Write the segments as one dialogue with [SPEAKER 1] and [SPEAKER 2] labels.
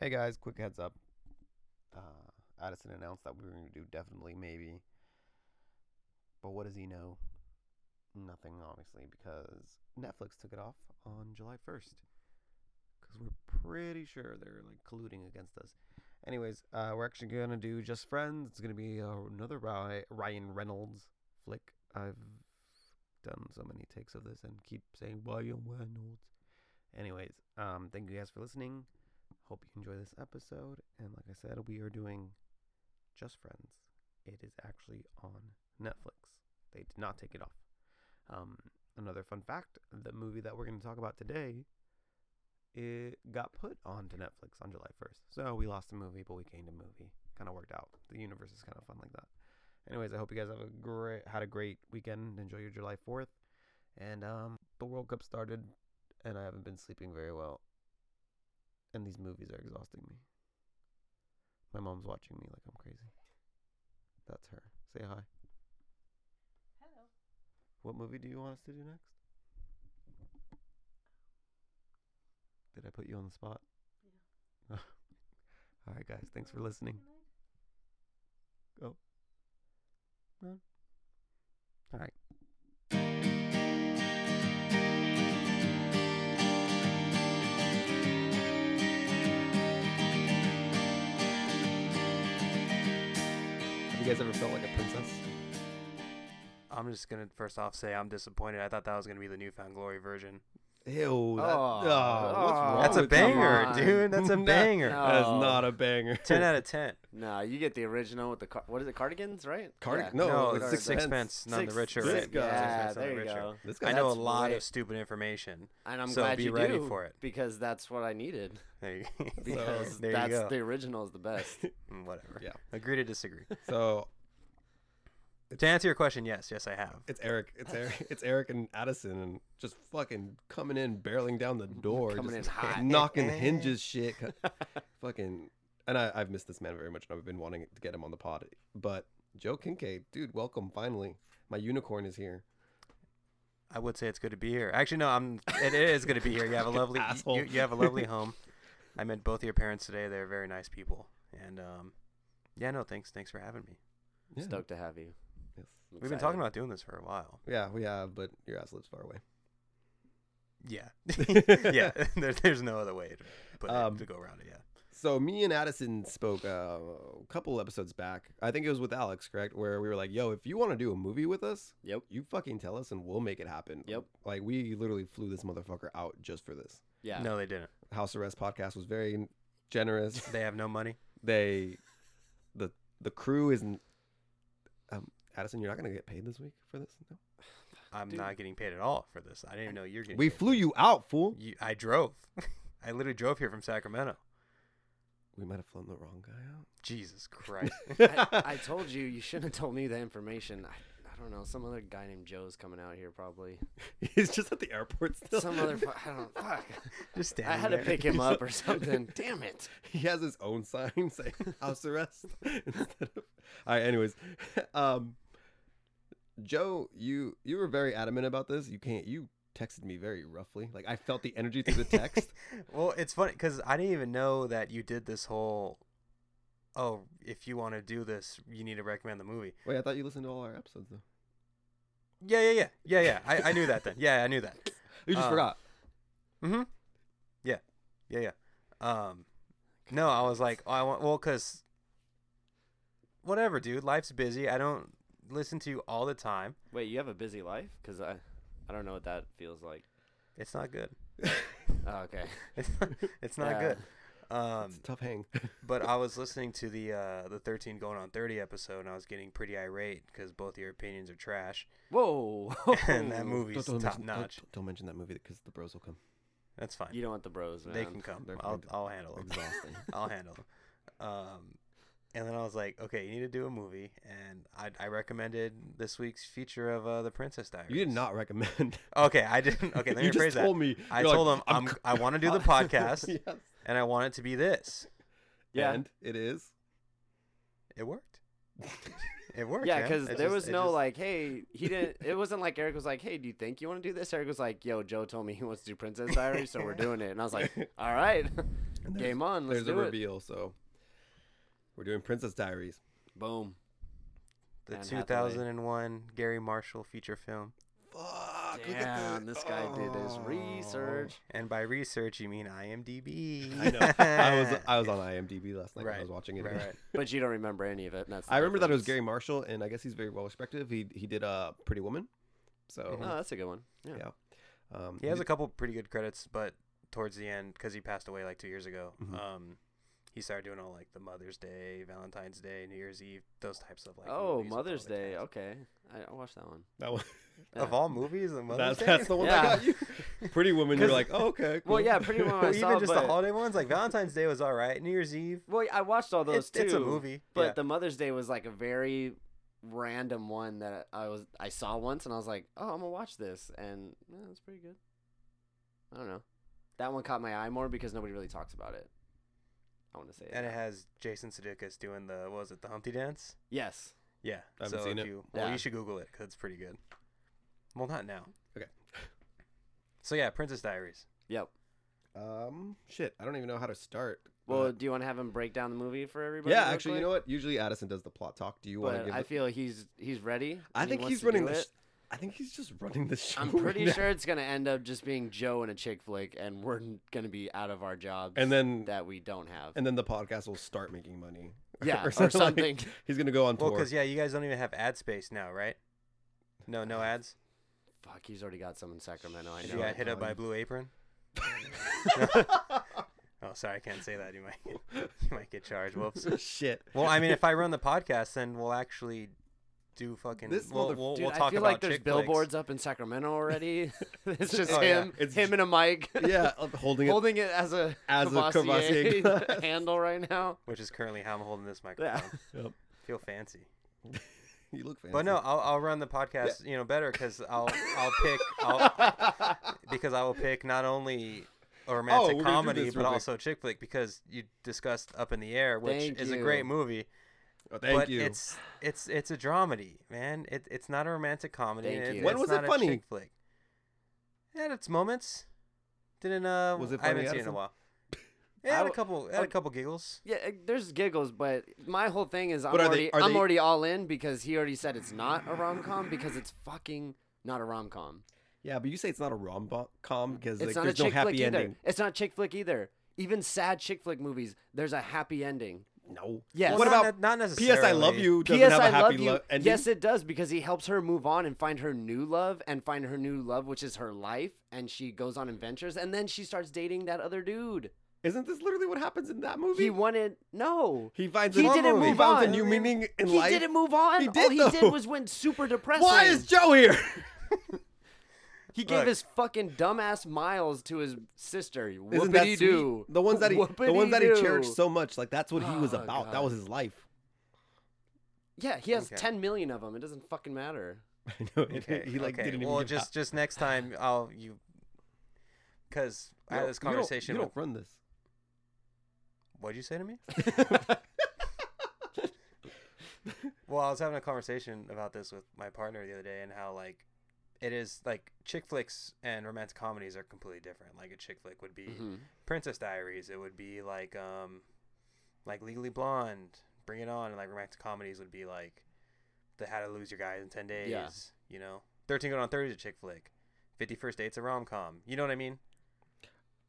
[SPEAKER 1] Hey guys, quick heads up. Uh, Addison announced that we were going to do definitely, maybe. But what does he know? Nothing, obviously, because Netflix took it off on July 1st. Because we're pretty sure they're like colluding against us. Anyways, uh, we're actually going to do Just Friends. It's going to be uh, another Ry- Ryan Reynolds flick. I've done so many takes of this and keep saying Ryan Reynolds. Anyways, um, thank you guys for listening. Hope you enjoy this episode. And like I said, we are doing Just Friends. It is actually on Netflix. They did not take it off. Um, another fun fact the movie that we're going to talk about today it got put onto Netflix on July 1st. So we lost a movie, but we gained a movie. Kind of worked out. The universe is kind of fun like that. Anyways, I hope you guys have a great had a great weekend. Enjoy your July 4th. And um, the World Cup started and I haven't been sleeping very well and these movies are exhausting me. My mom's watching me like I'm crazy. That's her. Say hi.
[SPEAKER 2] Hello.
[SPEAKER 1] What movie do you want us to do next? Did I put you on the spot? Yeah. All right, guys. Thanks for listening. Go. Run. All right. Have you guys ever felt like a princess?
[SPEAKER 3] I'm just gonna first off say I'm disappointed. I thought that was gonna be the newfound glory version.
[SPEAKER 1] Ew. That,
[SPEAKER 4] Oh.
[SPEAKER 1] oh, what's
[SPEAKER 4] Oh,
[SPEAKER 1] wrong
[SPEAKER 3] That's a
[SPEAKER 1] with
[SPEAKER 3] banger,
[SPEAKER 1] you?
[SPEAKER 4] on.
[SPEAKER 3] dude. That's a
[SPEAKER 1] That-
[SPEAKER 3] banger.
[SPEAKER 4] No.
[SPEAKER 1] That's
[SPEAKER 4] Oh.
[SPEAKER 1] not a banger.
[SPEAKER 3] Ten out of ten.
[SPEAKER 4] Nah, you get the original with the car- what is it? Cardigans, right?
[SPEAKER 1] Cardi-
[SPEAKER 4] Yeah.
[SPEAKER 1] no,
[SPEAKER 3] No,
[SPEAKER 1] it's
[SPEAKER 3] it's
[SPEAKER 1] Sixpence.
[SPEAKER 3] sixpence, none the
[SPEAKER 4] Six-
[SPEAKER 3] richer.
[SPEAKER 1] this
[SPEAKER 3] right?
[SPEAKER 1] guy.
[SPEAKER 4] Yeah,
[SPEAKER 3] Sixpence, none the
[SPEAKER 4] there you
[SPEAKER 3] richer.
[SPEAKER 4] go.
[SPEAKER 1] This guy-
[SPEAKER 3] I know a
[SPEAKER 4] That's
[SPEAKER 3] lot
[SPEAKER 4] way-
[SPEAKER 3] of stupid information,
[SPEAKER 4] And I'm
[SPEAKER 3] so
[SPEAKER 4] glad
[SPEAKER 3] be
[SPEAKER 4] you
[SPEAKER 3] ready
[SPEAKER 4] do
[SPEAKER 3] for it.
[SPEAKER 4] because that's what I needed.
[SPEAKER 3] There you,
[SPEAKER 4] Because
[SPEAKER 3] there you
[SPEAKER 4] that's
[SPEAKER 3] go.
[SPEAKER 4] the original is the best.
[SPEAKER 3] Mm, Whatever.
[SPEAKER 1] Yeah.
[SPEAKER 3] Agree to disagree.
[SPEAKER 1] So
[SPEAKER 3] to answer your question, yes, yes, I have.
[SPEAKER 1] It's Eric. It's Eric. It's Eric and Addison, and just fucking coming in, barreling down the door,
[SPEAKER 4] Coming
[SPEAKER 1] just
[SPEAKER 4] in hot.
[SPEAKER 1] knocking hinges, shit, fucking. And I, I've missed this man very much, and I've been wanting to get him on the pod. But Joe Kincaid, dude, welcome finally. My unicorn is here.
[SPEAKER 3] I would say it's good to be here. Actually, no, I'm. It is good to be here. You have a lovely.
[SPEAKER 1] Asshole.
[SPEAKER 3] you, you have a lovely home. I met both of your parents today. They're very nice people, and um, yeah, no, thanks, thanks for having me.
[SPEAKER 1] Yeah.
[SPEAKER 4] Stoked to have you.
[SPEAKER 1] Yes.
[SPEAKER 4] I'm
[SPEAKER 3] We've been
[SPEAKER 4] excited.
[SPEAKER 3] talking about doing this for a while.
[SPEAKER 1] Yeah, we have, but your ass lives far away.
[SPEAKER 3] Yeah, yeah. There, there's no other way to, put it-
[SPEAKER 1] Um,
[SPEAKER 3] to go around it. Yeah.
[SPEAKER 1] So me and Addison spoke uh, a couple episodes back. I think it was with Alex, correct? Where we were like, "Yo, if you want to do a movie with us,
[SPEAKER 4] Yep.
[SPEAKER 1] you fucking tell us, and we'll make it happen."
[SPEAKER 4] Yep.
[SPEAKER 1] Like we literally flew this motherfucker out just for this.
[SPEAKER 4] Yeah.
[SPEAKER 3] No, they didn't.
[SPEAKER 1] House Arrest podcast was very generous.
[SPEAKER 3] They have no money.
[SPEAKER 1] they, the the crew isn't. Um, Addison, you're not gonna get paid this week for this. No,
[SPEAKER 3] I'm not getting paid at all for this. I didn't even know you're getting.
[SPEAKER 1] we
[SPEAKER 3] paid.
[SPEAKER 1] flew you out, fool.
[SPEAKER 3] You, I drove. I literally drove here from Sacramento.
[SPEAKER 1] We might have flown the wrong guy out.
[SPEAKER 3] Jesus Christ.
[SPEAKER 4] I, I told you you shouldn't have told me that information. I, I don't know. Some other guy named Joe's coming out here probably.
[SPEAKER 1] He's just at the airport still.
[SPEAKER 4] Some other. fu- I don't. Fuck.
[SPEAKER 3] Just standing
[SPEAKER 4] I had to
[SPEAKER 3] there.
[SPEAKER 4] pick him up or something. Damn it.
[SPEAKER 1] he has his own sign saying house arrest instead of all right anyways um joe you you were very adamant about this you can't you texted me very roughly like i felt the energy through the text
[SPEAKER 3] Well, it's funny because I didn't even know that you did this whole. Oh, if you want to do this, you need to recommend the movie.
[SPEAKER 1] wait i thought you listened to all our episodes though
[SPEAKER 3] Yeah, yeah, yeah, yeah, yeah. I, I knew that then. Yeah, I knew that.
[SPEAKER 1] you just
[SPEAKER 3] Um,
[SPEAKER 1] forgot
[SPEAKER 3] Mm-hmm. Yeah, yeah, yeah. Um, no, I was like, oh, I want well, cause whatever, dude. Life's busy. I don't listen to you all the time.
[SPEAKER 4] Wait, you have a busy life? Cause I, I don't know what that feels like.
[SPEAKER 3] It's not good.
[SPEAKER 4] Oh, okay.
[SPEAKER 3] It's not, it's not
[SPEAKER 4] Yeah.
[SPEAKER 3] good. Um,
[SPEAKER 1] it's a tough hang
[SPEAKER 3] but I was listening to the uh, the 13 going on 30 episode, and I was getting pretty irate because both your opinions are trash,
[SPEAKER 4] Whoa.
[SPEAKER 3] and
[SPEAKER 4] Oh,
[SPEAKER 3] that movie's top
[SPEAKER 1] mention,
[SPEAKER 3] notch.
[SPEAKER 1] Don't, don't mention that movie because the bros will come
[SPEAKER 3] That's fine.
[SPEAKER 4] You don't want the bros, man.
[SPEAKER 3] they can come.
[SPEAKER 1] they're
[SPEAKER 3] I'll,
[SPEAKER 1] fucking
[SPEAKER 3] I'll handle them.
[SPEAKER 1] exhausting
[SPEAKER 3] I'll handle them. Um, and then I was like, okay, you need to do a movie, and I, I recommended this week's feature of uh, the Princess Diaries.
[SPEAKER 1] you did not recommend
[SPEAKER 3] Okay, I didn't. Okay, let me
[SPEAKER 1] You just
[SPEAKER 3] rephrase that.
[SPEAKER 1] told me.
[SPEAKER 3] I
[SPEAKER 1] You're
[SPEAKER 3] told
[SPEAKER 1] like,
[SPEAKER 3] him
[SPEAKER 1] I'm
[SPEAKER 3] I'm, I want to do the podcast,
[SPEAKER 1] yes
[SPEAKER 3] and I want it to be this.
[SPEAKER 4] Yeah.
[SPEAKER 1] and it is
[SPEAKER 3] It worked. It worked.
[SPEAKER 4] yeah,
[SPEAKER 3] man.
[SPEAKER 4] because
[SPEAKER 3] It
[SPEAKER 4] there
[SPEAKER 3] just-
[SPEAKER 4] was
[SPEAKER 3] it
[SPEAKER 4] no
[SPEAKER 3] just-
[SPEAKER 4] like, hey, he didn't. It wasn't like Eric was like, hey, do you think you want to do this? Eric was like, yo, Joe told me he wants to do Princess Diaries, so we're doing it. And I was like, all right.
[SPEAKER 1] And there's-
[SPEAKER 4] Game on. Let's
[SPEAKER 1] There's a
[SPEAKER 4] do it.
[SPEAKER 1] reveal, so we're doing Princess Diaries.
[SPEAKER 4] Boom.
[SPEAKER 3] The
[SPEAKER 4] Anne Hathaway.
[SPEAKER 3] 2001 Gary Marshall feature film.
[SPEAKER 1] Fuck! look at
[SPEAKER 4] Damn, this guy did his
[SPEAKER 1] Oh.
[SPEAKER 4] research.
[SPEAKER 3] And by research, you mean IMDb.
[SPEAKER 1] I know. I was I was on IMDb last night. when I
[SPEAKER 3] Right,
[SPEAKER 1] was watching it.
[SPEAKER 3] right,
[SPEAKER 1] again.
[SPEAKER 3] right.
[SPEAKER 4] But you don't remember any of it. and That's the
[SPEAKER 1] I remember that it was Gary
[SPEAKER 4] difference.
[SPEAKER 1] Marshall, and I guess he's very well respected. He he did uh Pretty Woman, so
[SPEAKER 4] Oh, that's a good one. Yeah.
[SPEAKER 1] Yeah. um,
[SPEAKER 3] He has
[SPEAKER 1] he-
[SPEAKER 3] a couple pretty good credits, but towards the end, because he passed away like two years ago,
[SPEAKER 1] Mhm.
[SPEAKER 3] um, he started doing all like the Mother's Day, Valentine's Day, New Year's Eve, those types of like.
[SPEAKER 4] oh,
[SPEAKER 3] movies with all
[SPEAKER 4] Mother's
[SPEAKER 3] the
[SPEAKER 4] Day.
[SPEAKER 3] cast.
[SPEAKER 4] Okay, I, I watched that one.
[SPEAKER 1] that one.
[SPEAKER 4] Yeah.
[SPEAKER 3] Of all movies, the
[SPEAKER 1] That's,
[SPEAKER 3] Mother's Day.
[SPEAKER 1] that's the one that
[SPEAKER 4] Yeah.
[SPEAKER 1] got you. Pretty Woman, you're
[SPEAKER 4] 'Cause-
[SPEAKER 1] like, oh, okay. Cool.
[SPEAKER 4] Well, yeah, pretty much. I
[SPEAKER 3] Well,
[SPEAKER 4] saw,
[SPEAKER 3] even just
[SPEAKER 4] but,
[SPEAKER 3] the holiday ones, like Valentine's Day was all right. New Year's Eve,
[SPEAKER 4] Well, I watched all those
[SPEAKER 3] it's, it's a
[SPEAKER 4] too,
[SPEAKER 3] movie,
[SPEAKER 4] But
[SPEAKER 3] yeah.
[SPEAKER 4] the Mother's Day was like a very random one that I was I saw once, and I was like, oh, I'm gonna watch this, and yeah, it's pretty good. I don't know. That one caught my eye more because nobody really talks about it. I want to say
[SPEAKER 3] and it has Jason Sudeikis doing the what was it the Humpty Dance?
[SPEAKER 4] yes.
[SPEAKER 3] Yeah,
[SPEAKER 1] I haven't
[SPEAKER 3] so
[SPEAKER 1] seen
[SPEAKER 3] if
[SPEAKER 1] it.
[SPEAKER 3] You, well,
[SPEAKER 4] Yeah.
[SPEAKER 3] you should Google it because it's pretty good. Well, not now.
[SPEAKER 1] Okay.
[SPEAKER 3] So yeah, Princess Diaries.
[SPEAKER 4] Yep.
[SPEAKER 1] Um, shit, I don't even know how to start.
[SPEAKER 4] Well,
[SPEAKER 1] but-
[SPEAKER 4] do you want to have him break down the movie for everybody?
[SPEAKER 1] yeah,
[SPEAKER 4] real
[SPEAKER 1] actually, you
[SPEAKER 4] quick?
[SPEAKER 1] know what? Usually Addison does the plot talk. Do you want to
[SPEAKER 4] But
[SPEAKER 1] give?
[SPEAKER 4] I
[SPEAKER 1] it-
[SPEAKER 4] feel he's he's ready.
[SPEAKER 1] I
[SPEAKER 4] and he
[SPEAKER 1] think
[SPEAKER 4] wants
[SPEAKER 1] he's
[SPEAKER 4] to
[SPEAKER 1] running
[SPEAKER 4] do
[SPEAKER 1] the.
[SPEAKER 4] it.
[SPEAKER 1] Sh- I think he's just running the show.
[SPEAKER 4] I'm
[SPEAKER 1] right
[SPEAKER 4] pretty
[SPEAKER 1] now.
[SPEAKER 4] sure it's gonna end up just being Joe and a chick flick, and we're n- gonna be out of our jobs.
[SPEAKER 1] And then
[SPEAKER 4] that we don't have.
[SPEAKER 1] and then the podcast will start making money.
[SPEAKER 4] yeah, or
[SPEAKER 1] something like-
[SPEAKER 4] something.
[SPEAKER 1] He's gonna go on
[SPEAKER 3] Well,
[SPEAKER 1] tour.
[SPEAKER 3] because yeah, you guys don't even have ad space now, right? No, no ads.
[SPEAKER 4] Fuck, he's already got some in Sacramento. I
[SPEAKER 3] If
[SPEAKER 4] know.
[SPEAKER 3] you
[SPEAKER 1] Yeah.
[SPEAKER 3] got hit up by
[SPEAKER 1] Um,
[SPEAKER 3] Blue Apron. Oh, sorry, I can't say that. You might get, you might get charged. Whoops.
[SPEAKER 1] shit.
[SPEAKER 3] Well, I mean, if I run the podcast, then we'll actually do fucking.
[SPEAKER 1] This
[SPEAKER 3] we'll,
[SPEAKER 1] mother-
[SPEAKER 3] we'll,
[SPEAKER 4] Dude,
[SPEAKER 3] we'll
[SPEAKER 4] I
[SPEAKER 3] talk
[SPEAKER 4] feel
[SPEAKER 3] about
[SPEAKER 4] like there's
[SPEAKER 3] chick flicks.
[SPEAKER 4] billboards up in Sacramento already. it's just
[SPEAKER 3] Oh, yeah.
[SPEAKER 4] him,
[SPEAKER 1] It's
[SPEAKER 4] him and a mic,
[SPEAKER 1] yeah, uh, holding it.
[SPEAKER 4] holding it as a
[SPEAKER 1] As a Cavassier
[SPEAKER 4] Cavassier
[SPEAKER 1] glass.
[SPEAKER 4] handle right now.
[SPEAKER 3] which is currently how I'm holding this microphone.
[SPEAKER 4] Yeah.
[SPEAKER 1] Yep.
[SPEAKER 3] Feel fancy.
[SPEAKER 1] You look fancy.
[SPEAKER 3] But no, I'll, I'll run the podcast, you know, better because I'll I'll pick
[SPEAKER 1] Oh,
[SPEAKER 3] I'll, because I will pick not only a romantic
[SPEAKER 1] we're gonna do
[SPEAKER 3] comedy
[SPEAKER 1] this
[SPEAKER 3] but
[SPEAKER 1] real quick.
[SPEAKER 3] also chick flick because you discussed Up in the Air, which
[SPEAKER 4] Thank
[SPEAKER 3] is a
[SPEAKER 4] you.
[SPEAKER 3] great movie.
[SPEAKER 1] Oh, thank
[SPEAKER 3] but
[SPEAKER 1] you.
[SPEAKER 3] It's it's it's a dramedy, man. It, it's not a romantic comedy.
[SPEAKER 4] Thank
[SPEAKER 3] and
[SPEAKER 4] you.
[SPEAKER 3] It,
[SPEAKER 4] When
[SPEAKER 3] it's
[SPEAKER 1] was it
[SPEAKER 3] not a
[SPEAKER 1] funny?
[SPEAKER 3] Chick flick. It had its moments. Didn't uh?
[SPEAKER 1] Was it
[SPEAKER 3] I haven't
[SPEAKER 1] funny,
[SPEAKER 3] seen it in a
[SPEAKER 1] Addison?
[SPEAKER 3] while.
[SPEAKER 4] I
[SPEAKER 3] Yeah, had a
[SPEAKER 4] w-
[SPEAKER 3] couple it had a
[SPEAKER 4] okay.
[SPEAKER 3] couple giggles.
[SPEAKER 4] Yeah, uh, there's giggles, but my whole thing is I'm
[SPEAKER 1] But are they-
[SPEAKER 4] already
[SPEAKER 1] are
[SPEAKER 4] I'm
[SPEAKER 1] they-
[SPEAKER 4] already all in because he already said it's not a rom com because it's fucking not a rom com.
[SPEAKER 1] yeah, but you say it's not a rom com because
[SPEAKER 4] It's
[SPEAKER 1] like,
[SPEAKER 4] not
[SPEAKER 1] there's
[SPEAKER 4] a
[SPEAKER 1] no
[SPEAKER 4] chick flick
[SPEAKER 1] happy
[SPEAKER 4] either.
[SPEAKER 1] ending.
[SPEAKER 4] It's not chick flick either. Even sad chick flick movies, there's a happy ending.
[SPEAKER 1] No.
[SPEAKER 4] Yes.
[SPEAKER 1] What
[SPEAKER 3] not,
[SPEAKER 1] about
[SPEAKER 3] ne- not necessarily?
[SPEAKER 1] P.S. I love you doesn't
[SPEAKER 4] P.S.
[SPEAKER 1] have a
[SPEAKER 4] I
[SPEAKER 1] happy
[SPEAKER 4] love you.
[SPEAKER 1] lo- ending?
[SPEAKER 4] yes, it does because he helps her move on and find her new love and find her new love, which is her life, and she goes on adventures and then she starts dating that other dude.
[SPEAKER 1] Isn't this literally what happens in that movie?
[SPEAKER 4] He wanted no.
[SPEAKER 1] He finds
[SPEAKER 4] He
[SPEAKER 1] a,
[SPEAKER 4] didn't
[SPEAKER 1] he
[SPEAKER 4] move
[SPEAKER 1] finds a
[SPEAKER 4] on.
[SPEAKER 1] new meaning in
[SPEAKER 4] he
[SPEAKER 1] life.
[SPEAKER 4] didn't move on.
[SPEAKER 1] He
[SPEAKER 4] All
[SPEAKER 1] did,
[SPEAKER 4] he
[SPEAKER 1] though.
[SPEAKER 4] did was went super depressing.
[SPEAKER 1] Why is Joe here?
[SPEAKER 4] He gave
[SPEAKER 3] Look.
[SPEAKER 4] his fucking dumbass miles to his sister.
[SPEAKER 1] Isn't that
[SPEAKER 4] Whoopity
[SPEAKER 1] sweet?
[SPEAKER 4] doo.
[SPEAKER 1] The ones that he, the ones that he cherished so much, like that's what he was
[SPEAKER 4] Oh,
[SPEAKER 1] about. That
[SPEAKER 4] God.
[SPEAKER 1] was his life.
[SPEAKER 4] Yeah, he has
[SPEAKER 3] Okay.
[SPEAKER 4] 10 million of them. It doesn't fucking matter.
[SPEAKER 1] I know. it-
[SPEAKER 3] Okay.
[SPEAKER 1] He like
[SPEAKER 3] okay.
[SPEAKER 1] didn't even
[SPEAKER 3] well,
[SPEAKER 1] give
[SPEAKER 3] just
[SPEAKER 1] out-
[SPEAKER 3] just next time I'll you because I
[SPEAKER 1] You
[SPEAKER 3] had
[SPEAKER 1] don't-
[SPEAKER 3] this
[SPEAKER 1] you don't-
[SPEAKER 3] conversation.
[SPEAKER 1] You
[SPEAKER 3] with,
[SPEAKER 1] don't run this.
[SPEAKER 3] what'd you say to me?
[SPEAKER 4] Mm-hmm.
[SPEAKER 3] Well, I was having a conversation about this with my partner the other day and how like it is like chick flicks and romantic comedies are completely different. Like a chick flick would be
[SPEAKER 4] Mhm.
[SPEAKER 3] Princess Diaries, it would be like um like Legally Blonde, Bring It On, and like romantic comedies would be like the How to Lose Your Guy in Ten Days,
[SPEAKER 4] Yeah.
[SPEAKER 3] you know. Thirteen Going on Thirty is a chick flick. Fifty First Dates a rom com. You know what I mean?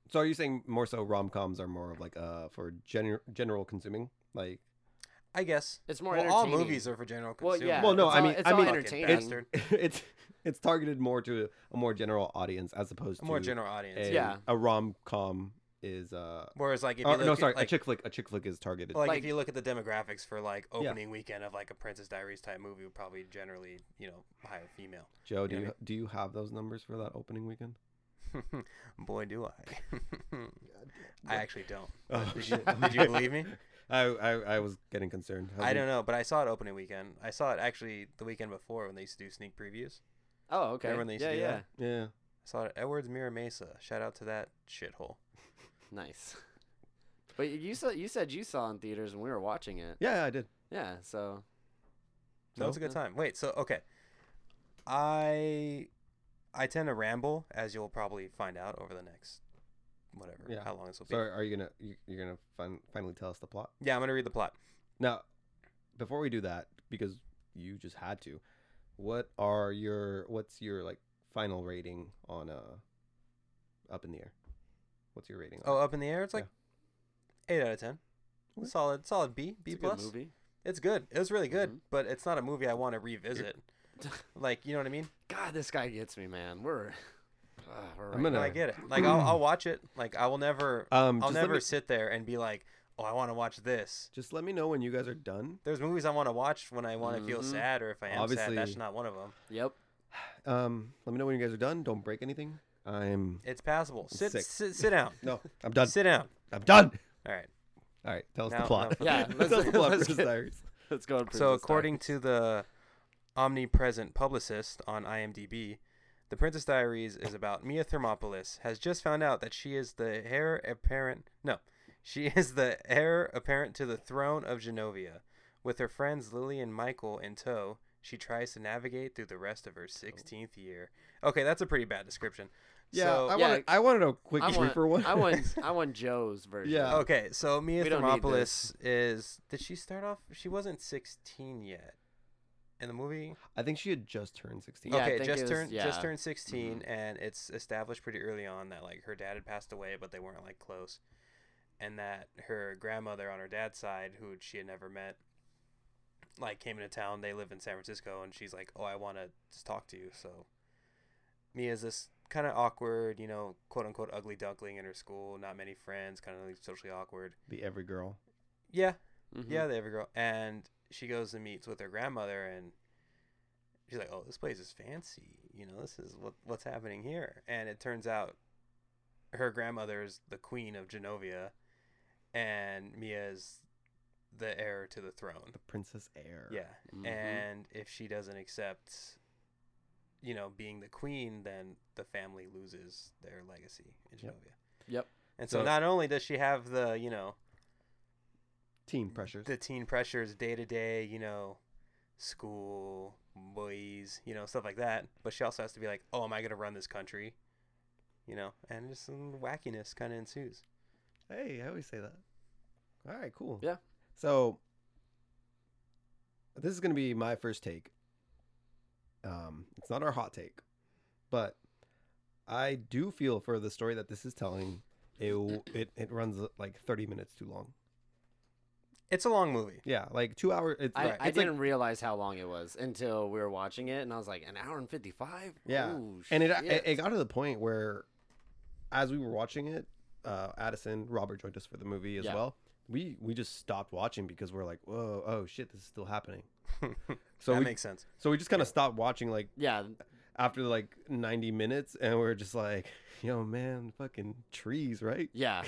[SPEAKER 1] So are you saying more so rom coms are more of like uh for gen- general consuming? Like
[SPEAKER 3] I guess.
[SPEAKER 4] It's more
[SPEAKER 3] well, all
[SPEAKER 4] entertaining.
[SPEAKER 3] movies are for general
[SPEAKER 4] Well,
[SPEAKER 3] consumers.
[SPEAKER 4] yeah.
[SPEAKER 1] Well, no,
[SPEAKER 4] it's
[SPEAKER 1] I
[SPEAKER 4] all-
[SPEAKER 1] mean-
[SPEAKER 4] it's
[SPEAKER 1] I
[SPEAKER 4] all
[SPEAKER 1] mean-
[SPEAKER 4] entertaining.
[SPEAKER 1] it-
[SPEAKER 3] Bastard.
[SPEAKER 1] it's it's targeted more to a more general audience as opposed
[SPEAKER 3] A more
[SPEAKER 1] to
[SPEAKER 3] general audience.
[SPEAKER 1] a,
[SPEAKER 4] Yeah.
[SPEAKER 1] a rom com is uh
[SPEAKER 3] Whereas like if
[SPEAKER 1] or,
[SPEAKER 3] you look
[SPEAKER 1] no
[SPEAKER 3] at,
[SPEAKER 1] sorry a
[SPEAKER 3] like,
[SPEAKER 1] chick flick a chick flick is targeted.
[SPEAKER 3] like,
[SPEAKER 4] Like-
[SPEAKER 3] if you look at the demographics for like opening weekend of like a Princess Diaries type movie, would probably generally you know hire female.
[SPEAKER 1] Joe, do
[SPEAKER 3] yeah.
[SPEAKER 1] you do you have those numbers for that opening weekend?
[SPEAKER 3] Boy, do I! I actually don't.
[SPEAKER 1] Oh,
[SPEAKER 3] Did you,
[SPEAKER 1] shit.
[SPEAKER 3] did you believe me?
[SPEAKER 1] I, I I was getting concerned. was
[SPEAKER 3] I
[SPEAKER 1] like,
[SPEAKER 3] don't know, but I saw it opening weekend. I saw it actually the weekend before when they used to do sneak previews.
[SPEAKER 4] Oh, okay.
[SPEAKER 3] Remember when they used
[SPEAKER 4] yeah,
[SPEAKER 3] to do
[SPEAKER 4] yeah.
[SPEAKER 3] that?
[SPEAKER 1] Yeah.
[SPEAKER 3] I saw it at Edwards Mira Mesa. Shout out to that shithole.
[SPEAKER 4] Nice. But y- you said you said you saw in theaters when we were watching it.
[SPEAKER 1] Yeah, yeah, I did.
[SPEAKER 4] Yeah, so
[SPEAKER 3] That was a good
[SPEAKER 4] Okay.
[SPEAKER 3] time. Wait, so okay, I I tend to ramble as you'll probably find out over the next whatever.
[SPEAKER 1] Yeah.
[SPEAKER 3] How long this will be.
[SPEAKER 1] So are you gonna you, you're gonna fin- finally tell us the plot?
[SPEAKER 3] Yeah, I'm gonna read the plot.
[SPEAKER 1] Now, before we do that, because you just had to, what are your what's your like final rating on uh up in the air? What's your rating?
[SPEAKER 3] Oh,
[SPEAKER 1] on it?
[SPEAKER 3] up in the air. It's like eight out of ten.
[SPEAKER 1] Okay.
[SPEAKER 3] Solid, solid B, B
[SPEAKER 4] It's a
[SPEAKER 3] plus.
[SPEAKER 4] good movie.
[SPEAKER 3] It's good. It was really good,
[SPEAKER 1] Mm-hmm.
[SPEAKER 4] Mhm.
[SPEAKER 3] but it's not a movie I want to revisit. like, you know what I mean?
[SPEAKER 4] God, this guy gets me, man. We're, Ah, we're
[SPEAKER 1] I'm
[SPEAKER 4] right.
[SPEAKER 3] No, I get it. Like, I'll, I'll watch it. Like, I will never,
[SPEAKER 1] um,
[SPEAKER 3] I'll
[SPEAKER 1] just let
[SPEAKER 3] never
[SPEAKER 1] me-
[SPEAKER 3] sit there and be like, oh, I want to watch this.
[SPEAKER 1] just let me know when you guys are done.
[SPEAKER 3] There's movies I want to watch when I want to feel
[SPEAKER 4] Mhm.
[SPEAKER 3] sad or if I am sad. That's
[SPEAKER 1] Mm-hmm. Obviously.
[SPEAKER 3] not one of them.
[SPEAKER 4] Yep.
[SPEAKER 1] Um, let me know when you guys are done. Don't break anything. I'm
[SPEAKER 3] It's passable. Sit,
[SPEAKER 1] Sick.
[SPEAKER 3] sit, sit down.
[SPEAKER 1] no, I'm done.
[SPEAKER 3] Sit down.
[SPEAKER 1] I'm done.
[SPEAKER 3] All right.
[SPEAKER 1] All right, tell us
[SPEAKER 3] No,
[SPEAKER 1] the plot.
[SPEAKER 3] no.
[SPEAKER 4] Yeah,
[SPEAKER 1] tell us
[SPEAKER 4] let's-
[SPEAKER 1] the plot,
[SPEAKER 4] let's
[SPEAKER 1] Princess
[SPEAKER 4] get-
[SPEAKER 1] Diaries.
[SPEAKER 4] Let's go. and
[SPEAKER 3] So,
[SPEAKER 4] Princess Diaries.
[SPEAKER 3] according to the omnipresent publicist on IMDb, The Princess Diaries is about Mia Thermopolis has just found out that she is the heir apparent. No, she is the heir apparent to the throne of Genovia. With her friends Lily and Michael in tow, she tries to navigate through the rest
[SPEAKER 4] Oh.
[SPEAKER 3] of her 16th year. Okay, that's a pretty bad description.
[SPEAKER 1] Yeah,
[SPEAKER 3] So,
[SPEAKER 1] I
[SPEAKER 4] yeah.
[SPEAKER 1] wanted I wanted a quick
[SPEAKER 4] I want,
[SPEAKER 1] briefer one.
[SPEAKER 4] I want, I want Joe's version.
[SPEAKER 1] Yeah.
[SPEAKER 3] okay, so Mia
[SPEAKER 4] We don't need
[SPEAKER 3] Thermopolis is. Did she start off? She wasn't 16 yet in the movie.
[SPEAKER 1] I think she had just turned 16.
[SPEAKER 4] Yeah, I
[SPEAKER 3] okay,
[SPEAKER 4] think
[SPEAKER 3] just
[SPEAKER 4] it was-
[SPEAKER 3] turned just
[SPEAKER 4] yeah. Mm-hmm.
[SPEAKER 3] turned 16 and it's established pretty early on that like her dad had passed away, but they weren't like close, and that her grandmother on her dad's side, who she had never met, like came into town. They live in San Francisco, and she's like, "Oh, I want to just talk to you." So Mia's this kind of awkward, you know, quote unquote ugly duckling in her school, not many friends, kind of like socially awkward.
[SPEAKER 1] The every girl.
[SPEAKER 3] Yeah,
[SPEAKER 4] Mhm.
[SPEAKER 3] yeah, they have a girl, and she goes and meets with her grandmother, and she's like, "Oh, this place is fancy. You know, this is what what's happening here." And it turns out her grandmother is the queen of Genovia, and Mia is the heir to the throne.
[SPEAKER 1] The Princess Air.
[SPEAKER 3] Yeah,
[SPEAKER 4] Mhm.
[SPEAKER 3] and if she doesn't accept, you know, being the queen, then the family loses their legacy in
[SPEAKER 1] Yep.
[SPEAKER 3] Genovia.
[SPEAKER 4] Yep.
[SPEAKER 3] And so,
[SPEAKER 1] So-
[SPEAKER 3] not only does she have the, you know,
[SPEAKER 1] Teen pressures.
[SPEAKER 3] the teen pressures day to day, you know, school, boys, you know, stuff like that. But she also has to be like, oh, am I going to run this country? You know, and just some wackiness kind of ensues.
[SPEAKER 1] Hey, I always say that. All right, cool.
[SPEAKER 4] Yeah.
[SPEAKER 1] So this is going to be my first take. Um, it's not our hot take, but I do feel for the story that this is telling, it w- it, it runs uh, like 30 minutes too long.
[SPEAKER 3] It's a long movie.
[SPEAKER 1] Yeah, like 2 hours it's
[SPEAKER 4] I,
[SPEAKER 1] like,
[SPEAKER 4] I
[SPEAKER 1] it's like-
[SPEAKER 4] didn't realize how long it was until we were watching it, and I was like, an hour and fifty five.
[SPEAKER 1] Yeah.
[SPEAKER 4] Ooh,
[SPEAKER 1] and it,
[SPEAKER 4] shit.
[SPEAKER 1] it it got to the point where as we were watching it uh addison robert joined us for the movie as
[SPEAKER 4] Yeah.
[SPEAKER 1] well we we just stopped watching because we're like whoa oh shit this is still happening so
[SPEAKER 3] that
[SPEAKER 1] we
[SPEAKER 3] makes sense.
[SPEAKER 1] so we just kind of stopped watching like
[SPEAKER 4] yeah,
[SPEAKER 1] after like 90 minutes and we are just like yo man fucking trees right
[SPEAKER 4] yeah.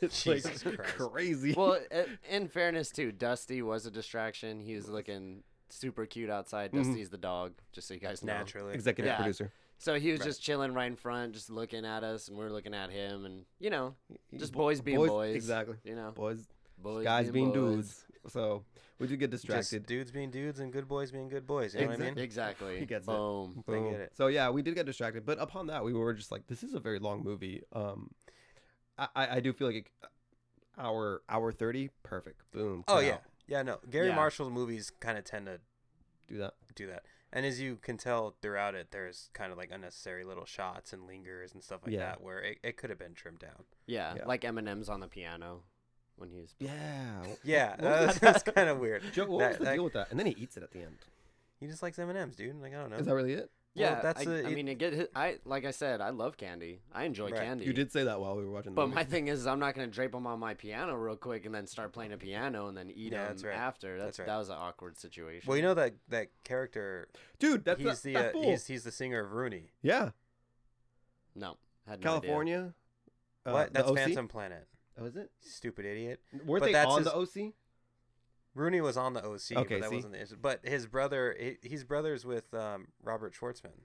[SPEAKER 1] it's like
[SPEAKER 3] Jesus Christ.
[SPEAKER 1] crazy
[SPEAKER 4] well, i- in fairness too, Dusty was a distraction. He was looking super cute outside.
[SPEAKER 1] Mhm.
[SPEAKER 4] Dusty's the dog, just so you guys know.
[SPEAKER 3] Naturally.
[SPEAKER 1] executive
[SPEAKER 4] Yeah.
[SPEAKER 1] producer
[SPEAKER 4] So he was
[SPEAKER 3] Right.
[SPEAKER 4] just chilling right in front, just looking at us, and we were looking at him, and you know, just
[SPEAKER 1] Bo-
[SPEAKER 4] boys being boys,
[SPEAKER 1] exactly
[SPEAKER 4] You know,
[SPEAKER 1] boys
[SPEAKER 4] boys
[SPEAKER 1] guys being,
[SPEAKER 4] boys.
[SPEAKER 1] dudes so we did get distracted
[SPEAKER 3] Just dudes being dudes and good boys being good boys. You know what
[SPEAKER 1] Exact-
[SPEAKER 3] I mean?
[SPEAKER 4] Exactly.
[SPEAKER 1] He gets it.
[SPEAKER 4] Boom.
[SPEAKER 3] They
[SPEAKER 1] Boom.
[SPEAKER 3] get it.
[SPEAKER 1] So yeah, we did get distracted, but upon that, we were just like, this is a very long movie. Um, I I, I do feel like it, hour hour thirty, perfect. Boom.
[SPEAKER 3] Oh,
[SPEAKER 1] cut
[SPEAKER 3] yeah.
[SPEAKER 1] out.
[SPEAKER 3] Yeah, no. Gary
[SPEAKER 4] Yeah.
[SPEAKER 3] Marshall's movies kind of tend to
[SPEAKER 1] do that.
[SPEAKER 3] do that. And as you can tell throughout it, there's kind of like unnecessary little shots and lingers and stuff like
[SPEAKER 1] Yeah.
[SPEAKER 3] that where it, it could have been trimmed down.
[SPEAKER 4] Yeah,
[SPEAKER 1] Yeah.
[SPEAKER 4] like Eminem's on the piano when he's.
[SPEAKER 1] Yeah.
[SPEAKER 3] Yeah,
[SPEAKER 1] What was
[SPEAKER 3] that's,
[SPEAKER 1] that?
[SPEAKER 3] that's kind of weird.
[SPEAKER 1] Joe, what was
[SPEAKER 3] That-
[SPEAKER 1] the
[SPEAKER 3] that-
[SPEAKER 1] deal with that? And then he eats it at the end.
[SPEAKER 3] He just likes M and M's, dude. Like I don't know.
[SPEAKER 1] Is that really it?
[SPEAKER 3] Well,
[SPEAKER 4] Yeah,
[SPEAKER 3] that's
[SPEAKER 4] I,
[SPEAKER 3] a-
[SPEAKER 4] I
[SPEAKER 3] it-
[SPEAKER 4] mean, it get, I like I said, I love candy. I enjoy
[SPEAKER 3] Right.
[SPEAKER 4] candy.
[SPEAKER 1] You did say that while we were watching. The
[SPEAKER 4] But
[SPEAKER 1] movie.
[SPEAKER 4] my thing is, I'm not gonna drape them on my piano real quick and then start playing a piano and then eat
[SPEAKER 3] Yeah,
[SPEAKER 4] them
[SPEAKER 3] that's right.
[SPEAKER 4] after. That's,
[SPEAKER 3] That's right.
[SPEAKER 4] that was an awkward situation.
[SPEAKER 3] well, you know that that character.
[SPEAKER 1] dude, that's
[SPEAKER 3] he's
[SPEAKER 1] that,
[SPEAKER 3] the
[SPEAKER 1] that
[SPEAKER 3] uh,
[SPEAKER 1] fool.
[SPEAKER 3] he's he's the singer of Rooney.
[SPEAKER 1] yeah,
[SPEAKER 4] no, had no idea.
[SPEAKER 1] California. Uh,
[SPEAKER 3] what?
[SPEAKER 1] the
[SPEAKER 3] That's
[SPEAKER 1] OC?
[SPEAKER 3] Phantom Planet.
[SPEAKER 1] Oh, is it?
[SPEAKER 3] Stupid idiot.
[SPEAKER 1] Were
[SPEAKER 3] But
[SPEAKER 1] they
[SPEAKER 3] that's
[SPEAKER 1] on
[SPEAKER 3] his-
[SPEAKER 1] the OC?
[SPEAKER 3] Rooney was on the OC,
[SPEAKER 1] Okay,
[SPEAKER 3] but that
[SPEAKER 1] see?
[SPEAKER 3] wasn't the issue. But his brother, he, he's brothers with um, Robert Schwartzman.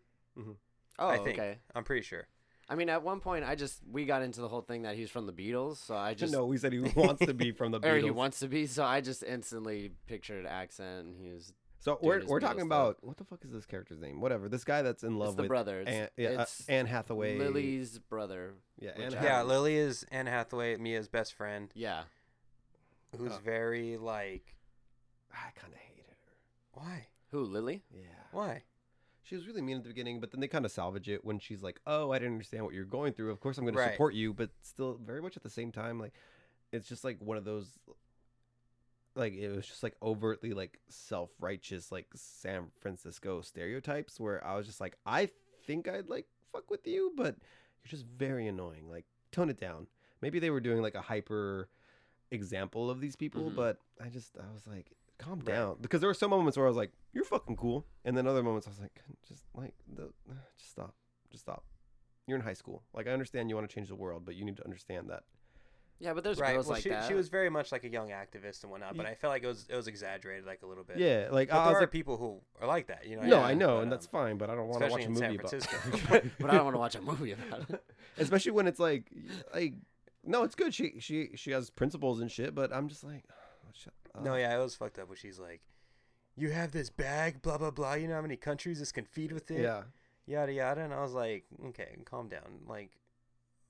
[SPEAKER 4] Oh,
[SPEAKER 3] I think.
[SPEAKER 4] okay.
[SPEAKER 3] I'm pretty sure.
[SPEAKER 4] I mean, at one point, I just we got into the whole thing that he's from the Beatles, so I just
[SPEAKER 1] no, we said he wants to be from the
[SPEAKER 4] or
[SPEAKER 1] Beatles.
[SPEAKER 4] he wants to be, so I just instantly pictured accent and he was
[SPEAKER 1] So
[SPEAKER 4] Dude,
[SPEAKER 1] we're
[SPEAKER 4] it's
[SPEAKER 1] we're
[SPEAKER 4] middle
[SPEAKER 1] talking
[SPEAKER 4] stuff.
[SPEAKER 1] about what the fuck is this character's name? Whatever. This guy that's in love
[SPEAKER 4] it's the
[SPEAKER 1] with
[SPEAKER 4] brother. It's,
[SPEAKER 1] Anne, yeah, uh,
[SPEAKER 4] it's
[SPEAKER 1] Anne Hathaway.
[SPEAKER 4] Lily's brother.
[SPEAKER 1] Yeah,
[SPEAKER 4] which
[SPEAKER 1] Anne
[SPEAKER 4] I-
[SPEAKER 3] Yeah,
[SPEAKER 1] Hathaway.
[SPEAKER 3] Lily is Anne Hathaway, Mia's best friend,
[SPEAKER 4] Yeah,
[SPEAKER 3] who's
[SPEAKER 1] Oh.
[SPEAKER 3] very like,
[SPEAKER 1] I kind of hated her.
[SPEAKER 3] why,
[SPEAKER 4] who Lily?
[SPEAKER 1] Yeah.
[SPEAKER 3] why?
[SPEAKER 1] She was really mean at the beginning, but then they kind of salvage it when she's like, "Oh, I didn't understand what you're going through. Of course, I'm going
[SPEAKER 3] Right.
[SPEAKER 1] to support you, but still, very much at the same time, like, it's just like one of those, like, it was just like overtly like self righteous like San Francisco stereotypes where I was just like, I think I'd like fuck with you, but you're just very annoying. Like, tone it down. Maybe they were doing like a hyper example of these people,
[SPEAKER 4] Mhm.
[SPEAKER 1] but I just I was like, calm down, because there were some moments where I was like, you're fucking cool, and then other moments I was like, just like, the, just stop, just stop. You're in high school. Like, I understand you want to change the world, but you need to understand that.
[SPEAKER 4] Yeah, but there's
[SPEAKER 3] right.
[SPEAKER 4] girls
[SPEAKER 3] Well,
[SPEAKER 4] like
[SPEAKER 3] she,
[SPEAKER 4] that.
[SPEAKER 3] she was very much like a young activist and whatnot, but
[SPEAKER 1] Ye-
[SPEAKER 3] I felt like it was it was exaggerated like a little bit.
[SPEAKER 1] Yeah, like
[SPEAKER 3] But
[SPEAKER 1] I
[SPEAKER 3] there
[SPEAKER 1] was
[SPEAKER 3] are
[SPEAKER 1] like,
[SPEAKER 3] people who are like that, you know.
[SPEAKER 1] no,
[SPEAKER 4] yeah,
[SPEAKER 1] I know,
[SPEAKER 3] but,
[SPEAKER 1] and that's
[SPEAKER 3] um,
[SPEAKER 1] fine, but I don't want to
[SPEAKER 3] especially
[SPEAKER 1] watch a
[SPEAKER 3] in
[SPEAKER 1] movie
[SPEAKER 3] San
[SPEAKER 1] about.
[SPEAKER 3] Francisco.
[SPEAKER 4] but I don't want to watch a movie about it.
[SPEAKER 1] especially when it's like, like, no, it's good. She she she has principles and shit, but I'm just like, shut up.
[SPEAKER 3] No, yeah, it was fucked up when she's like, "You have this bag, blah blah blah. You know how many countries this can feed with it,
[SPEAKER 1] yeah.
[SPEAKER 3] yada yada." And I was like, "Okay, calm down." Like,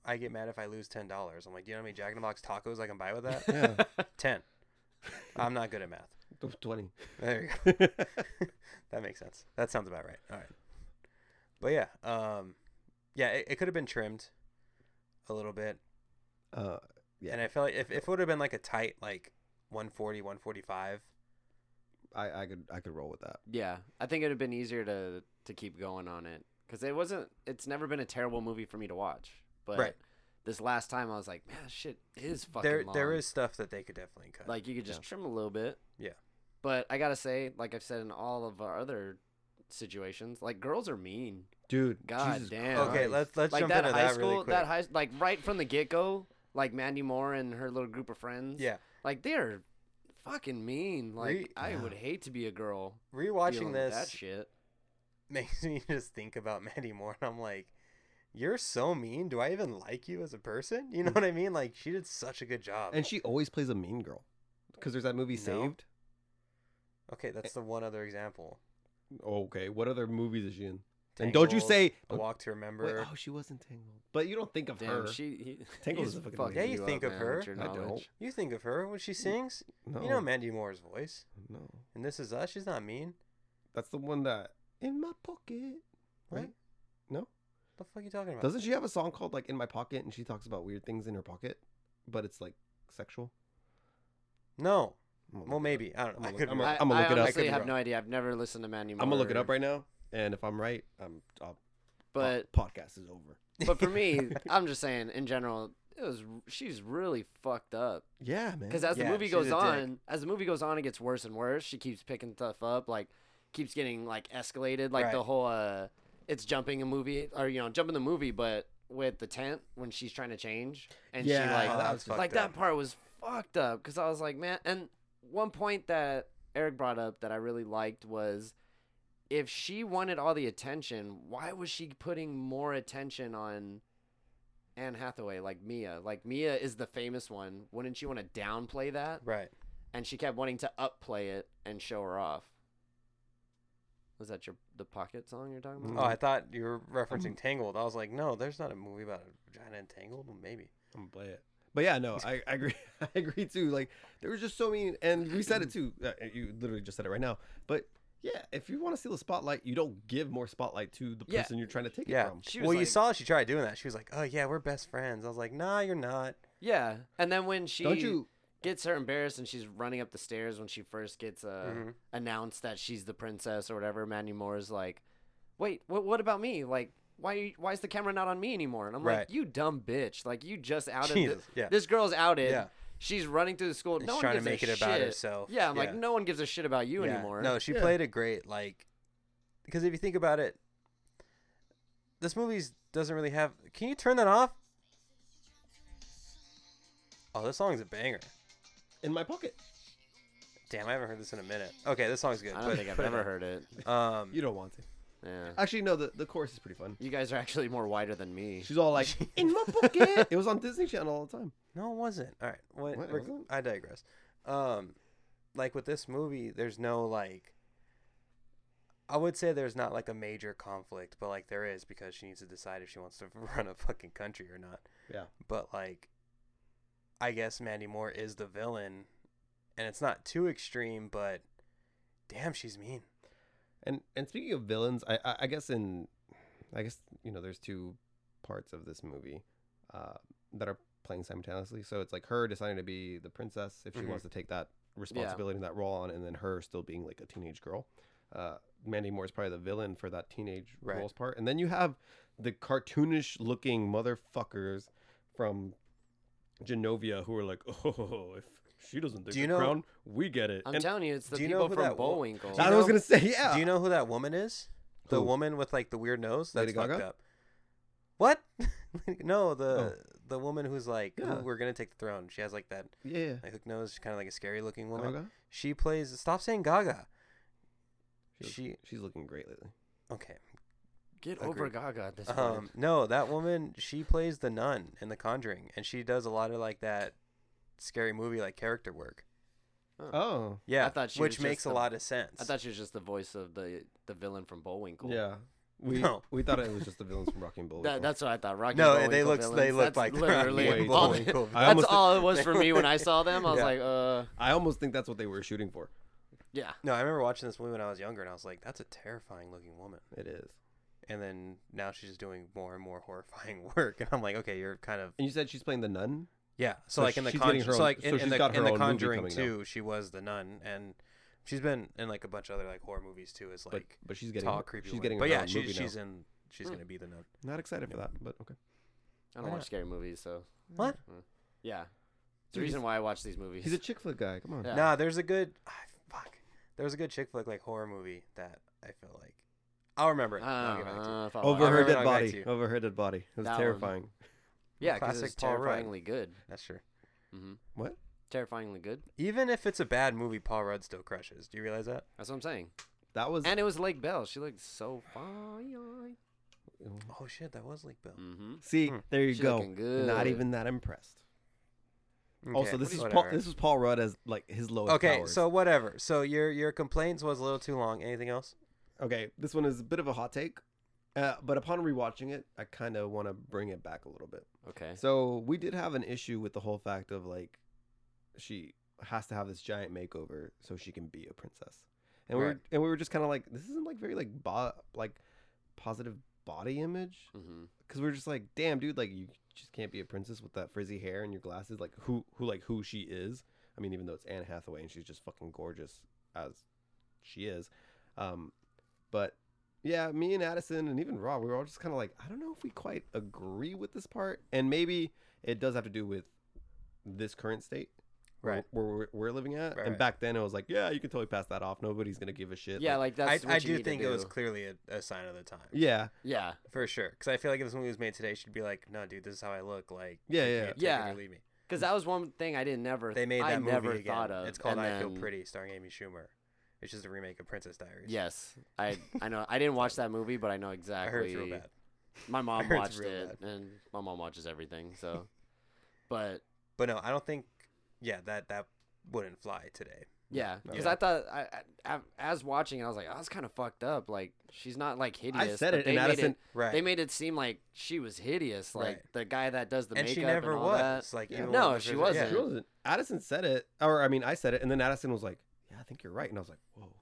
[SPEAKER 3] I get mad if I lose ten dollars. I'm like, "Do you know how many Jack in the Box tacos I can buy with that?"
[SPEAKER 1] Yeah.
[SPEAKER 3] ten. I'm not good at math.
[SPEAKER 1] Twenty.
[SPEAKER 3] There you go. that makes sense. That sounds about right. All right. But yeah, um, yeah, it, it could have been trimmed a little bit.
[SPEAKER 1] uh, Yeah.
[SPEAKER 3] And I felt like if, if it would have been like a tight, like 140, 145,
[SPEAKER 1] I I could I could roll with that.
[SPEAKER 4] Yeah, I think it'd have been easier to to keep going on it because it wasn't. It's never been a terrible movie for me to watch, but
[SPEAKER 3] Right.
[SPEAKER 4] this last time I was like, man, this shit is fucking.
[SPEAKER 3] there
[SPEAKER 4] long.
[SPEAKER 3] there is stuff that they could definitely cut.
[SPEAKER 4] like you could just
[SPEAKER 1] Yeah.
[SPEAKER 4] trim a little bit.
[SPEAKER 3] Yeah.
[SPEAKER 4] but I gotta say, like I've said in all of our other situations, like girls are mean.
[SPEAKER 1] Dude,
[SPEAKER 4] God
[SPEAKER 1] Jesus
[SPEAKER 4] damn.
[SPEAKER 1] Christ.
[SPEAKER 3] okay, let's let's
[SPEAKER 4] like
[SPEAKER 3] jump
[SPEAKER 4] that
[SPEAKER 3] into
[SPEAKER 4] high
[SPEAKER 3] that
[SPEAKER 4] school,
[SPEAKER 3] really quick.
[SPEAKER 4] that high, like right from the get go, like Mandy Moore and her little group of friends.
[SPEAKER 3] yeah,
[SPEAKER 4] like they're fucking mean. Like
[SPEAKER 3] Re-
[SPEAKER 4] I
[SPEAKER 1] Yeah.
[SPEAKER 4] would hate to be a girl
[SPEAKER 3] rewatching
[SPEAKER 4] dealing with that
[SPEAKER 3] this
[SPEAKER 4] shit.
[SPEAKER 3] makes me just think about Mandy Moore, and I'm like, you're so mean. Do I even like you as a person? You know
[SPEAKER 4] Mm.
[SPEAKER 3] what I mean? Like she did such a good job.
[SPEAKER 1] And she always plays a mean girl. Because there's that movie
[SPEAKER 3] No.
[SPEAKER 1] Saved.
[SPEAKER 3] okay, that's the one other example.
[SPEAKER 1] Okay, what other movies is she in? and don't you
[SPEAKER 3] Tangled,
[SPEAKER 1] say
[SPEAKER 3] A
[SPEAKER 1] don't-
[SPEAKER 3] Walk to
[SPEAKER 1] wait,
[SPEAKER 3] Remember.
[SPEAKER 1] oh, she wasn't Tangled, but you don't think of
[SPEAKER 4] Damn,
[SPEAKER 1] her.
[SPEAKER 4] she he,
[SPEAKER 1] Tangled
[SPEAKER 4] he's
[SPEAKER 1] is a fucking
[SPEAKER 4] fucking
[SPEAKER 1] Yeah,
[SPEAKER 3] you
[SPEAKER 4] up,
[SPEAKER 3] think of
[SPEAKER 4] man,
[SPEAKER 3] her.
[SPEAKER 4] with your
[SPEAKER 1] I don't.
[SPEAKER 4] knowledge.
[SPEAKER 3] You think of her when she sings.
[SPEAKER 1] no,
[SPEAKER 3] You know Mandy Moore's voice.
[SPEAKER 1] no,
[SPEAKER 3] And this is us. She's not mean.
[SPEAKER 1] that's the one that in my pocket.
[SPEAKER 3] What?
[SPEAKER 1] Right?
[SPEAKER 3] Mm-hmm.
[SPEAKER 1] No,
[SPEAKER 3] The fuck are you talking about?
[SPEAKER 1] doesn't she have a song called like "In My Pocket" and she talks about weird things in her pocket, but it's like sexual.
[SPEAKER 3] No.
[SPEAKER 1] I'm gonna
[SPEAKER 3] Well,
[SPEAKER 1] look it
[SPEAKER 3] maybe. I don't know. I
[SPEAKER 1] I'm
[SPEAKER 3] could.
[SPEAKER 1] gonna- I'm
[SPEAKER 3] be wrong.
[SPEAKER 4] I,
[SPEAKER 1] gonna look
[SPEAKER 4] I
[SPEAKER 1] it up. I
[SPEAKER 4] honestly
[SPEAKER 1] could be
[SPEAKER 4] have
[SPEAKER 1] wrong.
[SPEAKER 4] no idea. I've never listened to Mandy
[SPEAKER 1] up.
[SPEAKER 4] Moore.
[SPEAKER 1] I'm gonna look it up right now, and if I'm right, I'm. I'll,
[SPEAKER 4] But
[SPEAKER 1] po- podcast is over.
[SPEAKER 4] but for me, I'm just saying in general, it was she's really fucked up.
[SPEAKER 1] Yeah, man.
[SPEAKER 4] Because as
[SPEAKER 3] Yeah,
[SPEAKER 4] the movie
[SPEAKER 3] she's a
[SPEAKER 4] goes
[SPEAKER 3] dick.
[SPEAKER 4] on, as the movie goes on, it gets worse and worse. She keeps picking stuff up, like keeps getting like escalated, like the
[SPEAKER 3] Right.
[SPEAKER 4] whole uh, it's jumping a movie or you know jumping the movie, but with the tent when she's trying to change and
[SPEAKER 1] Yeah,
[SPEAKER 4] she
[SPEAKER 3] Oh,
[SPEAKER 4] like
[SPEAKER 3] that
[SPEAKER 1] that
[SPEAKER 3] was
[SPEAKER 1] was
[SPEAKER 3] fucked
[SPEAKER 4] like
[SPEAKER 3] up.
[SPEAKER 4] that part was fucked up because I was like, man. And one point that Eric brought up that I really liked was if she wanted all the attention, why was she putting more attention on Anne Hathaway, like Mia? Like Mia is the famous one. Wouldn't she want to downplay that?
[SPEAKER 3] Right.
[SPEAKER 4] And she kept wanting to upplay it and show her off. Was that your the pocket song you're talking
[SPEAKER 3] Oh,
[SPEAKER 1] Mm.
[SPEAKER 4] about?
[SPEAKER 3] I thought you were referencing Tangled. I was like, no, there's not a movie about a vagina and Tangled. Well, maybe.
[SPEAKER 1] I'm gonna play it. But yeah, no, I, I agree. I agree too. Like there was just so many, and we said it too. Uh, you literally just said it right now. But yeah, if you want to steal the spotlight, you don't give more spotlight to the
[SPEAKER 4] Yeah.
[SPEAKER 1] person you're trying to take
[SPEAKER 3] Yeah.
[SPEAKER 1] it from.
[SPEAKER 4] She was
[SPEAKER 3] Well, you
[SPEAKER 4] like-
[SPEAKER 3] saw she tried doing that. She was like, oh yeah, we're best friends. I was like, nah, you're not.
[SPEAKER 4] Yeah. And then when she
[SPEAKER 1] Don't you?
[SPEAKER 4] gets her embarrassed and she's running up the stairs when she first gets uh,
[SPEAKER 3] Mhm.
[SPEAKER 4] announced that she's the princess or whatever, Mandy Moore is like, "Wait, what? What about me? Like, why? Why is the camera not on me anymore?" And I'm
[SPEAKER 3] Right.
[SPEAKER 4] like, "You dumb bitch! Like, you just outed
[SPEAKER 3] Jesus.
[SPEAKER 4] thi-
[SPEAKER 3] Yeah.
[SPEAKER 4] this girl's outed.
[SPEAKER 3] Yeah.
[SPEAKER 4] She's running through the school.
[SPEAKER 3] And
[SPEAKER 4] no
[SPEAKER 3] she's
[SPEAKER 4] one
[SPEAKER 3] trying to
[SPEAKER 4] gives a
[SPEAKER 3] make it about
[SPEAKER 4] shit.
[SPEAKER 3] herself.
[SPEAKER 4] Yeah, I'm like,
[SPEAKER 3] Yeah.
[SPEAKER 4] no one gives a shit about you
[SPEAKER 3] Yeah.
[SPEAKER 4] anymore.
[SPEAKER 3] No, she
[SPEAKER 1] Yeah.
[SPEAKER 3] played a great like because if you think about it, this movie doesn't really have. Can you turn that off? Oh, this song's a banger.
[SPEAKER 1] In my pocket.
[SPEAKER 3] Damn, I haven't heard this in a minute. Okay, this song's good.
[SPEAKER 4] I don't
[SPEAKER 3] Put-
[SPEAKER 4] think I've
[SPEAKER 3] put it
[SPEAKER 4] ever
[SPEAKER 3] in.
[SPEAKER 4] heard it.
[SPEAKER 3] Um,
[SPEAKER 1] You don't want to.
[SPEAKER 4] Yeah,
[SPEAKER 1] Actually, no. The the chorus is pretty fun.
[SPEAKER 4] you guys are actually more wider than me.
[SPEAKER 1] She's all like, "In my pocket." It was on Disney Channel all the time.
[SPEAKER 3] no, it wasn't. All right, what,
[SPEAKER 1] What, it
[SPEAKER 3] reg-
[SPEAKER 1] wasn't?
[SPEAKER 3] I digress. Um, like with this movie, there's no like I would say there's not like a major conflict, but like there is because she needs to decide if she wants to run a fucking country or not.
[SPEAKER 1] Yeah.
[SPEAKER 3] But like, I guess Mandy Moore is the villain, and it's not too extreme, but damn, she's mean.
[SPEAKER 1] And and speaking of villains, I I, I guess in I guess you know there's two parts of this movie uh, that are playing simultaneously. So it's like her deciding to be the princess if she
[SPEAKER 3] Mhm.
[SPEAKER 1] wants to take that responsibility and that role on, and then her still being like a teenage girl. Uh, Mandy Moore is probably the villain for that teenage
[SPEAKER 3] Right.
[SPEAKER 1] roles part, and then you have the cartoonish looking motherfuckers from Genovia who are like, oh, if she doesn't think
[SPEAKER 3] Do you
[SPEAKER 1] the
[SPEAKER 3] know-
[SPEAKER 1] crown, we get it.
[SPEAKER 4] I'm
[SPEAKER 1] And
[SPEAKER 4] telling you, it's the
[SPEAKER 3] do you know
[SPEAKER 4] people
[SPEAKER 3] who
[SPEAKER 4] from
[SPEAKER 3] that wo-
[SPEAKER 4] Bullwinkle.
[SPEAKER 3] do you
[SPEAKER 1] I
[SPEAKER 3] know-
[SPEAKER 1] was gonna say, yeah.
[SPEAKER 3] Do you know who that woman is? The
[SPEAKER 1] Who?
[SPEAKER 3] woman with like the weird nose. That's
[SPEAKER 1] Lady
[SPEAKER 3] fucked
[SPEAKER 1] Gaga? Oh.
[SPEAKER 3] up. What? no, the the woman who's like, "Ooh,
[SPEAKER 1] Yeah.
[SPEAKER 3] we're gonna take the throne. She has like that
[SPEAKER 1] yeah,
[SPEAKER 3] like hook nose, kind of like a scary looking woman.
[SPEAKER 1] Gaga?
[SPEAKER 3] She plays. Stop saying Gaga.
[SPEAKER 1] She looks-
[SPEAKER 3] She-
[SPEAKER 1] she's looking great lately.
[SPEAKER 3] Okay.
[SPEAKER 4] Get over
[SPEAKER 3] Agreed.
[SPEAKER 4] Gaga at this point.
[SPEAKER 3] Um, no, that woman. She plays the nun in The Conjuring, and she does a lot of like that scary movie like character work.
[SPEAKER 1] Oh,
[SPEAKER 3] Yeah,
[SPEAKER 4] thought she
[SPEAKER 3] which
[SPEAKER 4] was
[SPEAKER 3] makes
[SPEAKER 4] just
[SPEAKER 3] a
[SPEAKER 4] the-
[SPEAKER 3] lot of sense.
[SPEAKER 4] I thought she was just the voice of the the villain from Bullwinkle.
[SPEAKER 1] yeah. We
[SPEAKER 3] No.
[SPEAKER 1] we thought it was just the villains from Rocky and Bullwinkle.
[SPEAKER 4] That, that's what I thought. Rocky
[SPEAKER 3] no,
[SPEAKER 4] Bullwinkle
[SPEAKER 3] they looked
[SPEAKER 4] villains.
[SPEAKER 3] they looked
[SPEAKER 4] That's
[SPEAKER 3] like
[SPEAKER 4] literally
[SPEAKER 1] Rocky and
[SPEAKER 4] all-
[SPEAKER 1] Bullwinkle. I
[SPEAKER 4] That's
[SPEAKER 1] almost-
[SPEAKER 4] all it was for me when I saw them. I was
[SPEAKER 1] Yeah.
[SPEAKER 4] like, uh,
[SPEAKER 1] I almost think that's what they were shooting for.
[SPEAKER 4] yeah.
[SPEAKER 3] No, I remember watching this movie when I was younger, and I was like, "That's a terrifying looking woman."
[SPEAKER 1] It is.
[SPEAKER 3] And then now she's just doing more and more horrifying work, and I'm like, "Okay, you're kind of
[SPEAKER 1] And you said she's playing the nun.
[SPEAKER 3] yeah." So,
[SPEAKER 1] So
[SPEAKER 3] like in the
[SPEAKER 1] she's getting
[SPEAKER 3] Conj-
[SPEAKER 1] her
[SPEAKER 3] so
[SPEAKER 1] own-
[SPEAKER 3] like
[SPEAKER 1] so
[SPEAKER 3] in, in
[SPEAKER 1] she's
[SPEAKER 3] the
[SPEAKER 1] got her
[SPEAKER 3] in the
[SPEAKER 1] own movie
[SPEAKER 3] Conjuring
[SPEAKER 1] coming
[SPEAKER 3] too, she was the nun, and she's been in like a bunch of other like horror movies too, as like
[SPEAKER 1] but but she's getting
[SPEAKER 3] tall,
[SPEAKER 1] her-
[SPEAKER 3] creepy.
[SPEAKER 1] she's
[SPEAKER 3] women.
[SPEAKER 1] getting
[SPEAKER 3] but
[SPEAKER 1] her
[SPEAKER 3] yeah,
[SPEAKER 1] own
[SPEAKER 3] she,
[SPEAKER 1] movie
[SPEAKER 3] she's
[SPEAKER 1] now.
[SPEAKER 3] in. She's
[SPEAKER 4] Hmm.
[SPEAKER 3] gonna be the nun.
[SPEAKER 1] Not excited for that, but okay. Why
[SPEAKER 4] I
[SPEAKER 3] Oh,
[SPEAKER 4] don't watch
[SPEAKER 1] not?
[SPEAKER 4] scary movies, so uh,
[SPEAKER 3] What?
[SPEAKER 4] yeah. It's the
[SPEAKER 1] Dude,
[SPEAKER 4] reason
[SPEAKER 1] he's-
[SPEAKER 4] why I watch these movies.
[SPEAKER 1] He's a chick flick guy. Come on.
[SPEAKER 4] Yeah.
[SPEAKER 3] Nah, there's a good ah, fuck. There was a good chick flick like horror movie that I feel like I'll remember it. and I'll get back to you.
[SPEAKER 4] uh, if I
[SPEAKER 1] Over
[SPEAKER 4] watch-
[SPEAKER 1] her
[SPEAKER 3] remember
[SPEAKER 1] dead
[SPEAKER 3] that guy
[SPEAKER 1] body.
[SPEAKER 3] too.
[SPEAKER 1] Over her dead body. It was
[SPEAKER 4] That one.
[SPEAKER 1] terrifying.
[SPEAKER 4] Yeah, because it's
[SPEAKER 3] Classic Paul Rudd.
[SPEAKER 4] terrifyingly good.
[SPEAKER 3] That's true.
[SPEAKER 4] hmm
[SPEAKER 1] What?
[SPEAKER 4] Terrifyingly good.
[SPEAKER 3] Even if it's a bad movie, Paul Rudd still crushes. Do you realize that?
[SPEAKER 4] That's what I'm saying.
[SPEAKER 1] That was.
[SPEAKER 4] And it was Lake Bell. She looked so fine.
[SPEAKER 3] Oh shit, that was Lake Bill.
[SPEAKER 4] Mm-hmm.
[SPEAKER 1] See,
[SPEAKER 3] Hmm.
[SPEAKER 1] there you
[SPEAKER 4] She
[SPEAKER 1] go.
[SPEAKER 4] looking good.
[SPEAKER 1] Not even that impressed.
[SPEAKER 4] Mm,
[SPEAKER 1] Also, this is Paul, this is Paul Rudd as like his lowest.
[SPEAKER 3] okay.
[SPEAKER 1] powers.
[SPEAKER 3] So whatever. So your your complaints was a little too long. Anything else?
[SPEAKER 1] okay, this one is a bit of a hot take, uh, but upon rewatching it, I kind of want to bring it back a little bit.
[SPEAKER 4] Okay.
[SPEAKER 1] So we did have an issue with the whole fact of like she has to have this giant makeover so she can be a princess. And we were,
[SPEAKER 3] Right.
[SPEAKER 1] and we were just kind of like this isn't like very like bo- like positive body image
[SPEAKER 4] Mm-hmm.
[SPEAKER 1] cuz we are just like damn dude like you just can't be a princess with that frizzy hair and your glasses like who who like who she is. I mean even though it's Anne Hathaway and she's just fucking gorgeous as she is. Um but yeah, me and Addison and even Rob, we were all just kind of like, I don't know if we quite agree with this part, and maybe it does have to do with this current state, where-
[SPEAKER 3] Right.
[SPEAKER 1] Where we're, we're living at,
[SPEAKER 3] Right,
[SPEAKER 1] and
[SPEAKER 3] right.
[SPEAKER 1] back then it was like, yeah, you can totally pass that off. Nobody's gonna give a shit.
[SPEAKER 4] Yeah,
[SPEAKER 1] like,
[SPEAKER 4] like that's. what
[SPEAKER 3] I, I
[SPEAKER 4] you
[SPEAKER 3] do
[SPEAKER 4] need to
[SPEAKER 3] think it was
[SPEAKER 4] do.
[SPEAKER 3] clearly a, a sign of the time.
[SPEAKER 1] yeah,
[SPEAKER 4] Yeah.
[SPEAKER 3] for sure. Because I feel like if this movie was made today, she'd be like, "No, dude, this is how I look." Like,
[SPEAKER 1] Yeah,
[SPEAKER 3] you
[SPEAKER 1] yeah.
[SPEAKER 3] can't take it or
[SPEAKER 4] Yeah.
[SPEAKER 3] leave me.
[SPEAKER 4] Because that was one thing I didn't never.
[SPEAKER 3] They made that
[SPEAKER 4] I
[SPEAKER 3] movie
[SPEAKER 4] never
[SPEAKER 3] again.
[SPEAKER 4] thought of.
[SPEAKER 3] it's called
[SPEAKER 4] and
[SPEAKER 3] "I Feel
[SPEAKER 4] then-
[SPEAKER 3] Pretty," starring Amy Schumer. It's just a remake of Princess Diaries.
[SPEAKER 4] Yes, I I know I didn't watch that movie, but I know
[SPEAKER 3] I
[SPEAKER 4] exactly.
[SPEAKER 3] heard it's real bad.
[SPEAKER 4] My mom
[SPEAKER 3] heard it's
[SPEAKER 4] watched
[SPEAKER 3] real
[SPEAKER 4] it, and my mom watches everything. So, but
[SPEAKER 3] But no, I don't think. Yeah, that that wouldn't fly today.
[SPEAKER 4] yeah, because
[SPEAKER 3] Yeah.
[SPEAKER 4] I thought I, I I- as watching it, I was like, oh, that's kind of fucked up. Like she's not like hideous.
[SPEAKER 1] I said
[SPEAKER 4] but
[SPEAKER 1] it,
[SPEAKER 4] they
[SPEAKER 1] and
[SPEAKER 4] made
[SPEAKER 1] Addison,
[SPEAKER 4] it-
[SPEAKER 3] Right.
[SPEAKER 4] They made it seem like she was hideous, like
[SPEAKER 3] Right.
[SPEAKER 4] the guy that does the
[SPEAKER 3] and
[SPEAKER 4] makeup
[SPEAKER 3] she never
[SPEAKER 4] and all
[SPEAKER 3] was.
[SPEAKER 4] that.
[SPEAKER 3] Like,
[SPEAKER 1] Yeah.
[SPEAKER 3] even
[SPEAKER 4] No,
[SPEAKER 3] when the
[SPEAKER 4] she
[SPEAKER 3] first-
[SPEAKER 4] wasn't.
[SPEAKER 3] yeah.
[SPEAKER 1] she wasn't- Addison said it, or I mean, I said it, and then Addison was like, yeah, I think you're right, and I was like, whoa,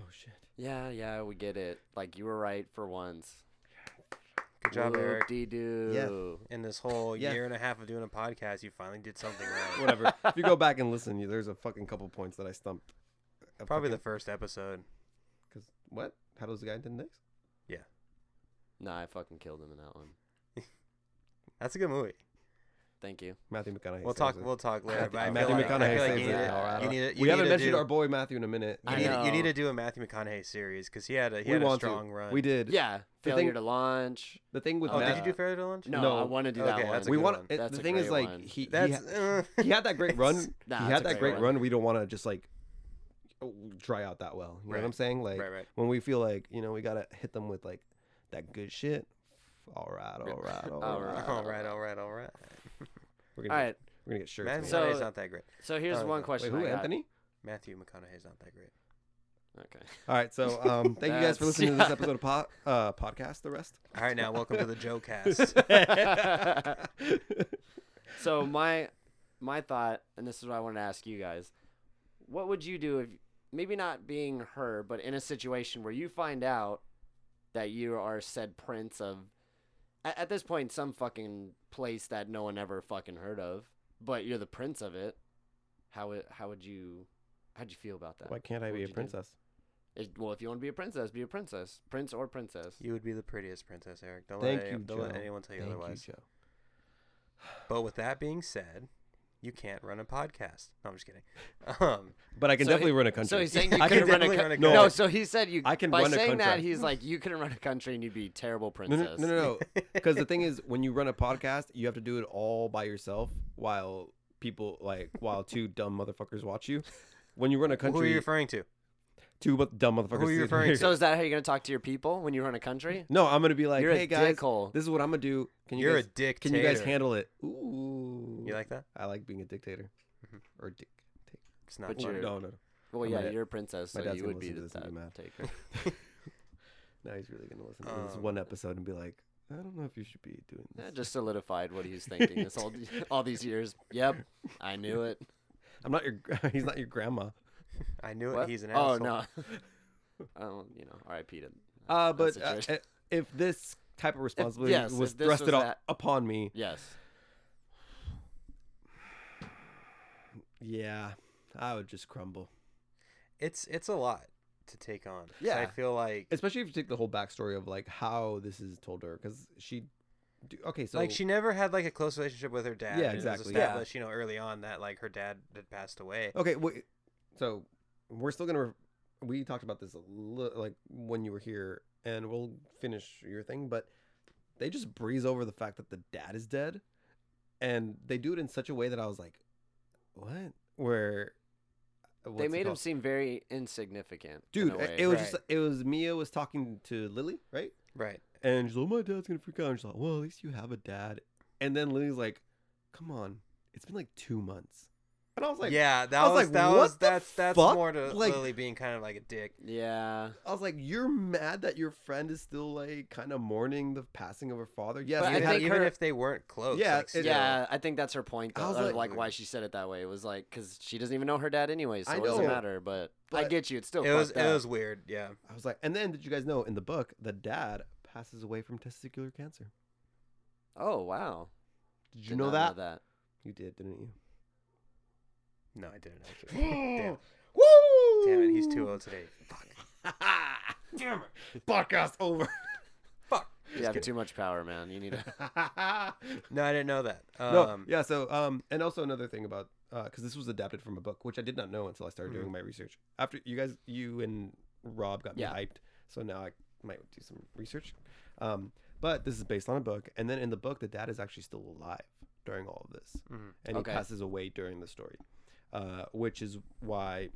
[SPEAKER 1] oh shit,
[SPEAKER 4] Yeah, yeah, we get it. Like you were right for once.
[SPEAKER 3] Good job, Eric.
[SPEAKER 4] De doo.
[SPEAKER 3] in this whole
[SPEAKER 1] Yeah.
[SPEAKER 3] year and a half of doing a podcast, you finally did something right.
[SPEAKER 1] whatever. if you go back and listen, you, there's a fucking couple points that I stumped. A
[SPEAKER 3] Probably the
[SPEAKER 1] fucking-
[SPEAKER 3] first episode.
[SPEAKER 1] cause what? How does the guy did next?
[SPEAKER 4] Nah, I fucking killed him in that one.
[SPEAKER 3] That's a good movie.
[SPEAKER 4] Thank you.
[SPEAKER 1] Matthew McConaughey.
[SPEAKER 3] We'll
[SPEAKER 1] saves
[SPEAKER 3] talk.
[SPEAKER 1] it.
[SPEAKER 3] We'll talk later.
[SPEAKER 4] Matthew-
[SPEAKER 3] But I feel
[SPEAKER 1] Matthew
[SPEAKER 3] like, I
[SPEAKER 1] McConaughey
[SPEAKER 3] feel like
[SPEAKER 1] saves
[SPEAKER 3] you need,
[SPEAKER 1] it.
[SPEAKER 4] a-
[SPEAKER 1] All right.
[SPEAKER 3] you need, to- you
[SPEAKER 1] we haven't
[SPEAKER 3] need to
[SPEAKER 1] mentioned
[SPEAKER 3] do,
[SPEAKER 1] our boy Matthew in a minute.
[SPEAKER 4] I
[SPEAKER 3] You need,
[SPEAKER 1] We
[SPEAKER 4] know.
[SPEAKER 3] you need to do a Matthew McConaughey series because he had a he
[SPEAKER 1] we
[SPEAKER 3] had a
[SPEAKER 1] want
[SPEAKER 3] strong
[SPEAKER 1] to.
[SPEAKER 3] run.
[SPEAKER 1] We did.
[SPEAKER 4] Yeah,
[SPEAKER 1] The
[SPEAKER 4] failure
[SPEAKER 1] thing-
[SPEAKER 4] to launch.
[SPEAKER 1] The thing with
[SPEAKER 3] Oh, did
[SPEAKER 1] Matt,
[SPEAKER 3] you do Fair to Lunch?
[SPEAKER 4] No,
[SPEAKER 1] No.
[SPEAKER 4] I want to do that
[SPEAKER 3] Okay,
[SPEAKER 4] one.
[SPEAKER 3] that's a
[SPEAKER 1] we
[SPEAKER 3] good
[SPEAKER 1] want
[SPEAKER 3] one.
[SPEAKER 1] it,
[SPEAKER 4] That's
[SPEAKER 1] the
[SPEAKER 4] a
[SPEAKER 1] thing is
[SPEAKER 4] great
[SPEAKER 1] like
[SPEAKER 4] one.
[SPEAKER 1] he he
[SPEAKER 3] That's
[SPEAKER 1] had-
[SPEAKER 3] uh,
[SPEAKER 1] he had that great run.
[SPEAKER 4] Nah,
[SPEAKER 1] he
[SPEAKER 4] that's
[SPEAKER 1] had
[SPEAKER 4] a
[SPEAKER 1] that
[SPEAKER 4] great
[SPEAKER 1] great
[SPEAKER 4] one.
[SPEAKER 1] run. We don't want to just like try out that well. You know
[SPEAKER 3] Right.
[SPEAKER 1] what I'm saying? Like
[SPEAKER 3] right, right.
[SPEAKER 1] when we feel like you know we gotta hit them with like that good shit. All right, all right, all, all
[SPEAKER 4] All
[SPEAKER 1] right.
[SPEAKER 4] right.
[SPEAKER 3] All right, all right, all right.
[SPEAKER 1] We're gonna
[SPEAKER 4] All
[SPEAKER 1] get-
[SPEAKER 4] right.
[SPEAKER 1] we're gonna get shirts.
[SPEAKER 3] Matthew
[SPEAKER 1] made.
[SPEAKER 4] So-
[SPEAKER 3] McConaughey's not that great.
[SPEAKER 4] So here's
[SPEAKER 3] Oh,
[SPEAKER 4] one
[SPEAKER 3] wait,
[SPEAKER 1] Wait,
[SPEAKER 4] question.
[SPEAKER 1] who?
[SPEAKER 4] I got.
[SPEAKER 1] Anthony?
[SPEAKER 3] Matthew McConaughey's not that great.
[SPEAKER 4] Okay.
[SPEAKER 1] All right, so um, thank you guys for
[SPEAKER 4] That's-
[SPEAKER 1] listening to this
[SPEAKER 4] yeah.
[SPEAKER 1] episode of po- uh, podcast. The rest.
[SPEAKER 3] All right, now welcome to the Joe Cast.
[SPEAKER 4] so my my thought, and this is what I wanted to ask you guys: What would you do if maybe not being her, but in a situation where you find out that you are said prince of, at, at this point, some fucking place that no one ever fucking heard of, but you're the prince of it? How would how would you how'd you feel about that?
[SPEAKER 1] Why can't I
[SPEAKER 4] What
[SPEAKER 1] be
[SPEAKER 4] would
[SPEAKER 1] a
[SPEAKER 4] you do?
[SPEAKER 1] princess?
[SPEAKER 4] It- well, if you want to be a princess, be a princess, prince or princess.
[SPEAKER 3] you would be the prettiest princess, Eric. Don't,
[SPEAKER 1] Thank
[SPEAKER 3] let,
[SPEAKER 1] you,
[SPEAKER 3] don't let
[SPEAKER 1] Joe.
[SPEAKER 3] anyone tell you
[SPEAKER 1] Thank you,
[SPEAKER 3] otherwise.
[SPEAKER 1] Joe.
[SPEAKER 3] But with that being said, you can't run a podcast. No, I'm just kidding. Um,
[SPEAKER 1] But I can
[SPEAKER 4] So
[SPEAKER 1] definitely
[SPEAKER 4] he-
[SPEAKER 1] run a country.
[SPEAKER 4] So he's saying you
[SPEAKER 1] I can
[SPEAKER 4] couldn't run a,
[SPEAKER 3] definitely
[SPEAKER 4] co-
[SPEAKER 3] run a
[SPEAKER 4] no.
[SPEAKER 1] country.
[SPEAKER 4] So he said you.
[SPEAKER 1] I can
[SPEAKER 4] by
[SPEAKER 1] run a
[SPEAKER 4] saying that
[SPEAKER 1] country.
[SPEAKER 4] he's like you couldn't run a country and you'd be a terrible
[SPEAKER 1] No,
[SPEAKER 4] princess.
[SPEAKER 1] no, no, no, Because the thing is, when you run a podcast, you have to do it all by yourself while people like while two dumb motherfuckers watch you. When you run a
[SPEAKER 3] who are
[SPEAKER 1] country,
[SPEAKER 3] you referring to?
[SPEAKER 1] two bu- dumb motherfuckers.
[SPEAKER 3] you
[SPEAKER 1] sit
[SPEAKER 3] referring
[SPEAKER 1] here.
[SPEAKER 3] to?
[SPEAKER 4] So is that how you're gonna talk to your people when you run a country?
[SPEAKER 1] No, I'm gonna be like,
[SPEAKER 4] You're a
[SPEAKER 1] hey guys,
[SPEAKER 4] dickhole."
[SPEAKER 1] this is what I'm gonna do. Can you
[SPEAKER 3] You're
[SPEAKER 1] guys,
[SPEAKER 3] a dictator.
[SPEAKER 1] can you guys handle it? Ooh,
[SPEAKER 3] You like that?
[SPEAKER 1] I like being a dictator or dick.
[SPEAKER 3] It's not
[SPEAKER 4] But
[SPEAKER 1] Or,
[SPEAKER 4] you're-
[SPEAKER 3] true.
[SPEAKER 1] no, no, no.
[SPEAKER 4] Well,
[SPEAKER 1] I'm
[SPEAKER 4] yeah,
[SPEAKER 1] gonna-
[SPEAKER 4] you're a princess,
[SPEAKER 1] my
[SPEAKER 4] so
[SPEAKER 1] dad's
[SPEAKER 4] you
[SPEAKER 1] gonna
[SPEAKER 4] would be the
[SPEAKER 1] listen to this and be
[SPEAKER 4] that
[SPEAKER 1] mad.
[SPEAKER 4] taker.
[SPEAKER 1] Now he's really gonna listen to this
[SPEAKER 3] Um,
[SPEAKER 1] one episode and be like, I don't know if you should be doing this.
[SPEAKER 4] That just solidified what he was thinking this all all these years. Yep, I knew it.
[SPEAKER 1] I'm not your. gr- He's not your grandma.
[SPEAKER 3] I knew
[SPEAKER 4] What?
[SPEAKER 3] it. He's an
[SPEAKER 4] oh
[SPEAKER 3] asshole.
[SPEAKER 4] no. Um, you know, R.I.P. to.
[SPEAKER 1] Uh,
[SPEAKER 4] that
[SPEAKER 1] but uh,
[SPEAKER 4] situation.
[SPEAKER 1] i- if this type of responsibility
[SPEAKER 4] yes,
[SPEAKER 1] was
[SPEAKER 4] if this
[SPEAKER 1] thrusted
[SPEAKER 4] was
[SPEAKER 1] up
[SPEAKER 4] that-
[SPEAKER 1] upon me,
[SPEAKER 4] Yes.
[SPEAKER 1] yeah, I would just crumble.
[SPEAKER 3] It's it's a lot to take on. 'Cause I
[SPEAKER 4] Yeah.
[SPEAKER 3] feel like
[SPEAKER 1] Especially if you take the whole backstory of like how this is told to her, because she, do, okay, so
[SPEAKER 3] like she never had like a close relationship with her dad.
[SPEAKER 1] Yeah,
[SPEAKER 3] and It
[SPEAKER 1] exactly.
[SPEAKER 3] was
[SPEAKER 1] Yeah. Oh,
[SPEAKER 3] established, you know, early on that like her dad had passed away.
[SPEAKER 1] okay, wait, so we're still gonna. Re- we talked about this a li- like when you were here, and we'll finish your thing, but they just breeze over the fact that the dad is dead, and they do it in such a way that I was like, what? Where uh, what's
[SPEAKER 4] they
[SPEAKER 1] it
[SPEAKER 4] made him
[SPEAKER 1] called?
[SPEAKER 4] seem very insignificant. in
[SPEAKER 1] dude
[SPEAKER 4] a
[SPEAKER 1] it-
[SPEAKER 4] way.
[SPEAKER 1] it was
[SPEAKER 3] Right.
[SPEAKER 1] just it was mia was talking to lily right
[SPEAKER 3] Right.
[SPEAKER 1] and she's like "Oh, my dad's gonna freak out and she's like well at least you have a dad and then lily's like come on it's been like two months and i was like
[SPEAKER 3] yeah, that
[SPEAKER 1] I was
[SPEAKER 3] was,
[SPEAKER 1] like,
[SPEAKER 3] that
[SPEAKER 1] what
[SPEAKER 3] was
[SPEAKER 1] the
[SPEAKER 3] that's that's
[SPEAKER 1] fuck?
[SPEAKER 3] more to
[SPEAKER 1] Like-
[SPEAKER 3] Lily being kind of like a dick.
[SPEAKER 4] yeah.
[SPEAKER 1] i was like you're mad that your friend is still like kind of mourning the passing of her father yes
[SPEAKER 4] But I
[SPEAKER 1] they
[SPEAKER 3] even
[SPEAKER 1] had-
[SPEAKER 4] think
[SPEAKER 3] even
[SPEAKER 4] her-
[SPEAKER 3] if they weren't close.
[SPEAKER 1] Yeah,
[SPEAKER 3] like,
[SPEAKER 1] it-
[SPEAKER 3] still.
[SPEAKER 4] Yeah, I think that's her point.
[SPEAKER 1] I
[SPEAKER 4] Though,
[SPEAKER 1] was
[SPEAKER 4] of,
[SPEAKER 1] like-
[SPEAKER 4] like, why she said it that way. It was like because she doesn't even know her dad anyway, so
[SPEAKER 1] I
[SPEAKER 4] it doesn't
[SPEAKER 1] know,
[SPEAKER 4] matter. But, I
[SPEAKER 1] but-
[SPEAKER 4] get you. It's still
[SPEAKER 3] It was
[SPEAKER 4] fucked
[SPEAKER 3] it
[SPEAKER 4] up.
[SPEAKER 3] was weird. Yeah.
[SPEAKER 1] i was like and then did you guys know in the book the dad passes away from testicular cancer
[SPEAKER 4] Oh wow!
[SPEAKER 1] did you
[SPEAKER 4] Did
[SPEAKER 1] know
[SPEAKER 4] not
[SPEAKER 1] that?
[SPEAKER 4] that?
[SPEAKER 1] you did didn't you
[SPEAKER 3] No, I didn't actually. damn,
[SPEAKER 1] Woo!
[SPEAKER 3] damn it, he's too old today. Fuck.
[SPEAKER 1] damn it podcast over
[SPEAKER 3] Fuck.
[SPEAKER 4] You have too much power, man. You need to.
[SPEAKER 3] No, I didn't know that. Um
[SPEAKER 1] no, yeah. So, um, and also another thing about because this was adapted from a book, which I did not know until I started doing my research. After you guys, you and Rob got me
[SPEAKER 4] Mm-hmm. Yeah.
[SPEAKER 1] hyped, so now I might do some research. Um, but this is based on a book, and then in the book, the dad is actually still alive during all of this,
[SPEAKER 3] Mhm.
[SPEAKER 1] and
[SPEAKER 4] Okay.
[SPEAKER 1] he passes away during the story, uh, which is why,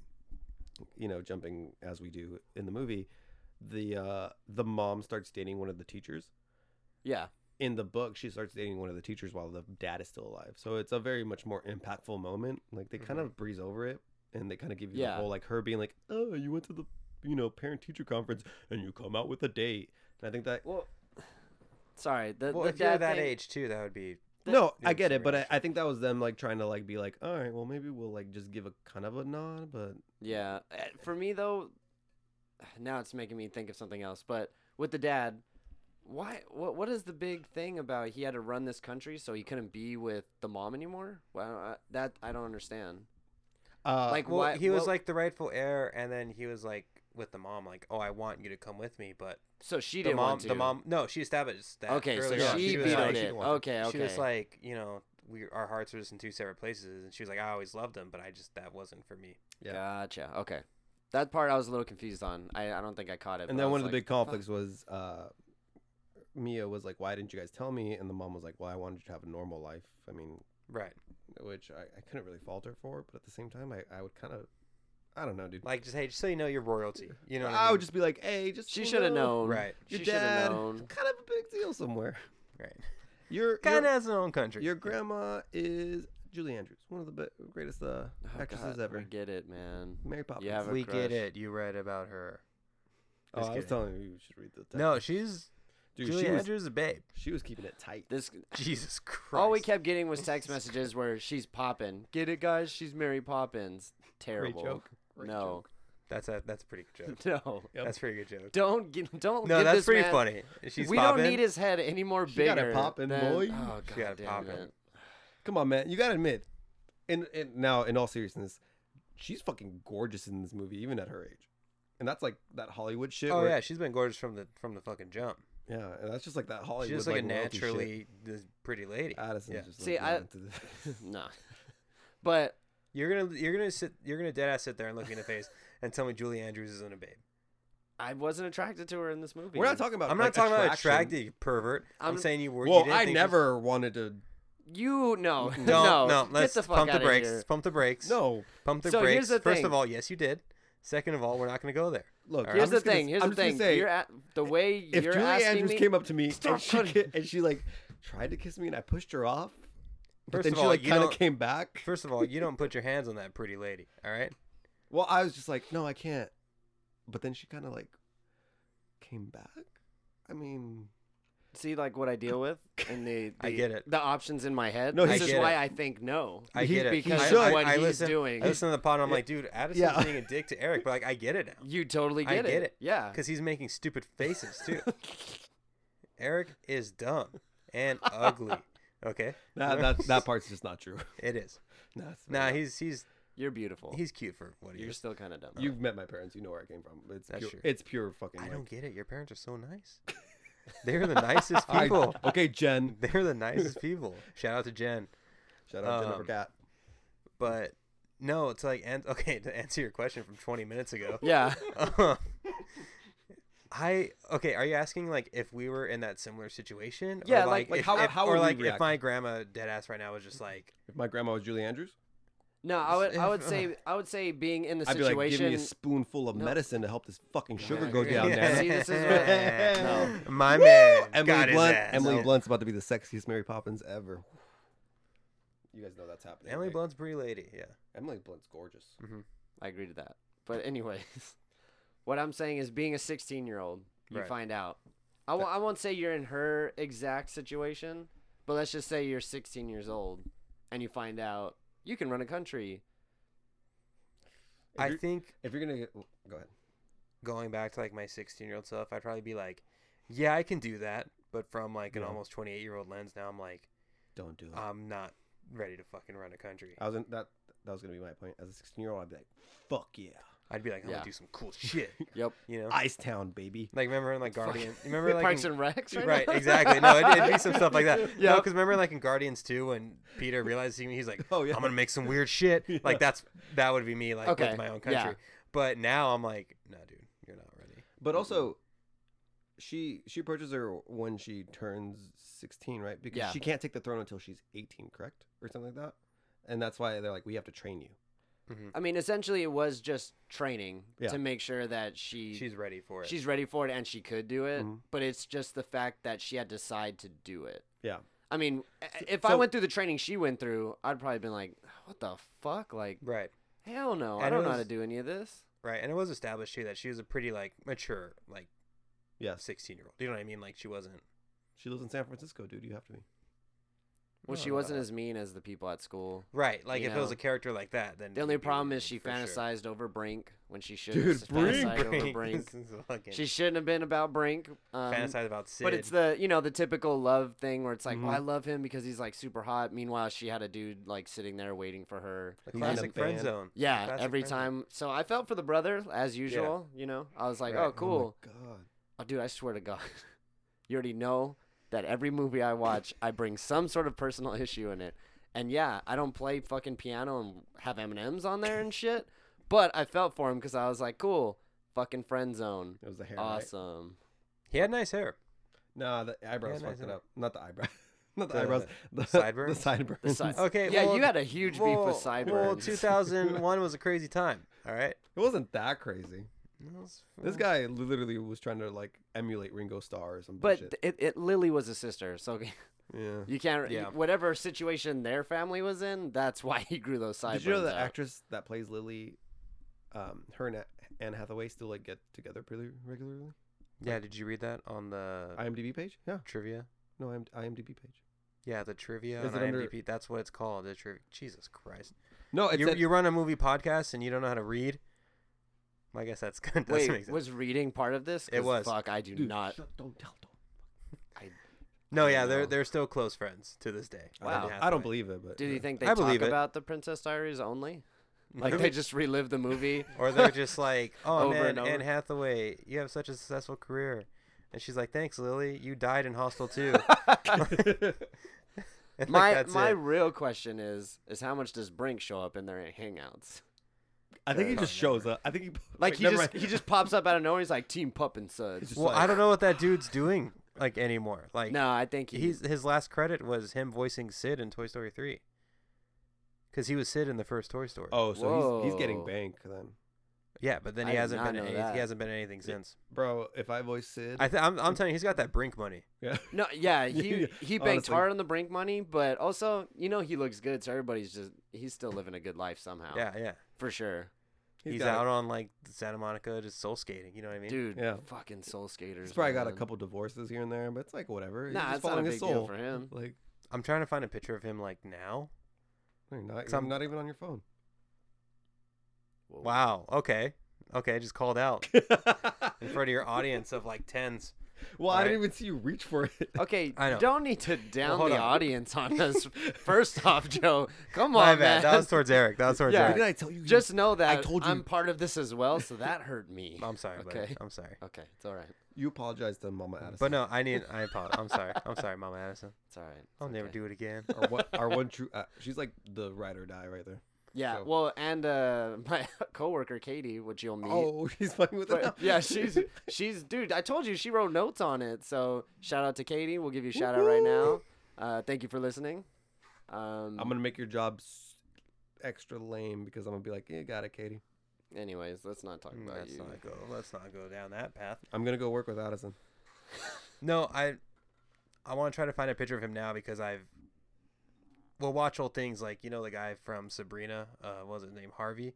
[SPEAKER 1] you know, jumping as we do in the movie, the uh, the mom starts dating one of the teachers
[SPEAKER 4] Yeah,
[SPEAKER 1] in the book she starts dating one of the teachers while the dad is still alive so it's a very much more impactful moment like they kind of breeze over it and they kind of give you
[SPEAKER 4] Mm-hmm. Yeah.
[SPEAKER 1] the whole like her being like oh you went to the you know parent teacher conference and you come out with a date and i think that
[SPEAKER 4] well, sorry. The,
[SPEAKER 3] well,
[SPEAKER 4] the
[SPEAKER 3] if you're
[SPEAKER 4] dad
[SPEAKER 3] that
[SPEAKER 4] thing-
[SPEAKER 3] age too, that would be
[SPEAKER 1] no
[SPEAKER 3] yeah,
[SPEAKER 1] i get it but I,
[SPEAKER 3] sorry.
[SPEAKER 1] I think that was them like trying to like be like all right well maybe we'll like just give a kind of a nod but
[SPEAKER 4] Yeah. Eh, For me though, now it's making me think of something else. But with the dad, why? What? What is the big thing about he had to run this country so he couldn't be with the mom anymore? Well, I, that I don't understand.
[SPEAKER 1] uh
[SPEAKER 4] Like
[SPEAKER 3] well,
[SPEAKER 4] why?
[SPEAKER 3] he was
[SPEAKER 4] what-
[SPEAKER 3] like the rightful heir, and then he was like with the mom, like, "Oh, I want you to come with me," but
[SPEAKER 4] so she
[SPEAKER 3] the
[SPEAKER 4] didn't
[SPEAKER 3] mom,
[SPEAKER 4] want to.
[SPEAKER 3] the mom, no, she established that.
[SPEAKER 4] Okay, so
[SPEAKER 3] earlier on.
[SPEAKER 4] she,
[SPEAKER 1] she was
[SPEAKER 4] vetoed
[SPEAKER 1] like-
[SPEAKER 4] it.
[SPEAKER 1] she didn't want to.
[SPEAKER 4] okay, okay.
[SPEAKER 3] She was like, you know, we our hearts are just in two separate places, and she was like, "I always loved him, but I just that wasn't for me."
[SPEAKER 1] yeah.
[SPEAKER 4] gotcha. Okay, that part I was a little confused on. I, I don't think I caught it.
[SPEAKER 1] and
[SPEAKER 4] but I
[SPEAKER 1] then one
[SPEAKER 4] was
[SPEAKER 1] of the
[SPEAKER 4] like,
[SPEAKER 1] big conflicts was uh mia was like why didn't you guys tell me and the mom was like well i wanted you to have a normal life i mean
[SPEAKER 3] Right,
[SPEAKER 1] which I, I couldn't really falter for, but at the same time, I, I would kind of, I don't know, dude.
[SPEAKER 3] like just hey, just so you know, you're royalty. You know, what
[SPEAKER 1] I
[SPEAKER 3] mean?
[SPEAKER 1] would just be like, hey, just
[SPEAKER 4] She
[SPEAKER 1] so you
[SPEAKER 4] should have
[SPEAKER 1] know,
[SPEAKER 4] known.
[SPEAKER 3] Right.
[SPEAKER 4] She
[SPEAKER 1] Your
[SPEAKER 4] should
[SPEAKER 1] dad,
[SPEAKER 4] have known.
[SPEAKER 1] kind of a big deal somewhere.
[SPEAKER 3] right.
[SPEAKER 1] Your
[SPEAKER 3] Kind of
[SPEAKER 1] your,
[SPEAKER 3] has his own country.
[SPEAKER 1] your grandma is Julie Andrews, one of the be- greatest uh,
[SPEAKER 4] Oh,
[SPEAKER 1] actresses
[SPEAKER 4] God,
[SPEAKER 1] ever.
[SPEAKER 4] We get it, man.
[SPEAKER 1] Mary Poppins.
[SPEAKER 4] have a
[SPEAKER 3] we
[SPEAKER 4] crush.
[SPEAKER 3] get it. You read about her.
[SPEAKER 1] oh,
[SPEAKER 3] Just
[SPEAKER 1] I was
[SPEAKER 3] kidding.
[SPEAKER 1] telling you, you should read the. Text.
[SPEAKER 3] No, she's
[SPEAKER 1] Dude,
[SPEAKER 3] Julie
[SPEAKER 1] she was,
[SPEAKER 3] Andrews is a babe.
[SPEAKER 1] she was keeping it tight.
[SPEAKER 4] This
[SPEAKER 3] Jesus Christ.
[SPEAKER 4] all Oh, we kept getting was text messages where she's popping. Get it, guys? She's Mary Poppins. Terrible.
[SPEAKER 1] joke. Great
[SPEAKER 4] no,
[SPEAKER 3] That's a that's a pretty good joke.
[SPEAKER 4] no.
[SPEAKER 1] Yep.
[SPEAKER 3] That's a pretty good joke.
[SPEAKER 4] Don't get, don't.
[SPEAKER 3] No,
[SPEAKER 4] give
[SPEAKER 3] that's
[SPEAKER 4] this
[SPEAKER 3] pretty
[SPEAKER 4] man-
[SPEAKER 3] funny. She's
[SPEAKER 4] we
[SPEAKER 3] popping.
[SPEAKER 4] don't need his head any more
[SPEAKER 1] She got it
[SPEAKER 4] bigger.
[SPEAKER 1] poppin',
[SPEAKER 4] than-
[SPEAKER 1] boy.
[SPEAKER 4] Oh,
[SPEAKER 3] She
[SPEAKER 4] God
[SPEAKER 3] got it
[SPEAKER 4] damn
[SPEAKER 3] poppin'.
[SPEAKER 4] it.
[SPEAKER 1] Come on, man. You gotta admit, and, and now in all seriousness, she's fucking gorgeous in this movie, even at her age. And that's like that Hollywood shit.
[SPEAKER 3] Oh
[SPEAKER 1] where-
[SPEAKER 3] yeah, she's been gorgeous from the from the fucking jump.
[SPEAKER 1] yeah. And that's just like that Hollywood.
[SPEAKER 3] She's just like, a
[SPEAKER 1] royalty shit.
[SPEAKER 3] naturally this pretty lady.
[SPEAKER 1] Addison's
[SPEAKER 3] Yeah.
[SPEAKER 1] just
[SPEAKER 4] See,
[SPEAKER 1] like,
[SPEAKER 4] I-
[SPEAKER 1] yeah, into the-
[SPEAKER 4] No, but
[SPEAKER 3] You're gonna you're gonna sit you're gonna dead ass sit there and look me in the face and tell me Julie Andrews isn't a babe.
[SPEAKER 4] I wasn't attracted to her in this movie.
[SPEAKER 1] We're not talking about.
[SPEAKER 3] I'm not
[SPEAKER 1] like,
[SPEAKER 3] talking about
[SPEAKER 1] attraction.
[SPEAKER 3] attractive you pervert. I'm,
[SPEAKER 4] I'm-
[SPEAKER 3] saying you were. you
[SPEAKER 1] Well,
[SPEAKER 3] didn't
[SPEAKER 1] I
[SPEAKER 3] think she was-
[SPEAKER 1] never wanted to.
[SPEAKER 4] You no,
[SPEAKER 3] Don't-
[SPEAKER 4] no,
[SPEAKER 3] no, Let's
[SPEAKER 4] get the fuck
[SPEAKER 3] pump the
[SPEAKER 4] out
[SPEAKER 3] brakes.
[SPEAKER 4] Of here.
[SPEAKER 3] Pump the brakes.
[SPEAKER 1] No,
[SPEAKER 3] Pump the
[SPEAKER 4] So
[SPEAKER 3] brakes.
[SPEAKER 4] here's the
[SPEAKER 3] First
[SPEAKER 4] thing.
[SPEAKER 3] of all, yes, you did. Second of all, we're not gonna go there.
[SPEAKER 1] look.
[SPEAKER 3] All right.
[SPEAKER 4] Here's
[SPEAKER 1] I'm
[SPEAKER 4] the
[SPEAKER 1] just gonna-
[SPEAKER 4] thing. Here's
[SPEAKER 1] I'm
[SPEAKER 4] the
[SPEAKER 1] just gonna
[SPEAKER 4] thing.
[SPEAKER 1] say,
[SPEAKER 4] you're at the way
[SPEAKER 1] if
[SPEAKER 4] you're
[SPEAKER 1] Julie
[SPEAKER 4] asking
[SPEAKER 1] Andrews
[SPEAKER 4] me.
[SPEAKER 1] came up to me
[SPEAKER 4] Stop
[SPEAKER 1] and she,
[SPEAKER 4] cutting.
[SPEAKER 1] ki- and she like tried to kiss me and I pushed her off, but
[SPEAKER 3] First
[SPEAKER 1] then
[SPEAKER 3] of
[SPEAKER 1] she
[SPEAKER 3] all,
[SPEAKER 1] like
[SPEAKER 3] you
[SPEAKER 1] kind of
[SPEAKER 3] don't-
[SPEAKER 1] came back.
[SPEAKER 3] First of all, you don't put your hands on that pretty lady. All right.
[SPEAKER 1] Well, I was just like, no, I can't. But then she kind of like came back. I mean,
[SPEAKER 4] see, like what I deal with, and the,
[SPEAKER 3] I
[SPEAKER 4] the-
[SPEAKER 3] get it.
[SPEAKER 4] The options in my head.
[SPEAKER 1] No,
[SPEAKER 4] this
[SPEAKER 1] I
[SPEAKER 4] is
[SPEAKER 3] get
[SPEAKER 4] why
[SPEAKER 3] it.
[SPEAKER 4] I think no.
[SPEAKER 3] I
[SPEAKER 1] He-
[SPEAKER 3] get it
[SPEAKER 4] because
[SPEAKER 1] he
[SPEAKER 3] I-
[SPEAKER 1] should.
[SPEAKER 3] I,
[SPEAKER 4] what
[SPEAKER 3] I
[SPEAKER 4] he's
[SPEAKER 3] listen,
[SPEAKER 4] doing.
[SPEAKER 3] I listen to the pod and I'm like, dude, Addison's
[SPEAKER 1] Yeah.
[SPEAKER 3] being a dick to Eric, but like, I get it now
[SPEAKER 4] You totally
[SPEAKER 3] I
[SPEAKER 4] get,
[SPEAKER 3] get it.
[SPEAKER 4] Yeah.
[SPEAKER 3] because he's making stupid faces too. Eric is dumb and ugly. Okay,
[SPEAKER 1] that that, that part's just not true.
[SPEAKER 3] it is.
[SPEAKER 1] No, it's
[SPEAKER 3] Nah,
[SPEAKER 1] not.
[SPEAKER 3] he's he's
[SPEAKER 4] You're beautiful.
[SPEAKER 3] he's cute for what he
[SPEAKER 4] You're
[SPEAKER 3] is.
[SPEAKER 4] still kind of dumb.
[SPEAKER 1] You've met my parents. You know where I came from. It's
[SPEAKER 3] That's
[SPEAKER 1] pure,
[SPEAKER 3] true.
[SPEAKER 1] it's pure fucking.
[SPEAKER 3] I
[SPEAKER 1] like-
[SPEAKER 3] don't get it. Your parents are so nice. They're the nicest
[SPEAKER 1] All right,
[SPEAKER 3] people.
[SPEAKER 1] okay, Jen.
[SPEAKER 3] They're the nicest people. Shout out to Jen.
[SPEAKER 1] Shout out Jennifer
[SPEAKER 3] Um,
[SPEAKER 1] Gat.
[SPEAKER 3] But no, it's like and okay to answer your question from 20 minutes ago.
[SPEAKER 4] yeah.
[SPEAKER 3] Um, I okay. Are you asking like if we were in that similar situation? Or,
[SPEAKER 4] Yeah, like-
[SPEAKER 1] like,
[SPEAKER 3] if-
[SPEAKER 1] how-
[SPEAKER 3] if-
[SPEAKER 1] how
[SPEAKER 3] or
[SPEAKER 1] would we
[SPEAKER 3] like if
[SPEAKER 1] react?
[SPEAKER 3] my grandma dead ass right now was just like
[SPEAKER 1] If my grandma was Julie Andrews,
[SPEAKER 4] No, I would. I would
[SPEAKER 3] If-
[SPEAKER 4] say. I would say being in the
[SPEAKER 1] I'd be like, give
[SPEAKER 4] situation.
[SPEAKER 1] me a spoonful of
[SPEAKER 4] No.
[SPEAKER 1] medicine to help this fucking sugar
[SPEAKER 4] Yeah,
[SPEAKER 1] go
[SPEAKER 4] yeah,
[SPEAKER 1] down,
[SPEAKER 4] yeah.
[SPEAKER 1] Nana.
[SPEAKER 4] See, this is what- No.
[SPEAKER 3] my man got
[SPEAKER 1] Emily
[SPEAKER 3] his
[SPEAKER 1] Blunt.
[SPEAKER 3] ass.
[SPEAKER 1] Emily
[SPEAKER 3] No.
[SPEAKER 1] Blunt's about to be the sexiest Mary Poppins ever. You guys know that's happening.
[SPEAKER 3] Emily
[SPEAKER 1] right?
[SPEAKER 3] Blunt's pretty lady. Yeah.
[SPEAKER 1] Emily Blunt's gorgeous.
[SPEAKER 4] I agree to that. But anyways, what I'm saying is being a 16 year old, you
[SPEAKER 3] Right.
[SPEAKER 4] find out. I w- I won't say you're in her exact situation, but let's just say you're 16 years old and you find out you can run a country.
[SPEAKER 1] If
[SPEAKER 3] I
[SPEAKER 1] you're-
[SPEAKER 3] think
[SPEAKER 1] if you're gonna get, go ahead.
[SPEAKER 3] going back to like my 16 year old self, I'd probably be like, yeah, I can do that. But from like an
[SPEAKER 1] Yeah.
[SPEAKER 3] almost 28 year old lens now, I'm like,
[SPEAKER 1] Don't do it.
[SPEAKER 3] I'm not ready to fucking run a country.
[SPEAKER 1] I was in, that. That was gonna be my point. As a 16 year old, I'd be like, "Fuck yeah,
[SPEAKER 3] I'd be like, I'm
[SPEAKER 4] Yeah.
[SPEAKER 3] gonna do some cool shit.
[SPEAKER 4] Yep.
[SPEAKER 3] You know.
[SPEAKER 1] Ice Town, baby."
[SPEAKER 3] like remember in like
[SPEAKER 4] Fuck.
[SPEAKER 3] Guardian, remember like
[SPEAKER 4] Parks
[SPEAKER 3] in-
[SPEAKER 4] and Recs, right?
[SPEAKER 3] Right,
[SPEAKER 4] now?
[SPEAKER 3] exactly. No, it, it'd be some stuff like that. Yeah,
[SPEAKER 4] Yep.
[SPEAKER 3] because remember, like in Guardians 2, when Peter realized he- he's like,
[SPEAKER 1] Oh, yeah.
[SPEAKER 3] I'm gonna make some weird shit." Like that's that would be me, like
[SPEAKER 4] Okay,
[SPEAKER 3] with my own country.
[SPEAKER 4] yeah.
[SPEAKER 3] But now I'm like, no, dude, you're not ready.
[SPEAKER 1] But also, she she approaches her when she turns 16, right? Because
[SPEAKER 4] Yeah.
[SPEAKER 1] she can't take the throne until she's 18, correct, or something like that. And that's why they're like, "We have to train you."
[SPEAKER 3] Mm-hmm.
[SPEAKER 4] I mean, essentially, it was just training
[SPEAKER 1] Yeah.
[SPEAKER 4] to make sure that she
[SPEAKER 3] She's ready for it. Mm-hmm.
[SPEAKER 4] she's ready for it and she could do it.
[SPEAKER 1] Mhm.
[SPEAKER 4] But it's just the fact that she had to decide to do it.
[SPEAKER 1] Yeah.
[SPEAKER 4] I mean, i- if I
[SPEAKER 1] so-
[SPEAKER 4] went through the training she went through, I'd probably been like, "What the fuck? Like,
[SPEAKER 3] right,
[SPEAKER 4] hell no!
[SPEAKER 3] And it
[SPEAKER 4] I don't know how
[SPEAKER 3] was-
[SPEAKER 4] to do any of this."
[SPEAKER 3] right, and it was established too that she was a pretty like mature, like
[SPEAKER 1] Yes.
[SPEAKER 3] 16 year old. You know what I mean? Like she wasn't.
[SPEAKER 1] She lives in San Francisco, dude. You have to be.
[SPEAKER 4] Well,
[SPEAKER 3] No,
[SPEAKER 4] she
[SPEAKER 3] no,
[SPEAKER 4] wasn't
[SPEAKER 3] no.
[SPEAKER 4] as mean as the people at school.
[SPEAKER 3] Right, like
[SPEAKER 4] You
[SPEAKER 3] if it was
[SPEAKER 4] know.
[SPEAKER 3] a character like that, then
[SPEAKER 4] The only
[SPEAKER 3] it'd be
[SPEAKER 4] problem is
[SPEAKER 3] weird,
[SPEAKER 4] she
[SPEAKER 3] for sure.
[SPEAKER 4] fantasized over Brink when she should
[SPEAKER 1] Dude,
[SPEAKER 4] have
[SPEAKER 1] Brink!
[SPEAKER 4] fantasized over Brink.
[SPEAKER 3] This is fucking-
[SPEAKER 4] She shouldn't have been about Brink. Um,
[SPEAKER 3] fantasized about Sid. Mm-hmm.
[SPEAKER 4] but it's the you know the typical love thing where it's like,
[SPEAKER 1] Mhm.
[SPEAKER 4] "Well, I love him because he's like super hot." Meanwhile, she had a dude like sitting there waiting for her.
[SPEAKER 3] the
[SPEAKER 1] He's in a
[SPEAKER 3] classic friend
[SPEAKER 1] band.
[SPEAKER 3] zone.
[SPEAKER 4] Yeah,
[SPEAKER 3] Classic
[SPEAKER 4] every
[SPEAKER 3] friend zone.
[SPEAKER 4] time. So I felt for the brother as usual. You know, I was like,
[SPEAKER 3] Right. Oh
[SPEAKER 4] "Oh,
[SPEAKER 1] my
[SPEAKER 4] cool."
[SPEAKER 1] God.
[SPEAKER 4] Oh, dude, I swear to God, you already know that every movie I watch, I bring some sort of personal issue in it. And yeah, I don't play fucking piano and have M and M's on there and shit. But I felt for him because I was like, cool, fucking friend zone,
[SPEAKER 1] It was the hair. right?
[SPEAKER 4] awesome.
[SPEAKER 3] He had nice hair.
[SPEAKER 1] Nah, the eyebrows
[SPEAKER 3] Yeah, nice
[SPEAKER 1] fucked it
[SPEAKER 3] enough.
[SPEAKER 1] up. Not the eyebrows. Not the,
[SPEAKER 3] The-
[SPEAKER 1] eyebrows. The
[SPEAKER 3] sideburns?
[SPEAKER 1] The sideburns.
[SPEAKER 4] The side-
[SPEAKER 3] Okay,
[SPEAKER 4] yeah,
[SPEAKER 3] well-
[SPEAKER 4] you had a huge beef with
[SPEAKER 3] Well,
[SPEAKER 4] sideburns.
[SPEAKER 3] 2001 was a crazy time. All right.
[SPEAKER 1] It wasn't that crazy.
[SPEAKER 3] It was-
[SPEAKER 1] This guy literally was trying to like emulate Ringo Starr or some
[SPEAKER 4] but
[SPEAKER 1] bullshit.
[SPEAKER 4] th- it, it Lily was a sister, so
[SPEAKER 3] Yeah.
[SPEAKER 4] You can't.
[SPEAKER 1] Yeah.
[SPEAKER 4] Whatever situation their family was in, that's why he grew those sideburns.
[SPEAKER 1] Did you know that
[SPEAKER 4] out.
[SPEAKER 1] actress that plays Lily, um, her and Anne Hathaway still like get together pretty regularly?
[SPEAKER 3] Yeah. Did you read that on the
[SPEAKER 4] Uh,
[SPEAKER 1] IMDb page? Yeah.
[SPEAKER 3] trivia?
[SPEAKER 1] No, IM- IMDb page.
[SPEAKER 3] Yeah, the trivia
[SPEAKER 1] Is
[SPEAKER 3] on
[SPEAKER 1] it under-
[SPEAKER 3] IMDb. That's what it's called. The trivia. Jesus Christ.
[SPEAKER 1] No, it's
[SPEAKER 3] You,
[SPEAKER 1] that-
[SPEAKER 3] you run a movie podcast and you don't know how to read. I guess that's good. doesn't make
[SPEAKER 4] Wait,
[SPEAKER 3] sense.
[SPEAKER 4] was reading part of this? 'Cause
[SPEAKER 3] It was.
[SPEAKER 4] Fuck, I do
[SPEAKER 1] Dude,
[SPEAKER 4] not.
[SPEAKER 1] shut- don't tell. Don't.
[SPEAKER 3] no,
[SPEAKER 4] I
[SPEAKER 3] yeah,
[SPEAKER 4] don't
[SPEAKER 3] they're
[SPEAKER 4] know.
[SPEAKER 3] they're still close friends to this day. Anne
[SPEAKER 4] Wow.
[SPEAKER 1] I don't
[SPEAKER 3] Hathaway.
[SPEAKER 1] believe it, but
[SPEAKER 4] Did
[SPEAKER 1] yeah.
[SPEAKER 4] you think they
[SPEAKER 3] I
[SPEAKER 4] talk
[SPEAKER 3] believe it.
[SPEAKER 4] about the Princess Diaries only? Like they just relive the movie?
[SPEAKER 3] or they're just like, oh
[SPEAKER 4] Over
[SPEAKER 3] man,
[SPEAKER 4] and over.
[SPEAKER 3] Anne Hathaway, you have such a successful career, and she's like, thanks, Lily, you died in Hostel too.
[SPEAKER 4] my my real question is is how much does Brink show up in their hangouts?
[SPEAKER 1] I think he
[SPEAKER 3] Uh,
[SPEAKER 1] just shows up. I think he
[SPEAKER 4] Like
[SPEAKER 1] wait,
[SPEAKER 4] he
[SPEAKER 1] never
[SPEAKER 4] just
[SPEAKER 1] mind.
[SPEAKER 4] he just pops up out of nowhere. He's like Team Pup and
[SPEAKER 1] It's
[SPEAKER 4] Suds.
[SPEAKER 1] just
[SPEAKER 3] Well,
[SPEAKER 1] like-
[SPEAKER 3] I don't know what that dude's doing like anymore. Like
[SPEAKER 4] No, I think he,
[SPEAKER 3] he's his last credit was him voicing Sid in Toy Story three. Because he was Sid in the first Toy Story.
[SPEAKER 1] Oh, so he's, he's getting
[SPEAKER 4] Whoa.
[SPEAKER 1] bank then,
[SPEAKER 3] yeah, but then
[SPEAKER 4] I
[SPEAKER 3] he
[SPEAKER 4] did
[SPEAKER 3] hasn't
[SPEAKER 4] not
[SPEAKER 3] been
[SPEAKER 4] know
[SPEAKER 3] any,
[SPEAKER 4] that.
[SPEAKER 3] he hasn't been anything since.
[SPEAKER 1] bro. If I voice Sid,
[SPEAKER 3] I th- I'm, I'm telling you, he's got that Brink money.
[SPEAKER 1] yeah.
[SPEAKER 4] no, yeah, he he banked
[SPEAKER 1] Honestly.
[SPEAKER 4] hard on the Brink money, but also you know he looks good, so everybody's just he's still living a good life somehow.
[SPEAKER 3] Yeah, yeah.
[SPEAKER 4] for sure,
[SPEAKER 3] He's,
[SPEAKER 1] got-
[SPEAKER 3] out on like Santa Monica, just soul skating. You know what I mean?
[SPEAKER 4] dude.
[SPEAKER 1] Yeah.
[SPEAKER 4] fucking soul skaters.
[SPEAKER 1] He's probably got a
[SPEAKER 4] man.
[SPEAKER 1] couple divorces here and there, but it's like whatever. He's
[SPEAKER 4] Nah,
[SPEAKER 1] just
[SPEAKER 4] it's not a
[SPEAKER 1] following his
[SPEAKER 4] big deal
[SPEAKER 1] soul.
[SPEAKER 4] for him.
[SPEAKER 1] Like,
[SPEAKER 3] I'm trying to find a picture of him like now.
[SPEAKER 1] you're not,
[SPEAKER 3] 'Cause
[SPEAKER 1] you're
[SPEAKER 3] I'm-
[SPEAKER 1] not even on your phone.
[SPEAKER 4] Whoa.
[SPEAKER 3] Wow. Okay. Okay. I just called out in front of your audience of like tens.
[SPEAKER 1] well, I
[SPEAKER 3] Right.
[SPEAKER 1] didn't even see you reach for it.
[SPEAKER 4] Okay,
[SPEAKER 3] I know.
[SPEAKER 4] don't need to down
[SPEAKER 3] hold
[SPEAKER 4] the
[SPEAKER 3] on.
[SPEAKER 4] audience on us. First off, Joe, come
[SPEAKER 3] My
[SPEAKER 4] on, man.
[SPEAKER 3] bad. That was towards Eric. That was towards
[SPEAKER 4] Yeah.
[SPEAKER 1] Why
[SPEAKER 3] Eric.
[SPEAKER 1] did I tell you?
[SPEAKER 4] Just know that I
[SPEAKER 1] told you.
[SPEAKER 4] am part of this as well, so that hurt me.
[SPEAKER 3] I'm sorry, buddy.
[SPEAKER 4] Okay.
[SPEAKER 3] I'm sorry.
[SPEAKER 4] Okay, it's all right.
[SPEAKER 1] you apologized to Mama Addison.
[SPEAKER 3] But no, I need. I apologize. I'm sorry. I'm sorry, Mama Addison.
[SPEAKER 4] It's all right. It's
[SPEAKER 3] I'll never
[SPEAKER 4] okay.
[SPEAKER 3] do it again.
[SPEAKER 1] our one, our one true. Uh, she's like the ride or die right there.
[SPEAKER 4] Yeah,
[SPEAKER 1] So-
[SPEAKER 4] well, and uh, my coworker Katie, which you'll meet.
[SPEAKER 1] Oh, he's fucking with it. now.
[SPEAKER 4] But, yeah, she's she's dude. I told you she wrote notes on it. So shout out to Katie. We'll give you a shout out right now. Uh, thank you for listening. Um,
[SPEAKER 1] I'm gonna make your job s- extra lame because I'm gonna be like, you got it, Katie.
[SPEAKER 4] anyways, let's not talk about
[SPEAKER 3] Let's
[SPEAKER 4] you.
[SPEAKER 3] Mm, not go. Let's not go down that path.
[SPEAKER 1] I'm gonna go work with Addison.
[SPEAKER 3] No, I. I want to try to find a picture of him now because I've. We'll watch old things like you know the guy from Sabrina. Uh, what was his name Harvey?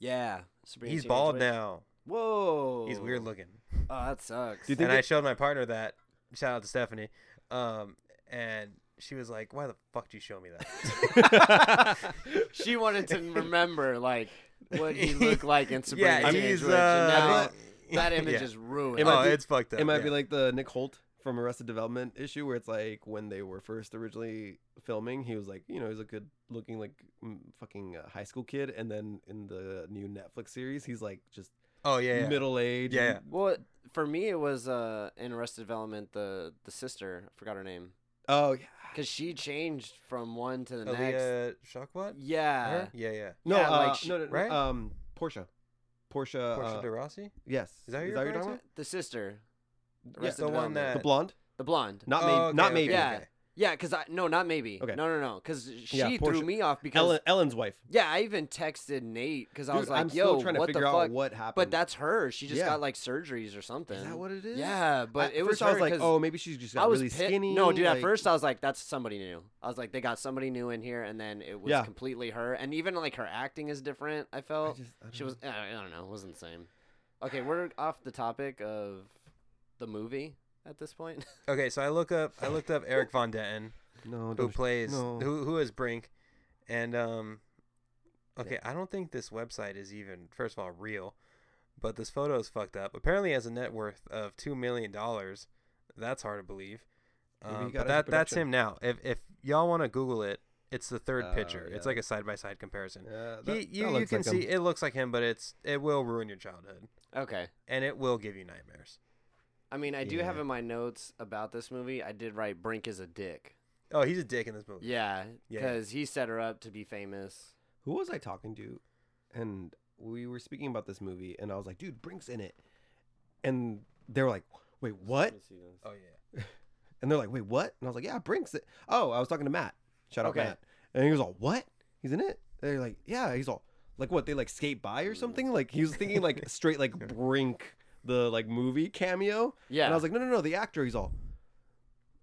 [SPEAKER 4] Yeah, Sabrina
[SPEAKER 3] He's
[SPEAKER 4] Teenage
[SPEAKER 3] bald
[SPEAKER 4] Witch.
[SPEAKER 3] now.
[SPEAKER 4] Whoa,
[SPEAKER 3] He's weird looking.
[SPEAKER 4] Oh, that sucks.
[SPEAKER 1] Do you think
[SPEAKER 3] and I
[SPEAKER 1] it-
[SPEAKER 3] showed my partner that. Shout out to Stephanie. Um, and she was like, "Why the fuck did you show me that?"
[SPEAKER 4] she wanted to remember like what he looked like in Sabrina
[SPEAKER 3] yeah,
[SPEAKER 4] Teenage
[SPEAKER 3] he's
[SPEAKER 4] Witch, and
[SPEAKER 3] uh,
[SPEAKER 4] now that image
[SPEAKER 3] yeah.
[SPEAKER 4] is ruined.
[SPEAKER 3] It
[SPEAKER 1] might
[SPEAKER 3] oh,
[SPEAKER 1] be-
[SPEAKER 3] it's fucked up.
[SPEAKER 1] It might
[SPEAKER 3] yeah.
[SPEAKER 1] be like the Nick Holt from Arrested Development issue, where it's like when they were first originally filming, he was like, you know, he's a good looking like mm, fucking uh, high school kid, and then in the new Netflix series, he's like just
[SPEAKER 3] oh yeah, yeah.
[SPEAKER 1] middle aged.
[SPEAKER 3] Yeah,
[SPEAKER 4] Well, for me, it was uh, in Arrested Development the the sister. I forgot her name
[SPEAKER 1] Oh yeah.
[SPEAKER 4] because she changed from one to the next.
[SPEAKER 3] Aaliyah Shockwat.
[SPEAKER 4] Yeah.
[SPEAKER 3] Her? Yeah, yeah.
[SPEAKER 1] No,
[SPEAKER 4] Yeah,
[SPEAKER 1] uh,
[SPEAKER 4] like sh-
[SPEAKER 1] no, no, no,
[SPEAKER 3] right?
[SPEAKER 1] Um, Portia. Portia.
[SPEAKER 3] Portia
[SPEAKER 1] uh,
[SPEAKER 3] de Rossi.
[SPEAKER 1] yes.
[SPEAKER 3] Is that who you're
[SPEAKER 1] what
[SPEAKER 3] talking
[SPEAKER 1] talking
[SPEAKER 4] The sister,
[SPEAKER 1] about?
[SPEAKER 4] Arrested
[SPEAKER 3] the one
[SPEAKER 4] Development.
[SPEAKER 1] Yeah.
[SPEAKER 3] that-
[SPEAKER 1] The blonde.
[SPEAKER 4] the blonde.
[SPEAKER 1] Not
[SPEAKER 3] Oh,
[SPEAKER 1] maybe.
[SPEAKER 3] okay,
[SPEAKER 1] not
[SPEAKER 3] okay,
[SPEAKER 1] maybe.
[SPEAKER 4] yeah,
[SPEAKER 3] okay.
[SPEAKER 4] yeah. Cause I no, not maybe.
[SPEAKER 1] Okay.
[SPEAKER 4] No, no, no. Cause she
[SPEAKER 1] Yeah,
[SPEAKER 4] threw
[SPEAKER 1] Portia-
[SPEAKER 4] me off because
[SPEAKER 1] Ellen, Ellen's wife.
[SPEAKER 4] yeah, I even texted Nate because I was
[SPEAKER 1] Dude,
[SPEAKER 4] like,
[SPEAKER 1] I'm
[SPEAKER 4] yo,
[SPEAKER 1] still trying to
[SPEAKER 4] what
[SPEAKER 1] figure
[SPEAKER 4] the
[SPEAKER 1] out
[SPEAKER 4] fuck?
[SPEAKER 1] what happened.
[SPEAKER 4] But that's her. She just
[SPEAKER 1] Yeah.
[SPEAKER 4] got like surgeries or something.
[SPEAKER 1] is that what it is?
[SPEAKER 4] Yeah, but
[SPEAKER 1] I-
[SPEAKER 4] it was
[SPEAKER 1] first I was
[SPEAKER 4] her
[SPEAKER 1] like,
[SPEAKER 4] 'cause
[SPEAKER 1] oh, maybe she's just got
[SPEAKER 4] I was
[SPEAKER 1] really
[SPEAKER 4] pit-
[SPEAKER 1] skinny.
[SPEAKER 4] No, dude. At
[SPEAKER 1] like-
[SPEAKER 4] first, I was like, "That's somebody new." I was like, "They got somebody new in here," and then it was
[SPEAKER 1] Yeah.
[SPEAKER 4] completely her. And even like her acting is different. I
[SPEAKER 1] I
[SPEAKER 4] felt
[SPEAKER 1] just- I don't
[SPEAKER 4] she
[SPEAKER 1] know.
[SPEAKER 4] was. I don't know. It wasn't the same. Okay, we're off the topic of the movie at this point.
[SPEAKER 3] Okay, so I look up. I looked up Eric Von Detten,
[SPEAKER 1] no,
[SPEAKER 3] who
[SPEAKER 1] don't sh-
[SPEAKER 3] plays
[SPEAKER 1] no.
[SPEAKER 3] who who is Brink, and um, okay, I don't think this website is even first of all real, but this photo is fucked up. Apparently, he has a net worth of two million dollars. That's hard to believe.
[SPEAKER 1] Maybe he
[SPEAKER 3] Um,
[SPEAKER 1] got it
[SPEAKER 3] but that
[SPEAKER 1] for
[SPEAKER 3] that's
[SPEAKER 1] production.
[SPEAKER 3] him now. If if y'all want to Google it, it's the third
[SPEAKER 1] Oh,
[SPEAKER 3] picture. It's
[SPEAKER 1] yeah.
[SPEAKER 3] like a side by side comparison.
[SPEAKER 1] Yeah,
[SPEAKER 3] He-
[SPEAKER 1] that- that
[SPEAKER 3] you you
[SPEAKER 1] looks
[SPEAKER 3] can
[SPEAKER 1] like him.
[SPEAKER 3] see it looks like him, but it's it will ruin your childhood
[SPEAKER 4] okay.
[SPEAKER 3] and it will give you nightmares.
[SPEAKER 4] I mean, I do have
[SPEAKER 1] Yeah.
[SPEAKER 4] in my notes about this movie. I did write Brink is a dick.
[SPEAKER 3] Oh, he's a dick in this movie.
[SPEAKER 4] Yeah,
[SPEAKER 3] Yeah.
[SPEAKER 4] because he set her up to be famous.
[SPEAKER 1] Who was I talking to? And we were speaking about this movie, and I was like, dude, Brink's in it. And they were like, wait, what?
[SPEAKER 3] Oh yeah.
[SPEAKER 1] And they're like, wait, what? And I was like, yeah, Brink's it. Oh, I was talking to Matt. Shout out
[SPEAKER 4] Okay.
[SPEAKER 1] Matt. And he was all, what? He's in it? They're like, yeah. He's all, like, what? They like skate by or something? Like, he was thinking like straight like Brink, the like movie cameo.
[SPEAKER 4] Yeah.
[SPEAKER 1] And I was like, no, no, no, the actor. He's all,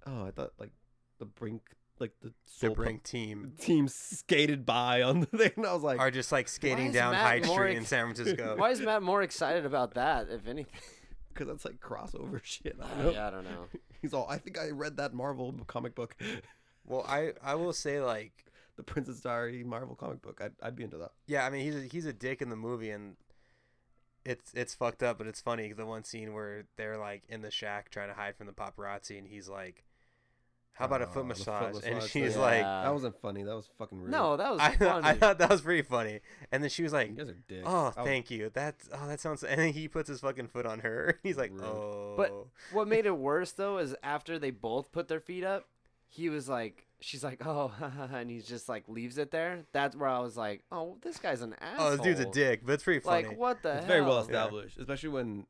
[SPEAKER 1] oh, I thought like, the brink, like the soul
[SPEAKER 3] the Brink team
[SPEAKER 1] Pump team skated by on the thing, and I was like,
[SPEAKER 3] are just like skating
[SPEAKER 4] is
[SPEAKER 3] down
[SPEAKER 4] Matt
[SPEAKER 3] High
[SPEAKER 4] more
[SPEAKER 3] Street in
[SPEAKER 4] ex-
[SPEAKER 3] San Francisco.
[SPEAKER 4] Why is Matt more excited about that, if anything?
[SPEAKER 1] because that's like crossover shit. I don't know.
[SPEAKER 4] yeah, I don't know.
[SPEAKER 1] He's all, I think I read that Marvel comic book,
[SPEAKER 3] Well, I I will say like
[SPEAKER 1] the Princess Diary Marvel comic book. I'd, I'd be into that.
[SPEAKER 3] yeah, I mean he's a, he's a dick in the movie and it's it's fucked up, but it's funny the one scene where they're like in the shack trying to hide from the paparazzi and he's like, "How about a
[SPEAKER 1] Oh,
[SPEAKER 3] foot
[SPEAKER 1] the
[SPEAKER 3] massage?"
[SPEAKER 1] foot
[SPEAKER 3] and
[SPEAKER 1] massage
[SPEAKER 3] she's
[SPEAKER 1] thing.
[SPEAKER 3] like,
[SPEAKER 4] Yeah.
[SPEAKER 1] that wasn't funny. That was fucking rude.
[SPEAKER 4] No, that was
[SPEAKER 3] I,
[SPEAKER 4] funny.
[SPEAKER 3] I thought that was pretty funny. And then she was like,
[SPEAKER 1] you guys are dicks.
[SPEAKER 3] "Oh,
[SPEAKER 1] I was-
[SPEAKER 3] thank you. That's oh, that sounds." And then he puts his fucking foot on her. He's like,
[SPEAKER 1] Rude.
[SPEAKER 3] "Oh,
[SPEAKER 4] But- what made it worse though is after they both put their feet up, he was like, she's like, oh, and he's just like leaves it there. That's where I was like, oh, this guy's an asshole.
[SPEAKER 3] oh, this dude's a dick." But it's pretty funny.
[SPEAKER 4] Like what the
[SPEAKER 1] it's
[SPEAKER 4] hell?
[SPEAKER 1] very well
[SPEAKER 3] Yeah.
[SPEAKER 1] established, especially when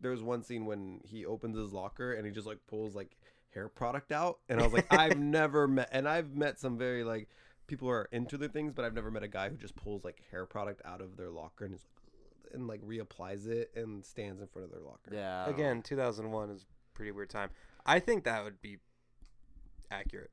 [SPEAKER 1] there was one scene when he opens his locker and he just like pulls like hair product out, and I was like, I've never met, and I've met some very like people who are into their things, but I've never met a guy who just pulls like hair product out of their locker and is like, and like reapplies it and stands in front of their locker.
[SPEAKER 4] Yeah. I don't know.
[SPEAKER 3] Again, 2001 is a pretty weird time. I think that would be accurate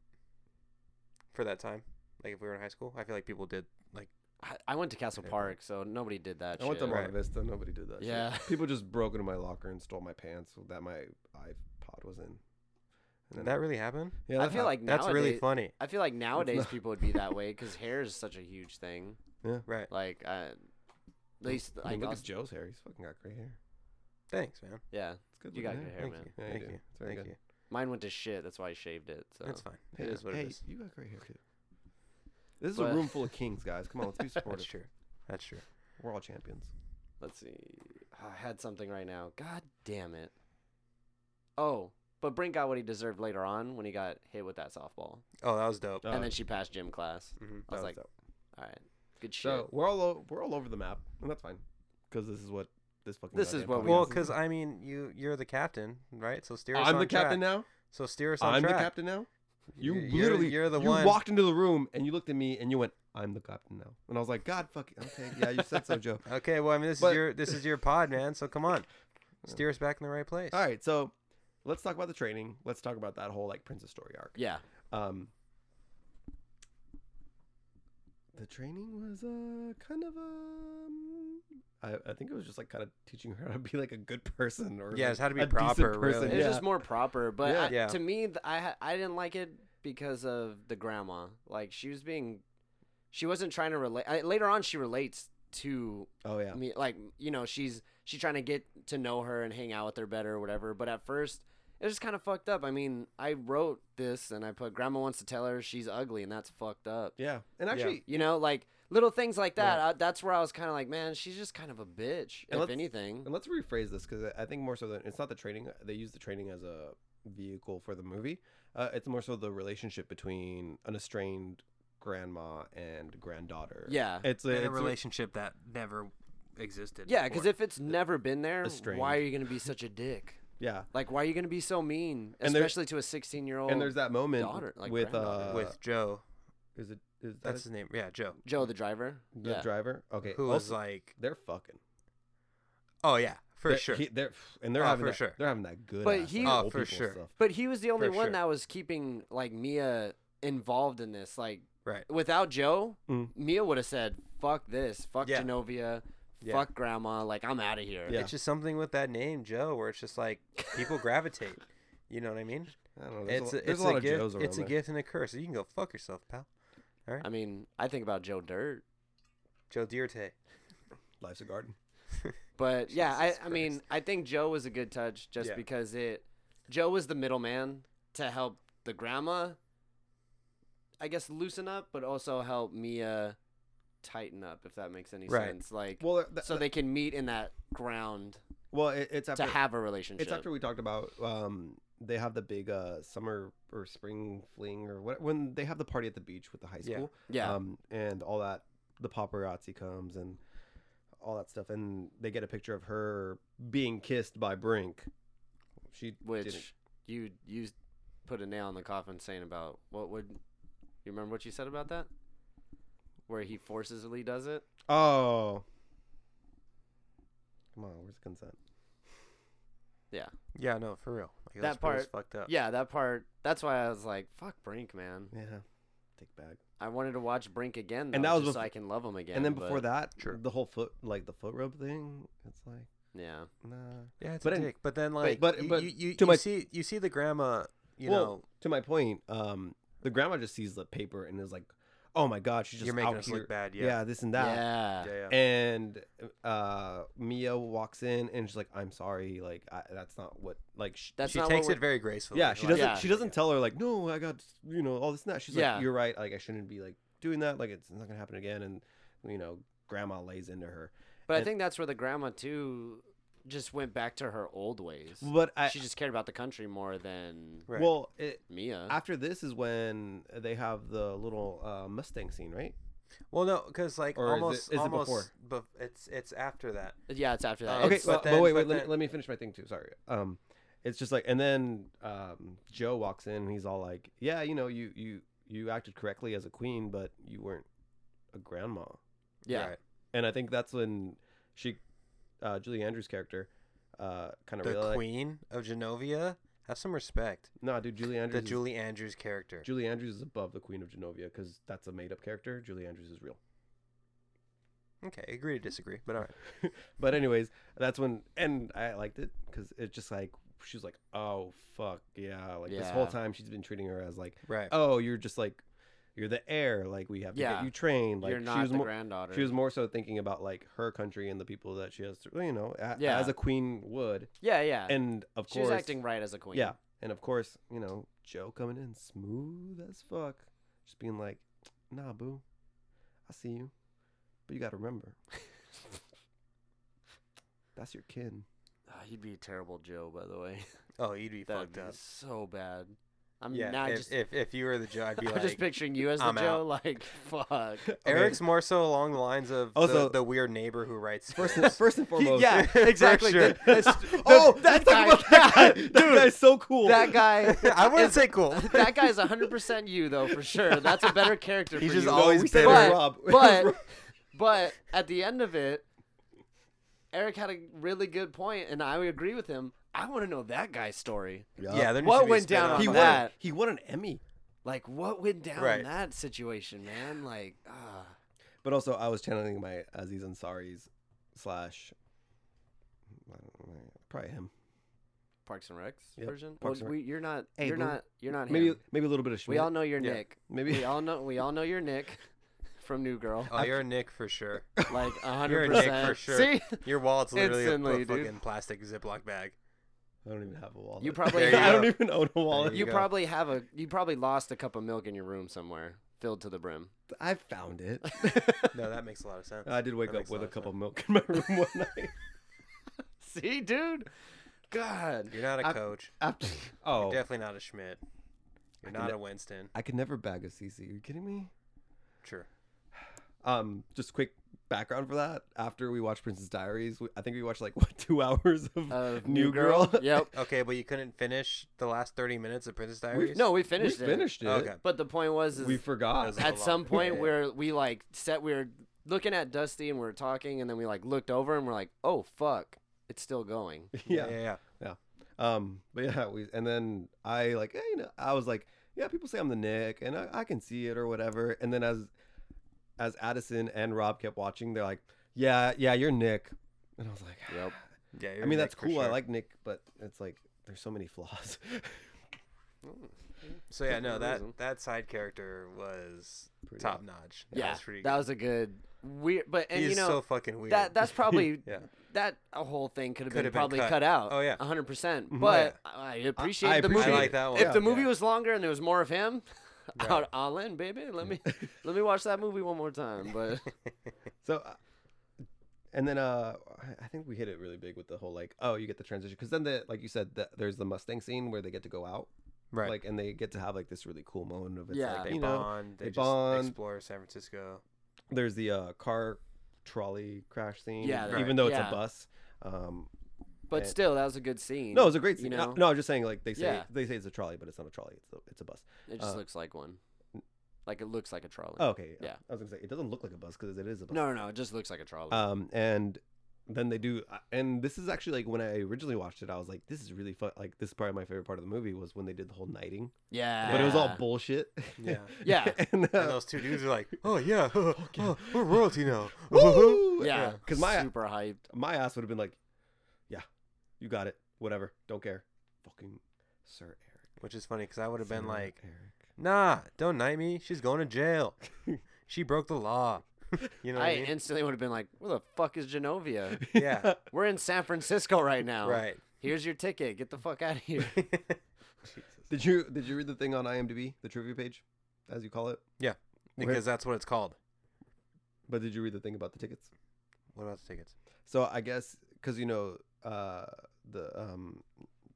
[SPEAKER 3] for that time. Like if we were in high school, I feel like people did like
[SPEAKER 4] I, I went to Castle
[SPEAKER 3] Yeah.
[SPEAKER 4] Park, so nobody did that.
[SPEAKER 1] I went to
[SPEAKER 4] shit.
[SPEAKER 1] Monta
[SPEAKER 3] Right.
[SPEAKER 1] Vista. Nobody did that. shit.
[SPEAKER 4] Yeah.
[SPEAKER 1] People just broke into my locker and stole my pants that my iPod was in. And
[SPEAKER 3] did that really happen?
[SPEAKER 1] yeah,
[SPEAKER 4] I
[SPEAKER 1] that
[SPEAKER 4] feel
[SPEAKER 1] hap-
[SPEAKER 4] like
[SPEAKER 3] That's really
[SPEAKER 4] nowadays-
[SPEAKER 3] funny.
[SPEAKER 4] I feel like nowadays
[SPEAKER 1] not-
[SPEAKER 4] people would be that way because hair is such a huge thing.
[SPEAKER 3] Right.
[SPEAKER 4] Like, uh, at least
[SPEAKER 1] I mean,
[SPEAKER 4] like,
[SPEAKER 1] look
[SPEAKER 4] us-
[SPEAKER 1] at Joe's hair. He's fucking got gray hair.
[SPEAKER 3] Thanks, man.
[SPEAKER 4] yeah,
[SPEAKER 1] It's good.
[SPEAKER 4] You
[SPEAKER 1] looking
[SPEAKER 4] got good hair,
[SPEAKER 3] Thank
[SPEAKER 4] man.
[SPEAKER 3] you.
[SPEAKER 1] Yeah, you
[SPEAKER 3] Thank
[SPEAKER 1] do.
[SPEAKER 3] you.
[SPEAKER 1] It's very
[SPEAKER 3] Thank
[SPEAKER 1] good.
[SPEAKER 3] you.
[SPEAKER 4] mine went to shit. That's why I shaved it. So
[SPEAKER 3] That's fine.
[SPEAKER 1] Hey,
[SPEAKER 3] It is what
[SPEAKER 1] hey,
[SPEAKER 3] it is.
[SPEAKER 1] you got great hair too. This is
[SPEAKER 4] But-
[SPEAKER 1] a room full of kings, guys. Come on, let's be
[SPEAKER 3] That's
[SPEAKER 1] supportive.
[SPEAKER 3] true. That's true.
[SPEAKER 1] We're all champions.
[SPEAKER 4] Let's see. I had something right now. God damn it. Oh, but Brink got what he deserved later on when he got hit with that softball.
[SPEAKER 3] Oh, that was dope.
[SPEAKER 1] Uh,
[SPEAKER 4] and then she passed gym class.
[SPEAKER 3] hmm
[SPEAKER 4] I was
[SPEAKER 1] that
[SPEAKER 4] like,
[SPEAKER 1] dope.
[SPEAKER 4] all right, good shit.
[SPEAKER 1] so we're all o- we're all over the map, and that's fine, because this is what this fucking.
[SPEAKER 4] This is
[SPEAKER 1] goddamn
[SPEAKER 4] what we-
[SPEAKER 1] podcast
[SPEAKER 3] Well,
[SPEAKER 1] is.
[SPEAKER 3] because I mean, you you're the captain, right? So steer us
[SPEAKER 1] I'm
[SPEAKER 3] on
[SPEAKER 1] the captain
[SPEAKER 3] track.
[SPEAKER 1] now.
[SPEAKER 3] So steer us on
[SPEAKER 1] I'm the
[SPEAKER 3] track.
[SPEAKER 1] captain now. You
[SPEAKER 3] You're- you're-
[SPEAKER 1] literally
[SPEAKER 3] you're the
[SPEAKER 1] you
[SPEAKER 3] one.
[SPEAKER 1] walked into the room and you looked at me and you went, "I'm the captain now," and I was like, "God fucking okay, yeah, you said so, Joe."
[SPEAKER 3] Okay, well, I mean, this
[SPEAKER 1] But-
[SPEAKER 3] is your this is your pod, man. So come on, steer us back in the right place.
[SPEAKER 1] All right, so let's talk about the training. Let's talk about that whole like princess story arc.
[SPEAKER 4] yeah.
[SPEAKER 1] Um, the training was uh, kind of um, I, I think it was just like kind of teaching her how to be like a good person or
[SPEAKER 3] Yeah,
[SPEAKER 1] like,
[SPEAKER 3] it's how to be
[SPEAKER 1] a decent
[SPEAKER 3] proper,
[SPEAKER 1] person.
[SPEAKER 4] It
[SPEAKER 3] really.
[SPEAKER 4] was
[SPEAKER 1] Yeah.
[SPEAKER 4] just more proper. But
[SPEAKER 1] Yeah.
[SPEAKER 4] I-
[SPEAKER 3] Yeah.
[SPEAKER 4] to me, th- I, ha- I didn't like it because of the grandma. Like, she was being, she wasn't trying to relate. I, later on, she relates to
[SPEAKER 1] oh yeah,
[SPEAKER 4] me like you know she's she's trying to get to know her and hang out with her better or whatever but at first it was kind of fucked up i mean i wrote this and i put grandma wants to tell her she's ugly and that's fucked up
[SPEAKER 1] yeah, and
[SPEAKER 3] Yeah.
[SPEAKER 1] actually,
[SPEAKER 4] you know like little things like that I, that's where i was kind of like man she's just kind of a bitch
[SPEAKER 1] And
[SPEAKER 4] if
[SPEAKER 1] let's-
[SPEAKER 4] anything
[SPEAKER 1] and let's rephrase this because I think more so than it's not the training. They use the training as a vehicle for the movie. Uh, it's more so the relationship between an estranged grandma and granddaughter.
[SPEAKER 4] yeah
[SPEAKER 1] it's a,
[SPEAKER 3] in
[SPEAKER 1] it's
[SPEAKER 3] a
[SPEAKER 1] a-
[SPEAKER 3] relationship that never existed.
[SPEAKER 4] yeah because if it's never been there why are
[SPEAKER 1] estranged.
[SPEAKER 4] you gonna be such a dick
[SPEAKER 1] yeah.
[SPEAKER 4] like why are you gonna be so mean
[SPEAKER 1] And there-
[SPEAKER 4] especially to a 16 year old
[SPEAKER 1] And there's that moment
[SPEAKER 4] daughter, like
[SPEAKER 1] with uh,
[SPEAKER 4] granddaughter.
[SPEAKER 3] with Joe,
[SPEAKER 1] is it is that
[SPEAKER 3] that's
[SPEAKER 1] his-
[SPEAKER 3] his name. Yeah, Joe,
[SPEAKER 4] joe the driver
[SPEAKER 1] the
[SPEAKER 4] yeah
[SPEAKER 1] driver? Okay,
[SPEAKER 3] who was
[SPEAKER 1] also-
[SPEAKER 3] like,
[SPEAKER 1] they're fucking
[SPEAKER 3] oh yeah, for
[SPEAKER 1] They're-
[SPEAKER 3] sure.
[SPEAKER 1] he- they're and they're
[SPEAKER 3] Oh,
[SPEAKER 1] having
[SPEAKER 3] for
[SPEAKER 1] that,
[SPEAKER 3] sure.
[SPEAKER 1] they're having that good.
[SPEAKER 4] But
[SPEAKER 1] ass,
[SPEAKER 4] he-
[SPEAKER 1] like,
[SPEAKER 3] Oh,
[SPEAKER 1] old
[SPEAKER 3] for
[SPEAKER 1] people
[SPEAKER 3] sure.
[SPEAKER 1] Stuff.
[SPEAKER 4] But he was the only
[SPEAKER 3] For
[SPEAKER 4] one
[SPEAKER 3] sure.
[SPEAKER 4] that was keeping like Mia involved in this. Like
[SPEAKER 3] right.
[SPEAKER 4] without Joe,
[SPEAKER 1] Mm.
[SPEAKER 4] Mia would have said, "Fuck this, fuck
[SPEAKER 3] Yeah.
[SPEAKER 4] Genovia,
[SPEAKER 3] Yeah.
[SPEAKER 4] fuck Grandma. Like I'm out of here."
[SPEAKER 1] Yeah.
[SPEAKER 3] It's just something with that name Joe, where it's just like people gravitate. You know what I mean?
[SPEAKER 1] I don't know. There's
[SPEAKER 3] it's
[SPEAKER 1] a,
[SPEAKER 3] a,
[SPEAKER 1] there's
[SPEAKER 3] it's
[SPEAKER 1] a lot
[SPEAKER 3] a
[SPEAKER 1] of Joes
[SPEAKER 3] gift.
[SPEAKER 1] around
[SPEAKER 3] It's a
[SPEAKER 1] there.
[SPEAKER 3] gift and a curse. You can go fuck yourself, pal.
[SPEAKER 4] I mean, I think about Joe Dirt,
[SPEAKER 3] Joe Dierte.
[SPEAKER 1] Life's a garden.
[SPEAKER 4] but yeah, I,
[SPEAKER 3] Jesus
[SPEAKER 4] I mean,
[SPEAKER 3] Christ.
[SPEAKER 4] I think Joe was a good touch just
[SPEAKER 3] Yeah.
[SPEAKER 4] because it. Joe was the middleman to help the grandma. I guess loosen up, but also help Mia tighten up, if that makes any
[SPEAKER 3] Right.
[SPEAKER 4] sense. Like,
[SPEAKER 1] Well, th-
[SPEAKER 4] so
[SPEAKER 1] th-
[SPEAKER 4] they can meet in that ground
[SPEAKER 1] well, it, it's after
[SPEAKER 4] to have a relationship.
[SPEAKER 1] it's after we talked about um they have the big uh summer or spring fling or what when they have the party at the beach with the high
[SPEAKER 3] Yeah.
[SPEAKER 1] school.
[SPEAKER 4] yeah.
[SPEAKER 1] Um and all that the paparazzi comes and all that stuff and they get a picture of her being kissed by Brink. She
[SPEAKER 4] which
[SPEAKER 1] didn't-
[SPEAKER 4] you you put a nail in the coffin saying about what would you remember what you said about that where he forcibly does it
[SPEAKER 1] Oh. Come on, where's the consent?
[SPEAKER 4] yeah
[SPEAKER 3] Yeah, no, for real. Like,
[SPEAKER 4] That
[SPEAKER 3] that's pretty
[SPEAKER 4] part-
[SPEAKER 3] fucked
[SPEAKER 1] Uh,
[SPEAKER 3] up.
[SPEAKER 4] Yeah, that part. That's why I was like, "Fuck Brink, man."
[SPEAKER 1] Yeah. Dick bag.
[SPEAKER 4] I wanted to watch Brink again, though,
[SPEAKER 1] And that was
[SPEAKER 4] just so
[SPEAKER 1] bef-
[SPEAKER 4] I can love him again.
[SPEAKER 1] and then before
[SPEAKER 4] but-
[SPEAKER 1] that,
[SPEAKER 3] Sure.
[SPEAKER 1] the whole foot like the foot rub thing. It's like
[SPEAKER 4] yeah,
[SPEAKER 1] nah.
[SPEAKER 3] Yeah, it's
[SPEAKER 1] But
[SPEAKER 3] a
[SPEAKER 1] in-
[SPEAKER 3] dick. But then like,
[SPEAKER 1] but-
[SPEAKER 3] but, you,
[SPEAKER 1] but
[SPEAKER 3] you, you,
[SPEAKER 1] to
[SPEAKER 3] you
[SPEAKER 1] my-
[SPEAKER 3] see you see the grandma, you
[SPEAKER 1] Well,
[SPEAKER 3] know,
[SPEAKER 1] To my point, um, the grandma just sees the paper and is like, "Oh my god, she's just
[SPEAKER 3] you're making
[SPEAKER 1] out
[SPEAKER 3] us
[SPEAKER 1] here.
[SPEAKER 3] look bad.
[SPEAKER 1] Yeah.
[SPEAKER 3] Yeah,
[SPEAKER 1] this and that.
[SPEAKER 4] yeah,
[SPEAKER 3] yeah, yeah.
[SPEAKER 1] And uh, Mia walks in and she's like, "I'm sorry, like I, that's not what like." She,
[SPEAKER 4] That's
[SPEAKER 3] she
[SPEAKER 4] not
[SPEAKER 3] takes
[SPEAKER 4] what
[SPEAKER 3] it
[SPEAKER 4] we're-
[SPEAKER 3] very gracefully.
[SPEAKER 1] yeah, she
[SPEAKER 3] like,
[SPEAKER 1] doesn't.
[SPEAKER 4] Yeah.
[SPEAKER 1] She doesn't tell her like, "No, I got you know all this and that." She's
[SPEAKER 4] Yeah.
[SPEAKER 1] like, "You're right. Like I shouldn't be like doing that. Like it's not gonna happen again." And you know, grandma lays into her.
[SPEAKER 4] But I
[SPEAKER 1] And-
[SPEAKER 4] think that's where the grandma too just went back to her old ways.
[SPEAKER 1] But I
[SPEAKER 4] she just cared about the country more than
[SPEAKER 3] Right.
[SPEAKER 1] well, it,
[SPEAKER 4] Mia.
[SPEAKER 1] after this is when they have the little uh, Mustang scene, right?
[SPEAKER 3] Well, no, because like
[SPEAKER 1] Or is it-
[SPEAKER 3] almost,
[SPEAKER 1] is it
[SPEAKER 3] almost,
[SPEAKER 1] before?
[SPEAKER 3] but it's it's after that.
[SPEAKER 4] yeah, it's after that.
[SPEAKER 3] Um,
[SPEAKER 1] okay,
[SPEAKER 4] It's-
[SPEAKER 1] well,
[SPEAKER 3] but
[SPEAKER 1] but,
[SPEAKER 3] then-
[SPEAKER 1] wait,
[SPEAKER 3] but
[SPEAKER 1] wait. Let,
[SPEAKER 3] then-
[SPEAKER 1] me, let me finish my thing too. Sorry. Um, it's just like, and then um, Joe walks in and he's all like, "Yeah, you know, you you you acted correctly as a queen, but you weren't a grandma."
[SPEAKER 4] yeah,
[SPEAKER 3] Right.
[SPEAKER 1] And I think that's when she, uh, Julie Andrews' character, uh, kind of
[SPEAKER 3] the
[SPEAKER 1] realized.
[SPEAKER 3] Queen of Genovia. Have some respect.
[SPEAKER 1] No, dude, Julie Andrews.
[SPEAKER 3] The
[SPEAKER 1] is-
[SPEAKER 3] Julie Andrews character.
[SPEAKER 1] Julie Andrews is above the Queen of Genovia because that's a made-up character. Julie Andrews is real.
[SPEAKER 3] okay, agree to disagree, but all right.
[SPEAKER 1] But anyways, that's when and I liked it because it just like she was like, oh fuck yeah, like this whole
[SPEAKER 4] Yeah.
[SPEAKER 1] time she's been treating her as like,
[SPEAKER 3] Right.
[SPEAKER 1] oh you're just like, you're the heir, like we have to
[SPEAKER 4] Yeah.
[SPEAKER 1] get you trained. Like
[SPEAKER 4] you're
[SPEAKER 1] she
[SPEAKER 4] not
[SPEAKER 1] was
[SPEAKER 4] the
[SPEAKER 1] more
[SPEAKER 4] granddaughter.
[SPEAKER 1] she was more so thinking about like her country and the people that she has, to, you know, a,
[SPEAKER 4] Yeah.
[SPEAKER 1] as a queen would.
[SPEAKER 4] yeah, yeah.
[SPEAKER 1] And of
[SPEAKER 4] she
[SPEAKER 1] course,
[SPEAKER 4] was acting right as a queen.
[SPEAKER 1] yeah, and of course, you know, Joe coming in smooth as fuck, just being like, nah, boo, I see you, but you got to remember, that's your kin.
[SPEAKER 4] Ah, he'd be a terrible Joe, by the way.
[SPEAKER 3] Oh, you'd be
[SPEAKER 4] That'd
[SPEAKER 3] fucked
[SPEAKER 4] be
[SPEAKER 3] up.
[SPEAKER 4] so bad. I'm
[SPEAKER 3] Yeah.
[SPEAKER 4] now
[SPEAKER 3] if,
[SPEAKER 4] just
[SPEAKER 3] if if you were the Joe, I'd be
[SPEAKER 4] I'm
[SPEAKER 3] like
[SPEAKER 4] just picturing you as the
[SPEAKER 3] "I'm
[SPEAKER 4] Joe. Like fuck.
[SPEAKER 3] Eric's more so along the lines of
[SPEAKER 1] Also-
[SPEAKER 3] the, the weird neighbor who writes
[SPEAKER 1] First and,
[SPEAKER 3] scripts.
[SPEAKER 1] first and foremost.
[SPEAKER 4] yeah,
[SPEAKER 3] For
[SPEAKER 4] exactly.
[SPEAKER 3] sure.
[SPEAKER 4] That- that's-
[SPEAKER 1] Oh,
[SPEAKER 4] the-
[SPEAKER 1] let's talk about that guy. That guy's so cool.
[SPEAKER 4] That guy.
[SPEAKER 3] I wouldn't
[SPEAKER 4] is-
[SPEAKER 3] say cool.
[SPEAKER 4] that guy's 100% you though for sure. That's a better character.
[SPEAKER 3] He's
[SPEAKER 4] for
[SPEAKER 3] just
[SPEAKER 4] you.
[SPEAKER 1] No,
[SPEAKER 3] always
[SPEAKER 1] we said it
[SPEAKER 3] bitter.
[SPEAKER 1] was Rob. It
[SPEAKER 4] But-
[SPEAKER 1] was
[SPEAKER 4] but
[SPEAKER 1] Rob.
[SPEAKER 4] but at the end of it, Eric had a really good point, and I would agree with him. I want to know that guy's story.
[SPEAKER 3] yeah, there needs
[SPEAKER 4] What
[SPEAKER 3] to be a
[SPEAKER 4] went down
[SPEAKER 3] spin-off
[SPEAKER 4] on
[SPEAKER 1] he
[SPEAKER 3] of
[SPEAKER 1] won.
[SPEAKER 4] that?
[SPEAKER 1] He won an Emmy.
[SPEAKER 4] Like what went down
[SPEAKER 3] Right.
[SPEAKER 4] in that situation, man? Like, ah,
[SPEAKER 1] But also, I was channeling my Aziz Ansari's slash. I don't know, Probably him.
[SPEAKER 4] Parks and Recs
[SPEAKER 1] Yep,
[SPEAKER 4] version.
[SPEAKER 1] Parks
[SPEAKER 4] well,
[SPEAKER 1] and Rec.
[SPEAKER 4] we, you're not.
[SPEAKER 1] Hey,
[SPEAKER 4] you're
[SPEAKER 1] boo.
[SPEAKER 4] not. You're not.
[SPEAKER 1] Maybe
[SPEAKER 4] him.
[SPEAKER 1] maybe a little bit of
[SPEAKER 4] we all
[SPEAKER 1] Schmidt.
[SPEAKER 4] know you're
[SPEAKER 3] Yeah.
[SPEAKER 4] Nick.
[SPEAKER 1] Maybe
[SPEAKER 4] We all know. We all know you're Nick from New Girl.
[SPEAKER 3] Oh, you're a Nick for sure.
[SPEAKER 4] Like
[SPEAKER 3] You're a
[SPEAKER 4] 100.
[SPEAKER 3] Nick
[SPEAKER 4] percent
[SPEAKER 3] for sure.
[SPEAKER 4] See,
[SPEAKER 3] Your wallet's literally a-
[SPEAKER 4] Instantly,
[SPEAKER 3] a,
[SPEAKER 4] dude.
[SPEAKER 3] fucking plastic Ziploc bag.
[SPEAKER 1] I don't even have a wallet.
[SPEAKER 4] You probably-
[SPEAKER 3] There you
[SPEAKER 1] I don't
[SPEAKER 3] go.
[SPEAKER 1] even own a wallet.
[SPEAKER 3] There
[SPEAKER 4] you
[SPEAKER 3] go.
[SPEAKER 4] probably have a. You probably lost a cup of milk in your room somewhere, filled to the brim.
[SPEAKER 1] I found it.
[SPEAKER 3] No, that makes a lot of sense.
[SPEAKER 1] I did wake
[SPEAKER 3] That
[SPEAKER 1] up
[SPEAKER 3] makes a
[SPEAKER 1] with
[SPEAKER 3] lot
[SPEAKER 1] a
[SPEAKER 3] of
[SPEAKER 1] cup
[SPEAKER 3] sense.
[SPEAKER 1] of milk in my room one night.
[SPEAKER 4] See, dude. God.
[SPEAKER 3] You're not a
[SPEAKER 1] I-
[SPEAKER 3] coach.
[SPEAKER 1] After, oh,
[SPEAKER 3] You're definitely not a Schmidt. You're
[SPEAKER 1] I can
[SPEAKER 3] not
[SPEAKER 1] ne-
[SPEAKER 3] a Winston.
[SPEAKER 1] I could never bag a CC. Are you kidding me?
[SPEAKER 3] Sure.
[SPEAKER 1] Um, just quick background for that. After we watched Princess Diaries, we, I think we watched like what two hours of
[SPEAKER 4] of
[SPEAKER 1] New Girl.
[SPEAKER 4] yep.
[SPEAKER 3] Okay, but you couldn't finish the last 30 minutes of Princess
[SPEAKER 1] We-
[SPEAKER 3] Diaries?
[SPEAKER 4] No, we finished
[SPEAKER 1] we
[SPEAKER 4] it.
[SPEAKER 1] finished it.
[SPEAKER 3] Okay.
[SPEAKER 4] But the point was, is
[SPEAKER 1] We forgot.
[SPEAKER 3] As a-
[SPEAKER 4] at some point
[SPEAKER 1] Yeah.
[SPEAKER 4] where we like set, we were looking at Dusty and we were talking, and then we like looked over and we're like, oh fuck, it's still going.
[SPEAKER 1] yeah.
[SPEAKER 3] Yeah, yeah.
[SPEAKER 1] Um, but yeah, we and then I like eh, you know I was like yeah people say I'm the Nick and I, I can see it or whatever. And then as as Addison and Rob kept watching, they're like yeah yeah you're Nick, and I was like
[SPEAKER 4] Yep.
[SPEAKER 3] yeah you're
[SPEAKER 1] I mean
[SPEAKER 3] Nick
[SPEAKER 1] that's
[SPEAKER 3] for
[SPEAKER 1] cool. I
[SPEAKER 3] sure.
[SPEAKER 1] like Nick, but it's like there's so many flaws.
[SPEAKER 3] So yeah, no,
[SPEAKER 4] Different
[SPEAKER 3] that
[SPEAKER 4] reason.
[SPEAKER 3] that side character was
[SPEAKER 1] Pretty-
[SPEAKER 3] top notch. That
[SPEAKER 4] yeah,
[SPEAKER 3] was pretty
[SPEAKER 4] that
[SPEAKER 3] good.
[SPEAKER 4] was a good weird. But and
[SPEAKER 3] He's
[SPEAKER 4] you know
[SPEAKER 3] so fucking weird.
[SPEAKER 4] that that's probably
[SPEAKER 3] yeah.
[SPEAKER 4] that a whole thing could have
[SPEAKER 3] Could
[SPEAKER 4] been
[SPEAKER 3] have been
[SPEAKER 4] probably
[SPEAKER 3] cut.
[SPEAKER 4] cut. out.
[SPEAKER 3] Oh, yeah.
[SPEAKER 4] hundred percent.
[SPEAKER 1] Mhm.
[SPEAKER 4] But I appreciate the
[SPEAKER 1] appreciate
[SPEAKER 4] movie.
[SPEAKER 3] I like that one.
[SPEAKER 4] If
[SPEAKER 1] Yeah.
[SPEAKER 4] the movie
[SPEAKER 3] yeah.
[SPEAKER 4] was longer and there was more of him,
[SPEAKER 3] Right.
[SPEAKER 4] all- all in, baby. Let me let me watch that movie one more time. But
[SPEAKER 1] So, uh, and then uh, I- I think we hit it really big with the whole like, oh, you get the transition because then the like you said, the, there's the Mustang scene where they get to go out,
[SPEAKER 3] Right.
[SPEAKER 1] like, and they get to have like this really cool moment of it's
[SPEAKER 4] Yeah.
[SPEAKER 1] like
[SPEAKER 3] they
[SPEAKER 1] you know,
[SPEAKER 3] bond, they,
[SPEAKER 1] they
[SPEAKER 3] just
[SPEAKER 1] bond.
[SPEAKER 3] explore San Francisco.
[SPEAKER 1] there's the uh, car trolley crash scene,
[SPEAKER 4] Yeah,
[SPEAKER 1] even
[SPEAKER 3] Right.
[SPEAKER 1] though it's
[SPEAKER 4] yeah.
[SPEAKER 1] a bus. Um,
[SPEAKER 4] but
[SPEAKER 1] And-
[SPEAKER 4] still, that was a good scene.
[SPEAKER 1] no, it's a great
[SPEAKER 4] you
[SPEAKER 1] scene.
[SPEAKER 4] know?
[SPEAKER 1] No, I'm just saying like they say
[SPEAKER 4] Yeah.
[SPEAKER 1] they say it's a trolley, but it's not a trolley. It's a, it's a bus.
[SPEAKER 4] It just
[SPEAKER 1] Uh,
[SPEAKER 4] looks like one. Like it looks like a trolley.
[SPEAKER 1] Oh, okay,
[SPEAKER 4] Yeah.
[SPEAKER 1] I was gonna say it doesn't look like a bus because it is a bus. Uh,
[SPEAKER 4] No, no, no. It just looks like a trolley.
[SPEAKER 1] Um, and than they do. And this is actually like when I originally watched it, I was like, "This is really fun." Like this is probably my favorite part of the movie was when they did the whole knighting,
[SPEAKER 4] Yeah.
[SPEAKER 1] but it was all bullshit.
[SPEAKER 3] Yeah.
[SPEAKER 4] Ah. Yeah.
[SPEAKER 1] and, uh,
[SPEAKER 3] And those two dudes are like, oh yeah, oh, we're royalty now.
[SPEAKER 1] woo!
[SPEAKER 4] Yeah.
[SPEAKER 1] Because my
[SPEAKER 4] super hyped.
[SPEAKER 1] my ass would have been like, "Yeah, you got it. Whatever. Don't care." Fucking Sir Eric.
[SPEAKER 3] Which is funny because I would have been
[SPEAKER 1] Sir
[SPEAKER 3] like,
[SPEAKER 1] Eric.
[SPEAKER 3] nah, don't knight me. She's going to jail. she broke the law. You know what I,
[SPEAKER 4] I
[SPEAKER 3] mean?
[SPEAKER 4] instantly would have been like, "Where the fuck is Genovia?
[SPEAKER 3] Yeah.
[SPEAKER 4] We're in San Francisco right now.
[SPEAKER 3] Right.
[SPEAKER 4] Here's your ticket. Get the fuck out of here."
[SPEAKER 1] Did you did you read the thing on IMDb, the trivia page, as you call it?
[SPEAKER 3] because that's what it's called.
[SPEAKER 1] But did you read the thing about the tickets?
[SPEAKER 3] What about the tickets?
[SPEAKER 1] So I guess because you know uh, the um,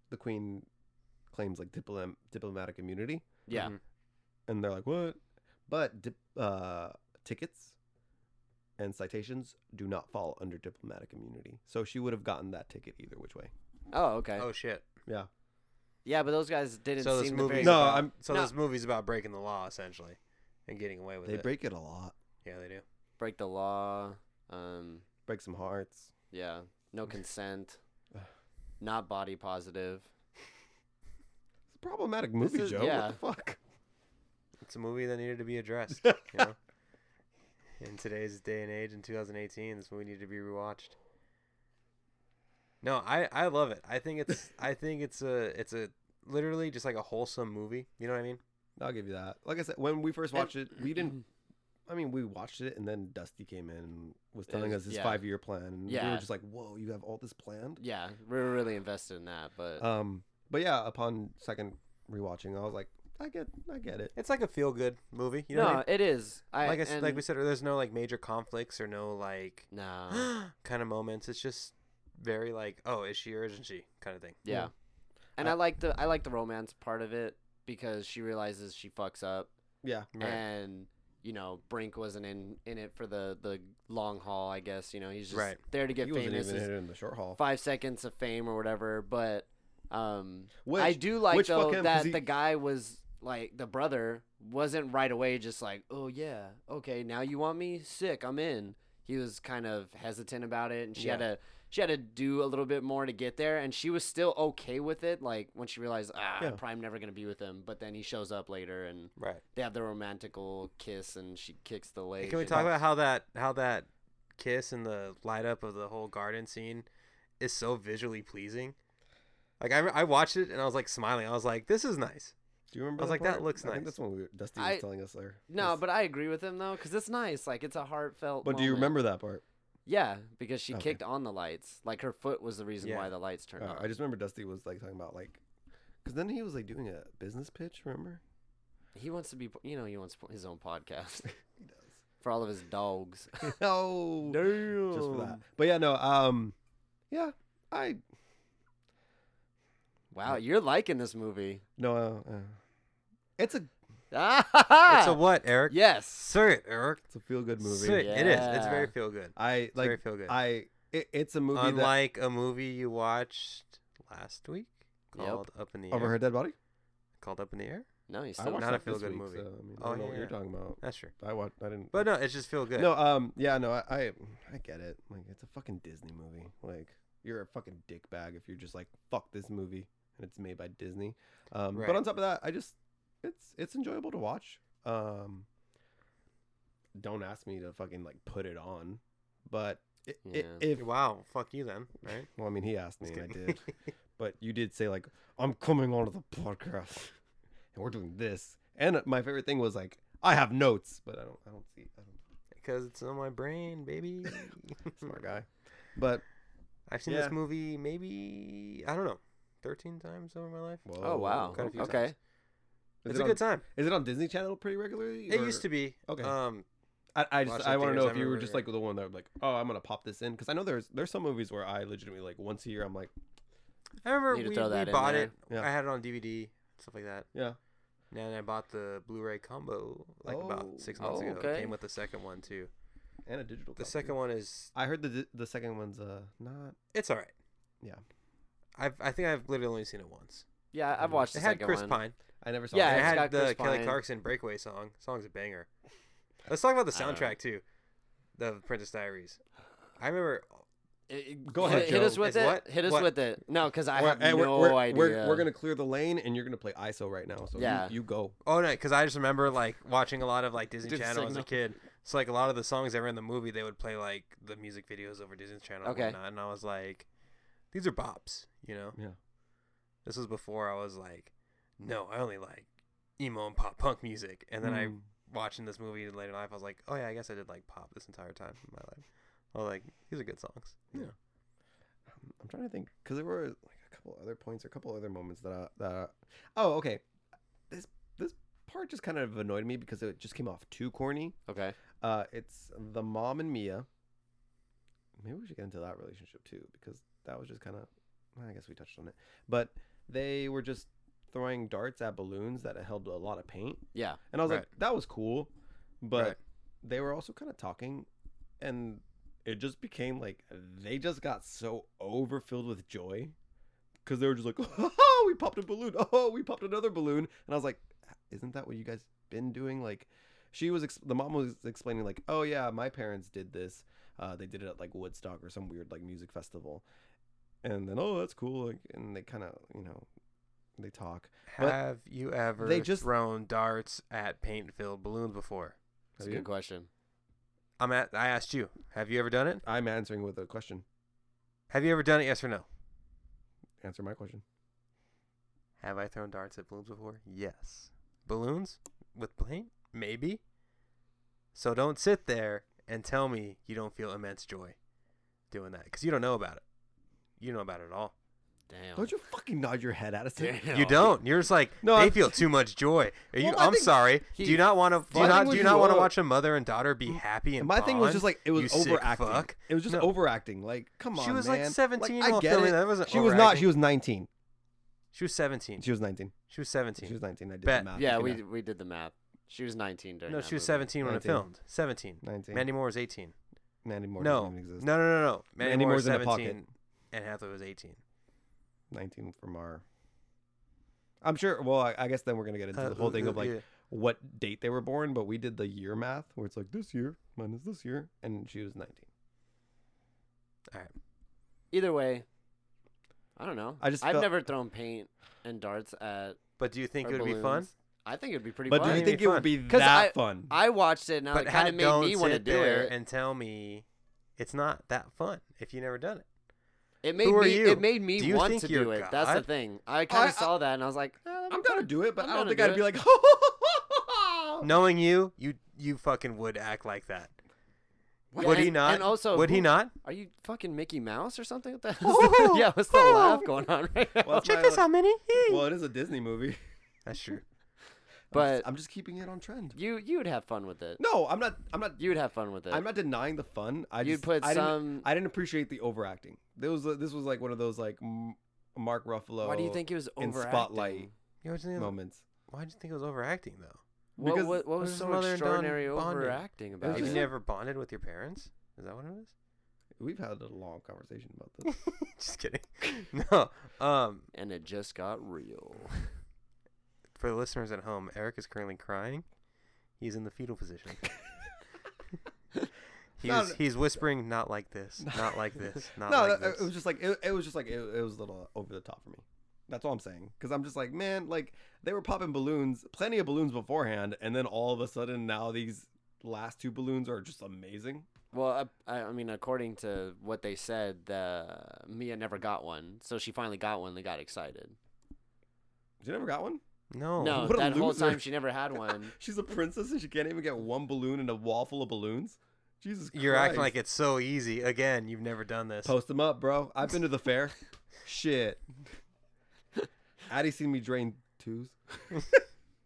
[SPEAKER 1] the queen claims like diplom- diplomatic immunity,
[SPEAKER 4] Yeah.
[SPEAKER 1] Mm-hmm.
[SPEAKER 3] Mhm.
[SPEAKER 1] and they're like, "What?" But dip- uh, tickets and citations do not fall under diplomatic immunity, so she would have gotten that ticket either which way.
[SPEAKER 4] Oh, okay.
[SPEAKER 3] Oh shit.
[SPEAKER 4] Yeah, but those guys didn't
[SPEAKER 3] So this
[SPEAKER 4] seem to
[SPEAKER 3] movie.
[SPEAKER 4] very.
[SPEAKER 1] No,
[SPEAKER 3] about,
[SPEAKER 1] I'm-
[SPEAKER 3] So
[SPEAKER 4] No.
[SPEAKER 3] this movie's about breaking the law essentially, and getting away with
[SPEAKER 1] they
[SPEAKER 3] it.
[SPEAKER 1] break it a lot,
[SPEAKER 3] yeah, they do.
[SPEAKER 4] break the law. Um,
[SPEAKER 1] break some hearts.
[SPEAKER 4] yeah, no consent, not body positive.
[SPEAKER 1] It's a problematic movie,
[SPEAKER 4] is-
[SPEAKER 1] Joe. What
[SPEAKER 4] yeah.
[SPEAKER 1] the fuck?
[SPEAKER 3] It's a movie that needed to be addressed. you know? In today's day and age, in 2018, this movie needed to be rewatched. No, I, I love it. I think it's I think it's a it's a literally just like a wholesome movie. You know what I mean?
[SPEAKER 1] I'll give you that. Like I said, when we first watched it, we
[SPEAKER 4] Mm-hmm.
[SPEAKER 1] didn't I mean, we watched it, and then Dusty came in and was telling
[SPEAKER 4] was-
[SPEAKER 1] us his
[SPEAKER 4] yeah.
[SPEAKER 1] five year plan, and we
[SPEAKER 4] Yeah.
[SPEAKER 1] were just like, "Whoa, you have all this planned."
[SPEAKER 4] Yeah, we were really invested in that, but
[SPEAKER 3] Uh,
[SPEAKER 1] Um, but yeah, upon second rewatching, I was like, "I get, I get it."
[SPEAKER 3] It's like a feel good movie. You know,
[SPEAKER 4] no,
[SPEAKER 3] what I mean?
[SPEAKER 4] it is. I
[SPEAKER 3] like I, s-
[SPEAKER 4] and,
[SPEAKER 3] like we said, there's no like major conflicts or no like
[SPEAKER 4] no,
[SPEAKER 3] kind of moments. It's just very like oh, is she or isn't she kind of thing.
[SPEAKER 4] yeah, and I, like the I like the romance part of it because she realizes she fucks up,
[SPEAKER 1] Yeah,
[SPEAKER 3] Right.
[SPEAKER 4] and you know Brink wasn't in in it for the the long haul. I guess you know he's just
[SPEAKER 3] Right.
[SPEAKER 4] there to get
[SPEAKER 1] he wasn't
[SPEAKER 4] famous.
[SPEAKER 1] even
[SPEAKER 4] is
[SPEAKER 1] in it in the short haul.
[SPEAKER 4] Five seconds of fame or whatever, but um,
[SPEAKER 1] Which,
[SPEAKER 4] I do like
[SPEAKER 1] which
[SPEAKER 4] though
[SPEAKER 1] fucking- 'cause
[SPEAKER 4] that
[SPEAKER 1] he-
[SPEAKER 4] the guy was like the brother wasn't right away just like, "Oh yeah, okay, now you want me? Sick, I'm in." He was kind of hesitant about it and she had to she had to do a little bit more to get there and she was still okay with it like when she realized, "Ah,
[SPEAKER 1] Yeah.
[SPEAKER 4] I'm probably never going to be with him." But then he shows up later and
[SPEAKER 3] Right.
[SPEAKER 4] they have their romantical kiss and she kicks the leg.
[SPEAKER 3] Can we
[SPEAKER 4] and-
[SPEAKER 3] talk about how that how that kiss and the light up of the whole garden scene is so visually pleasing? Like I, I watched it and I was like smiling. I was like, this is nice.
[SPEAKER 1] do you remember?
[SPEAKER 3] I was like, that
[SPEAKER 1] part?
[SPEAKER 3] looks
[SPEAKER 1] I
[SPEAKER 3] nice.
[SPEAKER 1] think that's when we were, Dusty
[SPEAKER 4] I-
[SPEAKER 1] was telling us there.
[SPEAKER 4] No,
[SPEAKER 1] Yes.
[SPEAKER 4] but I agree with him though cuz it's nice. Like it's a heartfelt
[SPEAKER 1] but do you
[SPEAKER 4] moment.
[SPEAKER 1] remember that part?
[SPEAKER 4] Yeah, because she
[SPEAKER 1] Okay.
[SPEAKER 4] kicked on the lights. Like her foot was the reason
[SPEAKER 3] Yeah.
[SPEAKER 4] why the lights turned
[SPEAKER 1] Uh,
[SPEAKER 4] on.
[SPEAKER 1] I just remember Dusty was like talking about like, because then he was like doing a business pitch. Remember?
[SPEAKER 4] He wants to be, you know, he wants po- his own podcast
[SPEAKER 1] He does.
[SPEAKER 4] for all of his dogs.
[SPEAKER 1] no.
[SPEAKER 4] Damn.
[SPEAKER 1] just for that. But yeah, no. Um, yeah, I
[SPEAKER 4] Wow, you're liking this movie.
[SPEAKER 1] no. Uh, uh, it's a
[SPEAKER 4] Ah!
[SPEAKER 3] It's a what, Eric?
[SPEAKER 4] yes.
[SPEAKER 3] Sir it, Eric.
[SPEAKER 1] it's a feel good movie.
[SPEAKER 3] Sir it. It is. It's
[SPEAKER 4] Yeah.
[SPEAKER 3] very feel good.
[SPEAKER 1] I
[SPEAKER 3] It's very
[SPEAKER 1] like.
[SPEAKER 3] feel good.
[SPEAKER 1] I it, it's a movie
[SPEAKER 3] Unlike a movie you watched last week
[SPEAKER 4] Yep.
[SPEAKER 3] called Up in the
[SPEAKER 1] that over her
[SPEAKER 3] Air.
[SPEAKER 1] dead body.
[SPEAKER 3] Called Up in the Air.
[SPEAKER 4] No, you
[SPEAKER 1] I
[SPEAKER 4] still
[SPEAKER 1] watched
[SPEAKER 3] not
[SPEAKER 1] that
[SPEAKER 3] a feel
[SPEAKER 1] this
[SPEAKER 3] good
[SPEAKER 1] week,
[SPEAKER 3] movie.
[SPEAKER 1] So, I mean, I
[SPEAKER 3] Oh,
[SPEAKER 1] don't know what
[SPEAKER 3] yeah,
[SPEAKER 1] you're
[SPEAKER 3] yeah.
[SPEAKER 1] talking about.
[SPEAKER 3] That's true.
[SPEAKER 1] I watched. I didn't.
[SPEAKER 3] But no, it's just feel good.
[SPEAKER 1] no. Um. Yeah. No. I, I. I get it. Like it's a fucking Disney movie. Like you're a fucking dick bag if you're just like fuck this movie and it's made by Disney. Um.
[SPEAKER 3] Right.
[SPEAKER 1] But on top of that, I just it's it's enjoyable to watch. Um. Don't ask me to fucking like put it on, but i i
[SPEAKER 4] Yeah.
[SPEAKER 1] if
[SPEAKER 3] Wow. Fuck you then. Right.
[SPEAKER 1] well, I mean, he asked me
[SPEAKER 3] Just
[SPEAKER 1] and I
[SPEAKER 3] kidding.
[SPEAKER 1] did. but you did say like i'm coming onto the podcast and we're doing this and my favorite thing was like i have notes but i don't i don't see i don't
[SPEAKER 3] Because it's on my brain, baby.
[SPEAKER 1] smart guy but
[SPEAKER 3] I've seen
[SPEAKER 1] Yeah.
[SPEAKER 3] this movie maybe I don't know, thirteen times over my life.
[SPEAKER 1] whoa,
[SPEAKER 4] Oh, wow.
[SPEAKER 3] Quite a few
[SPEAKER 4] okay.
[SPEAKER 3] times.
[SPEAKER 1] is it
[SPEAKER 3] it's a
[SPEAKER 1] on,
[SPEAKER 3] good time.
[SPEAKER 1] is it on disney channel pretty regularly
[SPEAKER 3] It used to be.
[SPEAKER 1] okay.
[SPEAKER 3] Um,
[SPEAKER 1] i, I
[SPEAKER 3] Watch
[SPEAKER 1] just
[SPEAKER 3] it
[SPEAKER 1] i want to
[SPEAKER 3] theaters,
[SPEAKER 1] know
[SPEAKER 3] I
[SPEAKER 1] if you were
[SPEAKER 3] remember-
[SPEAKER 1] just like the one that like oh i'm gonna pop this in because i know there's there's some movies where i legitimately like once a year i'm like
[SPEAKER 3] I remember
[SPEAKER 4] Need to
[SPEAKER 3] we,
[SPEAKER 4] throw
[SPEAKER 3] we
[SPEAKER 4] that in
[SPEAKER 3] bought
[SPEAKER 4] there.
[SPEAKER 3] it.
[SPEAKER 1] Yeah.
[SPEAKER 3] I had it on DVD, stuff like that.
[SPEAKER 1] yeah
[SPEAKER 3] And then I bought the Blu-ray combo like
[SPEAKER 1] Oh.
[SPEAKER 3] about six months
[SPEAKER 4] Oh,
[SPEAKER 3] ago.
[SPEAKER 4] okay.
[SPEAKER 3] It came with the second one too.
[SPEAKER 1] and a digital
[SPEAKER 3] The second one is
[SPEAKER 1] i heard the di- the second one's uh not
[SPEAKER 3] it's all right.
[SPEAKER 1] Yeah.
[SPEAKER 3] I've I think I've literally only seen it once.
[SPEAKER 4] Yeah, I've watched the
[SPEAKER 3] It had
[SPEAKER 4] second
[SPEAKER 3] Chris
[SPEAKER 4] one.
[SPEAKER 3] Pine.
[SPEAKER 1] i never saw
[SPEAKER 3] and
[SPEAKER 4] Yeah,
[SPEAKER 1] it.
[SPEAKER 3] it
[SPEAKER 4] it's
[SPEAKER 3] had
[SPEAKER 4] got
[SPEAKER 3] the
[SPEAKER 4] Chris
[SPEAKER 3] Kelly
[SPEAKER 4] Pine.
[SPEAKER 3] Clarkson Breakaway song. Song's a banger. Let's talk about the
[SPEAKER 4] I don't know.
[SPEAKER 3] soundtrack too, the Princess Diaries. I remember
[SPEAKER 4] It-
[SPEAKER 1] Go
[SPEAKER 4] hit-
[SPEAKER 1] ahead,
[SPEAKER 4] Hit us
[SPEAKER 1] Joe.
[SPEAKER 4] with
[SPEAKER 3] It's
[SPEAKER 4] it.
[SPEAKER 3] what?
[SPEAKER 4] Hit us
[SPEAKER 3] What?
[SPEAKER 4] with it. No, because I
[SPEAKER 1] We're-
[SPEAKER 4] have
[SPEAKER 1] hey,
[SPEAKER 4] no
[SPEAKER 1] we're, we're,
[SPEAKER 4] idea.
[SPEAKER 1] We're, we're gonna clear the lane, and you're gonna play ISO right now. So you-
[SPEAKER 4] Yeah.
[SPEAKER 1] you, go.
[SPEAKER 3] Oh no, because I just remember like watching a lot of like Disney
[SPEAKER 1] Did the
[SPEAKER 3] Channel as a
[SPEAKER 1] signal.
[SPEAKER 3] kid. So like a lot of the songs that were in the movie, they would play like the music videos over Disney Channel.
[SPEAKER 4] Okay.
[SPEAKER 3] And, whatnot, and I was like, these are bops, you know.
[SPEAKER 1] Yeah.
[SPEAKER 3] This was before I was like, no, I only like emo and pop punk music. And then
[SPEAKER 4] Hmm.
[SPEAKER 1] Mm.
[SPEAKER 3] I watching this movie later in life, I was like, oh yeah, I guess I did like pop this entire time in my life. I was like, these are good songs.
[SPEAKER 1] Yeah. I'm trying to think because there were like a couple other points or a couple other moments that I, that I, oh okay this this part just kind of annoyed me because it just came off too corny.
[SPEAKER 4] Okay.
[SPEAKER 1] Uh, it's the mom and Mia. Maybe we should get into that relationship too because that was just kind of I guess we touched on it, but they were just throwing darts at balloons that held a lot of paint,
[SPEAKER 4] Yeah.
[SPEAKER 1] and I was like
[SPEAKER 3] Right.
[SPEAKER 1] that was cool, but
[SPEAKER 3] Right.
[SPEAKER 1] they were also kind of talking and it just became like they just got so overfilled with joy because they were just like oh we popped a balloon oh we popped another balloon and i was like isn't that what you guys been doing like she was ex- the mom was explaining like oh yeah my parents did this uh, they did it at like woodstock or some weird like music festival and then oh that's cool like, and they kind of you know they talk But
[SPEAKER 3] Have you ever
[SPEAKER 1] they just-
[SPEAKER 3] thrown darts at paint filled balloons before?
[SPEAKER 4] That's
[SPEAKER 1] Have
[SPEAKER 4] a
[SPEAKER 1] you?
[SPEAKER 4] good question.
[SPEAKER 3] I'm at. I asked you. Have you ever done it?
[SPEAKER 1] i'm answering with a question
[SPEAKER 3] Have you ever done it? Yes or no?
[SPEAKER 1] answer my question
[SPEAKER 3] Have I thrown darts at balloons before? Yes. Balloons with paint? Maybe. So don't sit there and tell me you don't feel immense joy doing that because you don't know about it. You don't know about it at all.
[SPEAKER 4] Damn.
[SPEAKER 1] don't you fucking nod your head at us
[SPEAKER 4] Damn.
[SPEAKER 3] You don't. You're just like
[SPEAKER 1] No,
[SPEAKER 3] they
[SPEAKER 1] I'm-
[SPEAKER 3] feel too much joy. Are you,
[SPEAKER 1] Well, my
[SPEAKER 3] I'm
[SPEAKER 1] thing-
[SPEAKER 3] sorry.
[SPEAKER 4] he-
[SPEAKER 3] do you not want to? Do
[SPEAKER 1] My
[SPEAKER 3] you
[SPEAKER 1] thing
[SPEAKER 3] not? Do
[SPEAKER 1] was
[SPEAKER 3] you not
[SPEAKER 1] you
[SPEAKER 3] want to
[SPEAKER 1] all-
[SPEAKER 3] watch a mother and daughter be happy and
[SPEAKER 1] my thing was
[SPEAKER 3] bond?
[SPEAKER 1] just like it was
[SPEAKER 3] you sick
[SPEAKER 1] overacting.
[SPEAKER 3] fuck.
[SPEAKER 1] It was just
[SPEAKER 3] No.
[SPEAKER 1] overacting. Like, come on,
[SPEAKER 3] She was
[SPEAKER 1] man.
[SPEAKER 3] like 17
[SPEAKER 1] I
[SPEAKER 3] year old
[SPEAKER 1] get
[SPEAKER 3] filming
[SPEAKER 1] it.
[SPEAKER 3] that. That wasn't
[SPEAKER 1] She was not.
[SPEAKER 3] overacting.
[SPEAKER 1] She was 19.
[SPEAKER 3] She was 17.
[SPEAKER 1] She was 19.
[SPEAKER 3] She was 17.
[SPEAKER 1] She was 19. I did
[SPEAKER 3] Bet.
[SPEAKER 1] the math.
[SPEAKER 4] Yeah,
[SPEAKER 1] You
[SPEAKER 4] we
[SPEAKER 1] know.
[SPEAKER 4] we did the math. She was 19 during.
[SPEAKER 3] no,
[SPEAKER 4] that
[SPEAKER 3] she was
[SPEAKER 4] movie.
[SPEAKER 3] 17 when it
[SPEAKER 1] 19.
[SPEAKER 3] filmed. 17.
[SPEAKER 1] 19.
[SPEAKER 3] Mandy Moore was 18.
[SPEAKER 1] Mandy Moore
[SPEAKER 3] no.
[SPEAKER 1] doesn't even exist.
[SPEAKER 3] No, no, no, no. Mandy,
[SPEAKER 1] Mandy
[SPEAKER 3] Moore was
[SPEAKER 1] Moore's in a
[SPEAKER 3] 17
[SPEAKER 1] pocket.
[SPEAKER 3] and Hathaway was 18.
[SPEAKER 1] 19 from our. I'm sure. Well, I, I guess then we're gonna get into
[SPEAKER 3] Uh,
[SPEAKER 1] the whole thing
[SPEAKER 3] uh,
[SPEAKER 1] of like
[SPEAKER 3] yeah.
[SPEAKER 1] what date they were born, but we did the year math where it's like this year minus this year, and she was 19.
[SPEAKER 4] Either way, I don't know.
[SPEAKER 1] I just
[SPEAKER 4] I've
[SPEAKER 1] felt-
[SPEAKER 4] never thrown paint and darts at.
[SPEAKER 3] But do you think
[SPEAKER 4] or
[SPEAKER 3] it would be fun?
[SPEAKER 4] balloons. I think it'd be pretty
[SPEAKER 1] But
[SPEAKER 4] fun.
[SPEAKER 1] do you
[SPEAKER 3] It'd
[SPEAKER 1] think
[SPEAKER 3] be
[SPEAKER 1] it
[SPEAKER 3] fun.
[SPEAKER 1] would be
[SPEAKER 4] 'Cause
[SPEAKER 1] that
[SPEAKER 4] I-
[SPEAKER 1] fun?
[SPEAKER 4] I watched it and now
[SPEAKER 3] but
[SPEAKER 4] it kind of
[SPEAKER 3] ha-
[SPEAKER 4] made
[SPEAKER 3] don't
[SPEAKER 4] me want to
[SPEAKER 3] sit
[SPEAKER 4] do
[SPEAKER 3] there
[SPEAKER 4] it.
[SPEAKER 3] and tell me it's not that fun if you never done it.
[SPEAKER 4] It made
[SPEAKER 3] Who are
[SPEAKER 4] me.
[SPEAKER 3] you?
[SPEAKER 4] It made me
[SPEAKER 3] Do you
[SPEAKER 4] want
[SPEAKER 3] think
[SPEAKER 4] to
[SPEAKER 3] you're
[SPEAKER 4] do it. That's the
[SPEAKER 3] God?
[SPEAKER 4] thing. I kind
[SPEAKER 1] I-
[SPEAKER 4] of saw that and I was like, "Eh, that'd be
[SPEAKER 1] I'm gonna
[SPEAKER 4] fun."
[SPEAKER 1] do it, but
[SPEAKER 4] I'm
[SPEAKER 1] I don't
[SPEAKER 4] down to
[SPEAKER 1] think
[SPEAKER 4] do
[SPEAKER 1] I'd
[SPEAKER 4] it.
[SPEAKER 1] be like.
[SPEAKER 3] Knowing you, you you fucking would act like that.
[SPEAKER 4] What?
[SPEAKER 3] Would he
[SPEAKER 4] And-
[SPEAKER 3] not?
[SPEAKER 4] And also,
[SPEAKER 3] would he
[SPEAKER 4] who-
[SPEAKER 3] not?
[SPEAKER 4] Are you fucking Mickey Mouse or something? What the
[SPEAKER 3] Oh,
[SPEAKER 4] yeah, what's the
[SPEAKER 3] oh.
[SPEAKER 4] laugh going on right now?
[SPEAKER 1] Well, it's my, like-
[SPEAKER 3] many.
[SPEAKER 1] Well, it is a Disney movie.
[SPEAKER 3] That's true.
[SPEAKER 1] I'm just,
[SPEAKER 4] But
[SPEAKER 1] I'm just keeping it on trend.
[SPEAKER 4] you you would have fun with it.
[SPEAKER 1] No, I'm not. I'm not.
[SPEAKER 4] You would have fun with it.
[SPEAKER 1] I'm not denying the fun. I
[SPEAKER 4] You'd
[SPEAKER 1] just,
[SPEAKER 4] put
[SPEAKER 1] I
[SPEAKER 4] some-
[SPEAKER 1] Didn't, I didn't appreciate the overacting. There was this was like one of those like M- Mark Ruffalo.
[SPEAKER 4] Why do you think it was
[SPEAKER 1] in
[SPEAKER 4] overacting?
[SPEAKER 1] Spotlight
[SPEAKER 3] You know,
[SPEAKER 1] moments?
[SPEAKER 3] why do you think it was overacting though?
[SPEAKER 4] What,
[SPEAKER 1] Because
[SPEAKER 4] what, what was
[SPEAKER 3] there's
[SPEAKER 4] so
[SPEAKER 3] mother and daughter
[SPEAKER 4] extraordinary
[SPEAKER 3] bonding.
[SPEAKER 4] overacting about
[SPEAKER 1] It's
[SPEAKER 3] Have you
[SPEAKER 1] just
[SPEAKER 4] it?
[SPEAKER 3] never bonded with your parents? Is that what it is?
[SPEAKER 1] We've had a long conversation about this.
[SPEAKER 3] Just kidding. No. Um,
[SPEAKER 4] and it just got real.
[SPEAKER 3] for the listeners at home, Eric is currently crying. He's in the fetal position. he's
[SPEAKER 1] No, no.
[SPEAKER 3] he's whispering, "Not like this, not like this, not
[SPEAKER 1] no,
[SPEAKER 3] like
[SPEAKER 1] no,
[SPEAKER 3] this."
[SPEAKER 1] it was just like it, it was just like it, it was a little over the top for me. That's all I'm saying. Because I'm just like, man, like they were popping balloons, plenty of balloons beforehand, and then all of a sudden now these last two balloons are just amazing.
[SPEAKER 4] Well, I, I I mean, according to what they said, the Mia never got one, so she finally got one. They got excited.
[SPEAKER 1] You never got one.
[SPEAKER 3] no,
[SPEAKER 4] no,
[SPEAKER 1] Oh, what a
[SPEAKER 4] that whole
[SPEAKER 1] loser.
[SPEAKER 4] time she never had one.
[SPEAKER 1] She's a princess and she can't even get one balloon in a wall full of balloons. Jesus Christ.
[SPEAKER 3] you're acting like it's so easy. Again, you've never done this.
[SPEAKER 1] Post them up, bro. I've been to the fair. Shit. Addie seen me drain twos.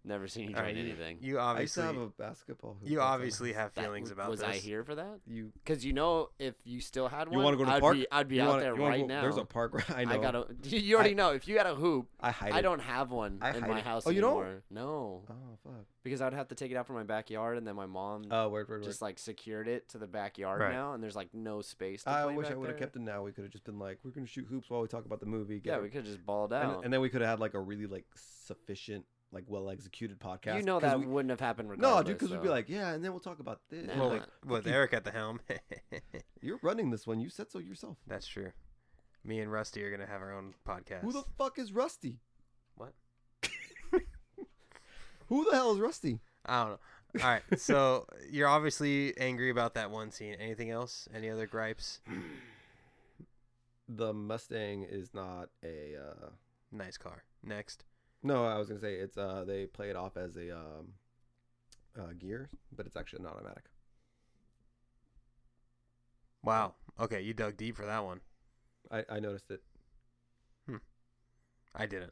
[SPEAKER 4] Never seen you
[SPEAKER 3] All
[SPEAKER 4] join
[SPEAKER 3] right, you-
[SPEAKER 4] anything.
[SPEAKER 3] You
[SPEAKER 1] I used to
[SPEAKER 3] obviously,
[SPEAKER 1] have a basketball. hoop
[SPEAKER 3] you
[SPEAKER 1] outside my
[SPEAKER 3] obviously
[SPEAKER 1] house.
[SPEAKER 3] have
[SPEAKER 4] That-
[SPEAKER 3] feelings about
[SPEAKER 4] was
[SPEAKER 3] this.
[SPEAKER 4] I here for that?
[SPEAKER 1] You,
[SPEAKER 4] Because you know, if you still had one,
[SPEAKER 1] you want to go to the
[SPEAKER 4] I'd
[SPEAKER 1] park?
[SPEAKER 4] Be, I'd be
[SPEAKER 1] You
[SPEAKER 4] out
[SPEAKER 1] wanna-
[SPEAKER 4] there
[SPEAKER 1] you wanna
[SPEAKER 4] right
[SPEAKER 1] go-
[SPEAKER 4] now.
[SPEAKER 1] There's a park. Right? I know.
[SPEAKER 4] I got a. You already know if you got a hoop.
[SPEAKER 1] I hide.
[SPEAKER 4] I
[SPEAKER 1] it.
[SPEAKER 4] don't have one
[SPEAKER 1] I
[SPEAKER 4] in
[SPEAKER 1] hide
[SPEAKER 4] my
[SPEAKER 1] it.
[SPEAKER 4] house
[SPEAKER 1] Oh, you don't?
[SPEAKER 4] anymore. No,
[SPEAKER 1] Oh fuck.
[SPEAKER 4] because I'd have to take it out from my backyard, and then my mom
[SPEAKER 1] Oh, word, word, word.
[SPEAKER 4] just like secured it to the backyard
[SPEAKER 3] Right.
[SPEAKER 4] now, and there's like no space. To
[SPEAKER 1] I
[SPEAKER 4] play
[SPEAKER 1] wish
[SPEAKER 4] back
[SPEAKER 1] I would have
[SPEAKER 4] there.
[SPEAKER 1] kept it. Now we could have just been like, we're gonna shoot hoops while we talk about the movie. get
[SPEAKER 4] Yeah,
[SPEAKER 1] it-
[SPEAKER 4] we could just ball it
[SPEAKER 1] and,
[SPEAKER 4] out.
[SPEAKER 1] and then we could have had like a really like sufficient like well executed podcast.
[SPEAKER 4] you know
[SPEAKER 1] 'cause
[SPEAKER 4] that
[SPEAKER 1] we-
[SPEAKER 4] wouldn't have happened regardless.
[SPEAKER 1] no, dude, because
[SPEAKER 4] so.
[SPEAKER 1] we'd be like, yeah, and then we'll talk about this.
[SPEAKER 4] Nah.
[SPEAKER 3] Well,
[SPEAKER 1] Like,
[SPEAKER 3] with
[SPEAKER 1] you-
[SPEAKER 3] Eric at the helm,
[SPEAKER 1] you're running this one. You said so yourself.
[SPEAKER 3] that's true. Me and Rusty are gonna have our own podcast.
[SPEAKER 1] Who the fuck is Rusty?
[SPEAKER 3] What?
[SPEAKER 1] Who the hell is Rusty?
[SPEAKER 3] I don't know. All right, so you're obviously angry about that one scene. Anything else? Any other gripes?
[SPEAKER 1] The Mustang is not a. Uh,
[SPEAKER 3] Nice car. Next.
[SPEAKER 1] no, I was gonna say it's. Uh, they play it off as a um, uh, gear, but it's actually an automatic.
[SPEAKER 3] Wow. Okay, you dug deep for that one.
[SPEAKER 1] I, I noticed it.
[SPEAKER 3] I didn't.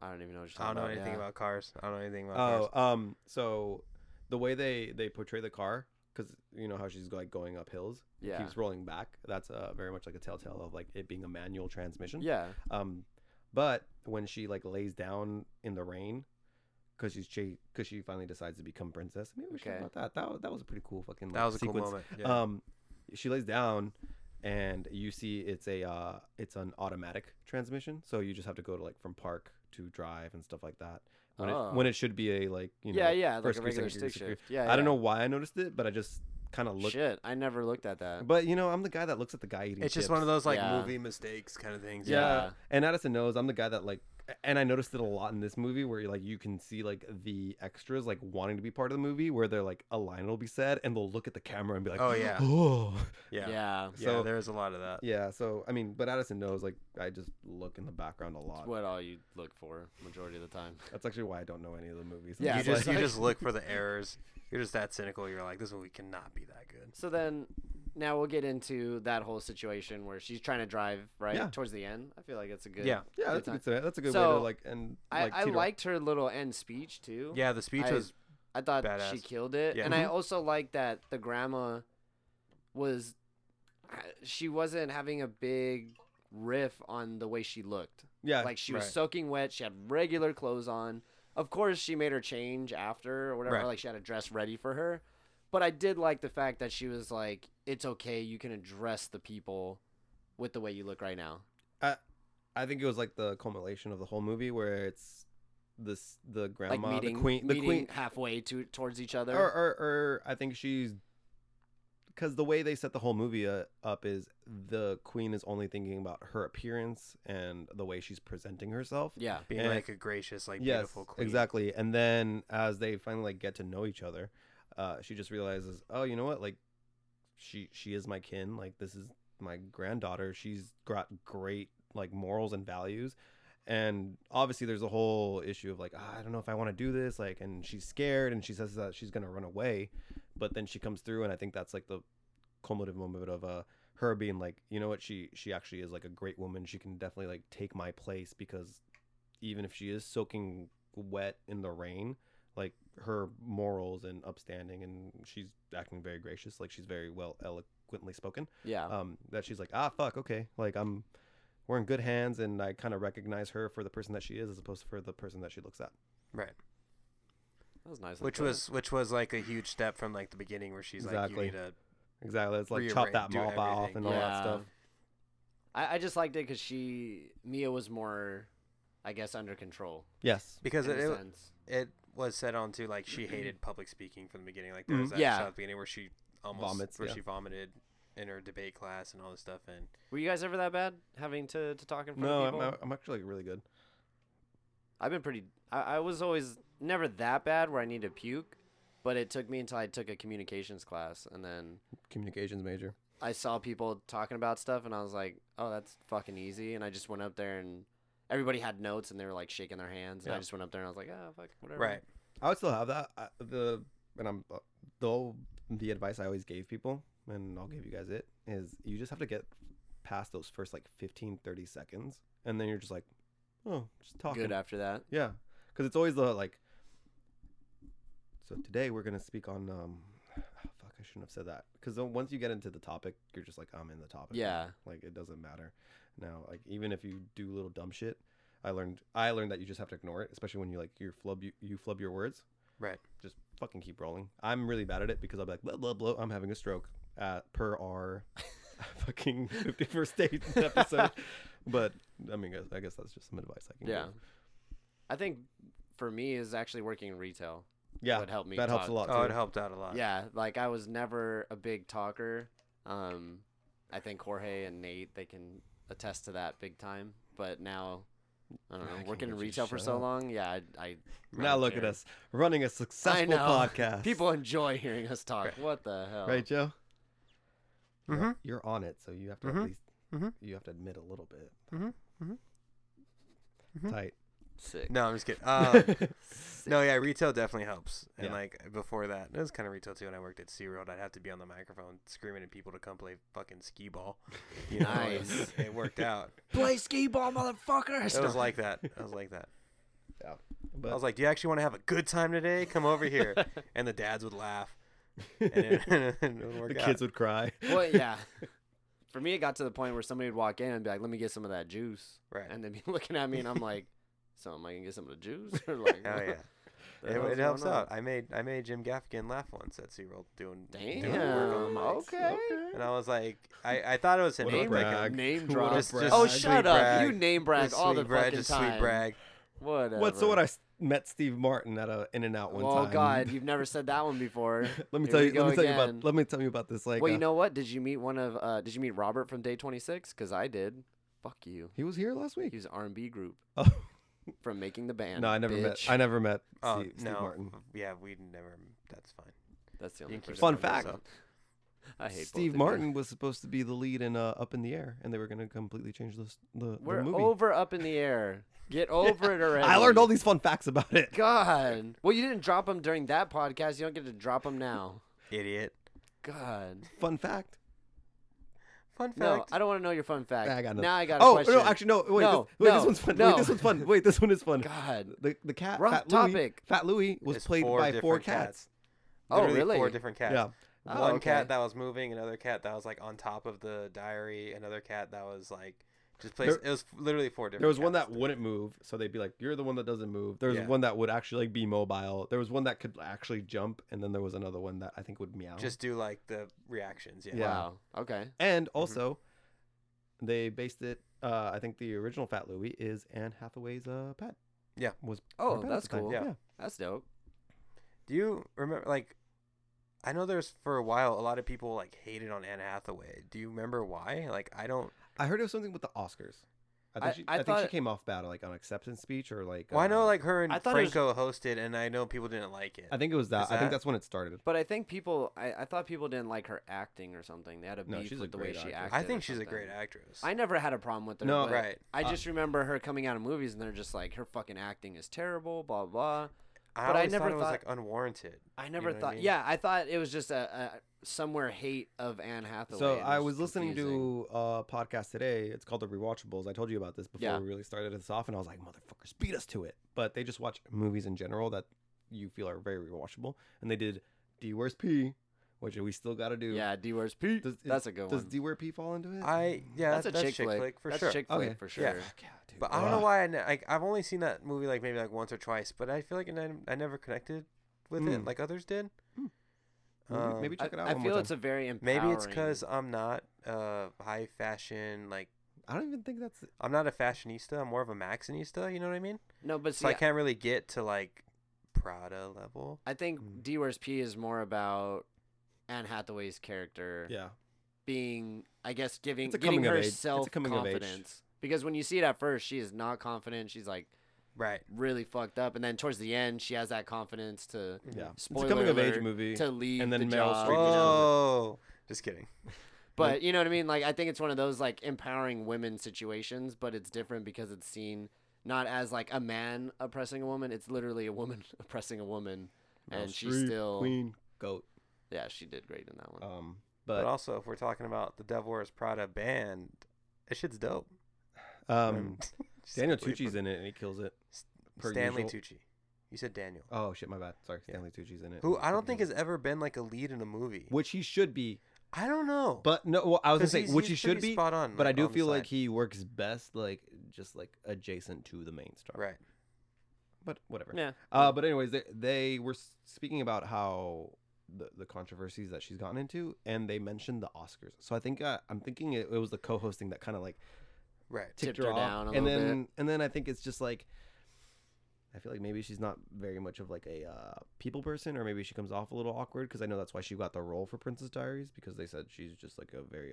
[SPEAKER 4] I don't even know what you're
[SPEAKER 3] I don't
[SPEAKER 4] talking
[SPEAKER 3] know
[SPEAKER 4] about.
[SPEAKER 3] anything
[SPEAKER 4] yeah.
[SPEAKER 3] about cars. I don't know anything about cars.
[SPEAKER 1] Oh, um, so the way they they portray the car, because you know how she's like going up hills,
[SPEAKER 4] Yeah.
[SPEAKER 1] keeps rolling back. That's uh, very much like a telltale of like it being a manual transmission.
[SPEAKER 4] yeah.
[SPEAKER 1] Um, but when she like lays down in the rain, because she's because she finally decides to become princess. Maybe we should
[SPEAKER 4] Okay.
[SPEAKER 1] talk about that. That was, that was a pretty cool fucking. Like,
[SPEAKER 3] That was a
[SPEAKER 1] sequence.
[SPEAKER 3] cool moment. Yeah.
[SPEAKER 1] Um, she lays down, and you see it's a uh, it's an automatic transmission. So you just have to go to like from park to drive and stuff like that. When,
[SPEAKER 4] Oh.
[SPEAKER 1] it, when it should be a like you know
[SPEAKER 4] yeah, yeah, like
[SPEAKER 1] first
[SPEAKER 4] a
[SPEAKER 1] gear,
[SPEAKER 4] regular
[SPEAKER 1] second gear,
[SPEAKER 4] stick
[SPEAKER 1] second gear.
[SPEAKER 4] shift. Yeah,
[SPEAKER 1] I don't
[SPEAKER 4] yeah.
[SPEAKER 1] know why I noticed it, but I just kind of looked.
[SPEAKER 4] Shit, I never looked at that.
[SPEAKER 1] But you know, I'm the guy that looks at the guy eating.
[SPEAKER 3] it's just one of those like
[SPEAKER 4] Yeah.
[SPEAKER 3] movie mistakes kind of things.
[SPEAKER 1] Yeah.
[SPEAKER 4] Yeah.
[SPEAKER 1] And Addison knows I'm the guy that like and I noticed it a lot in this movie where like you can see like the extras like wanting to be part of the movie where they're like a line will be said and they'll look at the camera and be like
[SPEAKER 3] Oh, yeah.
[SPEAKER 1] oh
[SPEAKER 3] Yeah.
[SPEAKER 4] yeah.
[SPEAKER 3] Yeah.
[SPEAKER 1] So-
[SPEAKER 3] there is a lot of that.
[SPEAKER 1] yeah so I mean but Addison knows like I just look in the background a
[SPEAKER 4] It's
[SPEAKER 1] lot
[SPEAKER 4] what all you look for majority of the time.
[SPEAKER 1] that's actually why I don't know any of the movies I'm
[SPEAKER 4] Yeah,
[SPEAKER 3] you
[SPEAKER 4] it's
[SPEAKER 3] just
[SPEAKER 1] like-
[SPEAKER 3] you just look for the errors. You're just that cynical. You're like, this movie cannot be that good.
[SPEAKER 4] So then now we'll get into that whole situation where she's trying to drive, right?
[SPEAKER 1] Yeah.
[SPEAKER 4] Towards the end. I feel like it's a good
[SPEAKER 3] Yeah.
[SPEAKER 1] yeah that's a
[SPEAKER 4] good
[SPEAKER 1] good that's a good way to
[SPEAKER 4] So,
[SPEAKER 1] like and
[SPEAKER 4] I,
[SPEAKER 1] like
[SPEAKER 4] I
[SPEAKER 1] teeter-
[SPEAKER 4] liked her little end speech too.
[SPEAKER 3] Yeah, the speech
[SPEAKER 4] I-
[SPEAKER 3] was
[SPEAKER 4] I thought she
[SPEAKER 3] badass.
[SPEAKER 4] killed it.
[SPEAKER 3] Yeah.
[SPEAKER 4] And
[SPEAKER 1] Mm-hmm.
[SPEAKER 4] I also liked that the grandma was uh, she wasn't having a big riff on the way she looked.
[SPEAKER 1] yeah
[SPEAKER 4] like she was
[SPEAKER 3] right.
[SPEAKER 4] soaking wet. She had regular clothes on. Of course, she made her change after or whatever.
[SPEAKER 3] Right.
[SPEAKER 4] Like she had a dress ready for her. But I did like the fact that she was like, "It's okay. You can address the people with the way you look right now."
[SPEAKER 1] I think it was like the culmination of the whole movie where it's this the grandma
[SPEAKER 4] like meeting,
[SPEAKER 1] the queen the
[SPEAKER 4] meeting
[SPEAKER 1] queen
[SPEAKER 4] halfway to towards each other.
[SPEAKER 1] or, or, or I think she's because the way they set the whole movie uh, up is the queen is only thinking about her appearance and the way she's presenting herself.
[SPEAKER 4] yeah,
[SPEAKER 3] being
[SPEAKER 1] and-
[SPEAKER 3] like a gracious, like
[SPEAKER 1] eh. yes,
[SPEAKER 3] beautiful queen.
[SPEAKER 1] exactly. And then as they finally like get to know each other, uh, she just realizes, oh, you know what? Like, she she is my kin. Like, this is my granddaughter. She's got great like morals and values. And obviously, there's a whole issue of like, "Ah, I don't know if I want to do this. Like, and she's scared, and she says that she's gonna run away, but then she comes through, and I think that's like the culminative moment of uh her being like, you know what? She she actually is like a great woman. She can definitely like take my place because even if she is soaking wet in the rain, like her morals and upstanding, and she's acting very gracious, like she's very well eloquently spoken.
[SPEAKER 4] yeah,
[SPEAKER 1] Um, that she's like, ah, fuck, okay, like I'm, we're in good hands, and I kind of recognize her for the person that she is, as opposed to for the person that she looks at.
[SPEAKER 3] Right.
[SPEAKER 4] that was nice.
[SPEAKER 3] Which
[SPEAKER 4] Like,
[SPEAKER 3] was which was like a huge step from like the beginning where she's
[SPEAKER 1] Exactly.
[SPEAKER 3] like, you need a
[SPEAKER 1] Exactly, it's like chop
[SPEAKER 3] Rearrange-
[SPEAKER 1] that
[SPEAKER 3] do
[SPEAKER 1] mop off
[SPEAKER 3] everything.
[SPEAKER 1] and all that stuff.
[SPEAKER 4] I, I just liked it because she Mia was more, I guess, under control.
[SPEAKER 1] Yes,
[SPEAKER 3] because it,
[SPEAKER 4] in a
[SPEAKER 3] it
[SPEAKER 4] sense.
[SPEAKER 3] it was set on to like she hated public speaking from the beginning. Like there
[SPEAKER 1] Mhm.
[SPEAKER 3] was that
[SPEAKER 4] Mm-hmm. Yeah.
[SPEAKER 3] shot at the beginning where she almost
[SPEAKER 1] Vomits,
[SPEAKER 3] where
[SPEAKER 1] yeah.
[SPEAKER 3] she vomited in her debate class and all this stuff and
[SPEAKER 4] Were you guys ever that bad having to, to talk in front
[SPEAKER 1] no,
[SPEAKER 4] of people?
[SPEAKER 1] I'm, I'm actually really good.
[SPEAKER 4] I've been pretty. I, I was always never that bad where I need to puke, but it took me until I took a communications class, and then
[SPEAKER 1] Communications major.
[SPEAKER 4] I saw people talking about stuff, and I was like, "Oh, that's fucking easy." And I just went up there, and everybody had notes, and they were like shaking their hands, and I
[SPEAKER 1] Yeah.
[SPEAKER 4] just went up there, and I was like, "Ah, fuck, whatever."
[SPEAKER 3] right.
[SPEAKER 1] I would still have that. I, the and I'm though the advice I always gave people, and I'll give you guys it is you just have to get past those first like 15, 30 seconds, and then you're just like, oh, just talking.
[SPEAKER 4] Good after that.
[SPEAKER 1] yeah, because it's always the like. So today we're gonna speak on um, fuck, I shouldn't have said that because once you get into the topic, you're just like I'm in the topic. now."
[SPEAKER 4] Yeah.
[SPEAKER 1] like it doesn't matter now. Like even if you do little dumb shit. I learned I learned that you just have to ignore it, especially when you like you flub you, you flub your words
[SPEAKER 3] Right.
[SPEAKER 1] just fucking keep rolling. I'm really bad at it because I'll be like, blah, blah, blah, I'm having a stroke uh, per our fucking 51st date episode. but I mean, I guess- I guess that's just some advice I can
[SPEAKER 4] Yeah.
[SPEAKER 1] give.
[SPEAKER 4] I think for me is actually working in retail.
[SPEAKER 1] Yeah,
[SPEAKER 4] would help me.
[SPEAKER 1] that helps a lot.
[SPEAKER 4] talk.
[SPEAKER 3] Oh, it
[SPEAKER 1] too.
[SPEAKER 3] helped out a lot.
[SPEAKER 4] Yeah, like I was never a big talker. Um, I think Jorge and Nate they can attest to that big time. But now, I don't
[SPEAKER 1] I
[SPEAKER 4] know,
[SPEAKER 1] can't
[SPEAKER 4] working in
[SPEAKER 1] get you to
[SPEAKER 4] retail for
[SPEAKER 1] shut
[SPEAKER 4] so
[SPEAKER 1] up.
[SPEAKER 4] long, yeah, I, I
[SPEAKER 1] Now
[SPEAKER 4] don't
[SPEAKER 1] look at
[SPEAKER 4] care.
[SPEAKER 1] us running a successful
[SPEAKER 4] know.
[SPEAKER 1] podcast.
[SPEAKER 4] People enjoy hearing us talk. What the hell?
[SPEAKER 1] right, Joe? You're,
[SPEAKER 3] Mhm.
[SPEAKER 1] you're on it, so you have to
[SPEAKER 3] Mhm.
[SPEAKER 1] at least
[SPEAKER 3] Mhm.
[SPEAKER 1] you have to admit a little bit.
[SPEAKER 3] Mhm. Mhm. Mhm.
[SPEAKER 1] Tight.
[SPEAKER 4] Sick.
[SPEAKER 3] No, I'm just kidding. Um,
[SPEAKER 4] Sick.
[SPEAKER 3] No, yeah, retail definitely helps. And
[SPEAKER 1] Yeah.
[SPEAKER 3] like before that, it was kind of retail too. When I worked at SeaWorld, I'd have to be on the microphone screaming at people to come play fucking skee ball. You know, and
[SPEAKER 4] Nice.
[SPEAKER 3] It worked out.
[SPEAKER 4] Play skee ball, motherfuckers.
[SPEAKER 3] It was like that. I was like that. I
[SPEAKER 1] but
[SPEAKER 3] was like, "Do you actually want to have a good time today? Come over here." and the dads would laugh, and it, and it would work
[SPEAKER 1] the
[SPEAKER 3] out.
[SPEAKER 1] kids would cry.
[SPEAKER 4] well, yeah. For me, it got to the point where somebody would walk in and be like, "Let me get some of that juice,"
[SPEAKER 3] right.
[SPEAKER 4] and they'd be looking at me, and I'm like, "So am I gonna get some of the juice?" Or like,
[SPEAKER 3] Hell yeah.
[SPEAKER 4] "What the
[SPEAKER 3] It,
[SPEAKER 4] hell's
[SPEAKER 3] it helps
[SPEAKER 4] going on?"
[SPEAKER 3] out. I made I made Jim Gaffigan laugh once at SeaWorld doing doing
[SPEAKER 4] Damn.
[SPEAKER 3] work on the mics.
[SPEAKER 4] Okay.
[SPEAKER 3] And I was like, I, I thought it was a
[SPEAKER 1] What a
[SPEAKER 3] name
[SPEAKER 1] brag.
[SPEAKER 3] recognition.
[SPEAKER 1] Brag.
[SPEAKER 4] Name
[SPEAKER 1] What a
[SPEAKER 4] drop.
[SPEAKER 3] Just- just
[SPEAKER 4] oh,
[SPEAKER 1] brag.
[SPEAKER 4] shut
[SPEAKER 3] sweet
[SPEAKER 4] up!
[SPEAKER 3] brag.
[SPEAKER 4] You name brag
[SPEAKER 3] Just
[SPEAKER 4] all
[SPEAKER 3] sweet
[SPEAKER 4] the
[SPEAKER 3] brag,
[SPEAKER 4] fucking
[SPEAKER 3] just
[SPEAKER 4] time.
[SPEAKER 3] Sweet brag.
[SPEAKER 4] Whatever.
[SPEAKER 1] What? So when I s- met Steve Martin at a In and Out one
[SPEAKER 4] Oh
[SPEAKER 1] time.
[SPEAKER 4] God, you've never said that one before.
[SPEAKER 1] let me
[SPEAKER 4] Here
[SPEAKER 1] tell
[SPEAKER 4] we
[SPEAKER 1] you. Let me
[SPEAKER 4] go
[SPEAKER 1] tell you
[SPEAKER 4] again.
[SPEAKER 1] about. Let me tell you about this. Like,
[SPEAKER 4] well,
[SPEAKER 1] uh,
[SPEAKER 4] you know what? Did you meet one of? uh Did you meet Robert from Day Twenty Six? Because I did. Fuck you.
[SPEAKER 1] he was here last
[SPEAKER 4] He
[SPEAKER 1] week.
[SPEAKER 4] was R and B group
[SPEAKER 1] Oh,
[SPEAKER 4] from making the band.
[SPEAKER 1] no, I never met.
[SPEAKER 4] bitch.
[SPEAKER 1] I never met Steve,
[SPEAKER 3] Oh
[SPEAKER 1] Steve
[SPEAKER 3] no,
[SPEAKER 1] Martin.
[SPEAKER 3] yeah, we never. That's fine.
[SPEAKER 4] That's the
[SPEAKER 3] You
[SPEAKER 4] only
[SPEAKER 3] can keep
[SPEAKER 4] person
[SPEAKER 1] Fun
[SPEAKER 4] I know,
[SPEAKER 1] fact.
[SPEAKER 4] so I hate both
[SPEAKER 1] Steve
[SPEAKER 4] of you.
[SPEAKER 1] Martin was supposed to be the lead in uh, Up in the Air, and they were going to completely change the s- the, the
[SPEAKER 4] We're
[SPEAKER 1] movie.
[SPEAKER 4] over up in the air. Get over it already.
[SPEAKER 1] I learned all these fun facts about it.
[SPEAKER 4] God. Well, you didn't drop them during that podcast. You don't get to drop them now.
[SPEAKER 3] Idiot.
[SPEAKER 4] God.
[SPEAKER 1] Fun fact.
[SPEAKER 3] Fun fact.
[SPEAKER 4] No, I don't want to know your fun fact.
[SPEAKER 1] Nah, I got nothing.
[SPEAKER 4] now I got a
[SPEAKER 1] Oh
[SPEAKER 4] question.
[SPEAKER 1] no! Actually, no. Wait,
[SPEAKER 4] No,
[SPEAKER 1] this, wait,
[SPEAKER 4] no,
[SPEAKER 1] this one's fun.
[SPEAKER 4] no.
[SPEAKER 1] Wait, this one's fun. Wait, this one is fun.
[SPEAKER 4] God.
[SPEAKER 1] The the cat.
[SPEAKER 4] Wrong
[SPEAKER 1] Fat
[SPEAKER 4] topic.
[SPEAKER 1] Louie, Fat Louie was
[SPEAKER 3] It's
[SPEAKER 1] played
[SPEAKER 3] four
[SPEAKER 1] by four
[SPEAKER 3] different
[SPEAKER 1] cats.
[SPEAKER 4] Oh,
[SPEAKER 3] Literally
[SPEAKER 4] really?
[SPEAKER 3] Four different cats.
[SPEAKER 1] Yeah.
[SPEAKER 4] Oh,
[SPEAKER 3] One cat
[SPEAKER 4] okay.
[SPEAKER 3] that was moving, another cat that was like on top of the diary, another cat that was like just placed.
[SPEAKER 1] There-
[SPEAKER 3] it was literally four different.
[SPEAKER 1] There was one
[SPEAKER 3] cats.
[SPEAKER 1] that wouldn't move, so they'd be like, "You're the one that doesn't move." There was
[SPEAKER 3] Yeah.
[SPEAKER 1] one that would actually like be mobile. There was one that could actually jump, and then there was another one that I think would meow.
[SPEAKER 3] just do like the reactions. Yeah.
[SPEAKER 1] Yeah.
[SPEAKER 4] Wow. Okay.
[SPEAKER 1] and also, they based it. Uh, I think the original Fat Louie is Anne Hathaway's uh, pet.
[SPEAKER 3] Yeah.
[SPEAKER 1] was her
[SPEAKER 4] Oh,
[SPEAKER 1] pet at
[SPEAKER 4] that's
[SPEAKER 1] the time.
[SPEAKER 4] cool.
[SPEAKER 1] Yeah.
[SPEAKER 3] Yeah.
[SPEAKER 4] That's dope.
[SPEAKER 3] Do you remember like? I know there's for a while a lot of people like hated on Anne Hathaway. Do you remember why? Like I don't.
[SPEAKER 1] I heard it was something with the Oscars. I think
[SPEAKER 4] I-
[SPEAKER 1] she,
[SPEAKER 4] I
[SPEAKER 1] I think she
[SPEAKER 4] thought-
[SPEAKER 1] came off bad, like on acceptance speech or like.
[SPEAKER 3] Well, I know
[SPEAKER 1] uh,
[SPEAKER 3] like her and
[SPEAKER 4] I thought it was-
[SPEAKER 3] Franco hosted, and I know people didn't like it.
[SPEAKER 1] I think it was that.
[SPEAKER 3] Is
[SPEAKER 1] I
[SPEAKER 3] that-
[SPEAKER 1] think that's when it started.
[SPEAKER 4] But I think people, I, I thought people didn't like her acting or something. They had a beef
[SPEAKER 1] No, she's a
[SPEAKER 4] with the way
[SPEAKER 1] great
[SPEAKER 4] she
[SPEAKER 1] actress.
[SPEAKER 4] acted.
[SPEAKER 3] I
[SPEAKER 4] or
[SPEAKER 3] think she's a
[SPEAKER 4] something.
[SPEAKER 3] great actress.
[SPEAKER 4] I never had a problem with her.
[SPEAKER 1] No,
[SPEAKER 4] but
[SPEAKER 3] right.
[SPEAKER 4] I
[SPEAKER 1] Uh,
[SPEAKER 4] just remember her coming out of movies and they're just like, her fucking acting is terrible, blah, blah.
[SPEAKER 3] I
[SPEAKER 4] but I
[SPEAKER 3] always
[SPEAKER 4] never
[SPEAKER 3] thought it was
[SPEAKER 4] thought-
[SPEAKER 3] like unwarranted.
[SPEAKER 4] I never
[SPEAKER 3] know what I
[SPEAKER 4] thought,
[SPEAKER 3] mean?
[SPEAKER 4] yeah, I thought it was just a, a somewhere hate of Anne Hathaway.
[SPEAKER 1] So
[SPEAKER 4] and it
[SPEAKER 1] I was listening
[SPEAKER 4] confusing.
[SPEAKER 1] to a podcast today. It's called The Rewatchables. I told you about this before
[SPEAKER 4] Yeah.
[SPEAKER 1] we really started this off, and I was like, "Motherfuckers, beat us to it!" But they just watch movies in general that you feel are very rewatchable, and they did D Where's P, which we still got to do.
[SPEAKER 4] Yeah, D Where's Pete.
[SPEAKER 1] Does- is-
[SPEAKER 4] That's a good
[SPEAKER 1] Does
[SPEAKER 4] one.
[SPEAKER 1] D Where P fall into it?
[SPEAKER 3] I yeah,
[SPEAKER 4] that's,
[SPEAKER 3] that's,
[SPEAKER 4] a chick, flick.
[SPEAKER 3] for
[SPEAKER 4] that's
[SPEAKER 3] sure.
[SPEAKER 4] chick
[SPEAKER 1] Okay.
[SPEAKER 4] flick for sure.
[SPEAKER 3] Yeah.
[SPEAKER 1] Fuck yeah, dude.
[SPEAKER 3] But I don't know
[SPEAKER 1] Ugh.
[SPEAKER 3] why I, ne- like I've only seen that movie like maybe like once or twice, but I feel like I, I never connected with it
[SPEAKER 1] Mm.
[SPEAKER 3] like others did.
[SPEAKER 4] Hmm.
[SPEAKER 1] Maybe,
[SPEAKER 3] Um,
[SPEAKER 1] maybe
[SPEAKER 4] I,
[SPEAKER 1] check it out.
[SPEAKER 4] I
[SPEAKER 1] one
[SPEAKER 4] feel
[SPEAKER 1] more
[SPEAKER 4] it's a
[SPEAKER 1] time.
[SPEAKER 4] very empowering.
[SPEAKER 3] Maybe it's because I'm not uh high fashion like
[SPEAKER 1] I don't even think that's.
[SPEAKER 3] I'm not a fashionista. I'm more of a maxinista. You know what I mean?
[SPEAKER 4] no, but see,
[SPEAKER 3] So I can't really get to like Prada level.
[SPEAKER 4] I think
[SPEAKER 3] Hmm.
[SPEAKER 1] Mm.
[SPEAKER 4] D Where's P is more about Anne Hathaway's character
[SPEAKER 1] Yeah.
[SPEAKER 4] being, I guess, giving
[SPEAKER 1] It's a
[SPEAKER 4] getting
[SPEAKER 1] coming of
[SPEAKER 4] her
[SPEAKER 1] age- it's a
[SPEAKER 4] self
[SPEAKER 1] coming of age.
[SPEAKER 4] confidence. Because when you see it at first, she is not confident. She's like
[SPEAKER 3] Right.
[SPEAKER 4] really fucked up, and then towards the end, she has that confidence to
[SPEAKER 1] Yeah.
[SPEAKER 4] Spoiler
[SPEAKER 1] it's a coming of age
[SPEAKER 4] alert,
[SPEAKER 1] movie. Um,
[SPEAKER 4] to leave
[SPEAKER 1] And then
[SPEAKER 4] the
[SPEAKER 1] Meryl
[SPEAKER 4] job.
[SPEAKER 1] Streep
[SPEAKER 4] you know?
[SPEAKER 1] becomes
[SPEAKER 3] Oh, just kidding.
[SPEAKER 4] But you know what I mean? Like I think it's one of those like empowering women situations, but it's different because it's seen not as like a man oppressing a woman. It's literally a woman oppressing a woman.
[SPEAKER 1] Meryl
[SPEAKER 4] and she
[SPEAKER 1] Streep,
[SPEAKER 4] still-
[SPEAKER 1] queen goat.
[SPEAKER 4] Yeah, she did great in that one.
[SPEAKER 1] Um,
[SPEAKER 3] But,
[SPEAKER 1] but
[SPEAKER 3] also, if we're talking about the Devil Wears Prada band, that shit's dope.
[SPEAKER 1] um,
[SPEAKER 3] Just
[SPEAKER 1] Daniel
[SPEAKER 3] completely
[SPEAKER 1] Tucci's in it, and he kills it. per
[SPEAKER 3] Stanley
[SPEAKER 1] usual.
[SPEAKER 3] Tucci. You said Daniel.
[SPEAKER 1] Oh shit, my bad. Sorry, Stanley Tucci's in it.
[SPEAKER 3] Who
[SPEAKER 1] and
[SPEAKER 3] I
[SPEAKER 1] he
[SPEAKER 3] don't think
[SPEAKER 1] kills
[SPEAKER 3] has ever been like a lead in a movie.
[SPEAKER 1] it. which he should be.
[SPEAKER 3] I don't know.
[SPEAKER 1] But no, well, I was gonna
[SPEAKER 3] 'Cause
[SPEAKER 1] say
[SPEAKER 3] he's-
[SPEAKER 1] which he
[SPEAKER 3] he's
[SPEAKER 1] should
[SPEAKER 3] pretty
[SPEAKER 1] be,
[SPEAKER 3] spot on,
[SPEAKER 1] but I
[SPEAKER 3] like,
[SPEAKER 1] do
[SPEAKER 3] on the
[SPEAKER 1] feel like
[SPEAKER 3] side.
[SPEAKER 1] he works best like just like adjacent to the main star.
[SPEAKER 3] right.
[SPEAKER 1] But whatever.
[SPEAKER 4] yeah.
[SPEAKER 1] Uh, but anyways, they they were s- speaking about how the the controversies that she's gotten into, and they mentioned the Oscars. So I think uh, I'm thinking it, it was the co-hosting that kind of like
[SPEAKER 3] Right.
[SPEAKER 1] tipped,
[SPEAKER 4] Tipped her
[SPEAKER 1] her, off.
[SPEAKER 4] down a
[SPEAKER 1] and
[SPEAKER 4] little
[SPEAKER 1] then and then I think it's just like I feel like maybe she's not very much of like a uh, people person, or maybe she comes off a little awkward because I know that's why she got the role for Princess Diaries because they said she's just like a very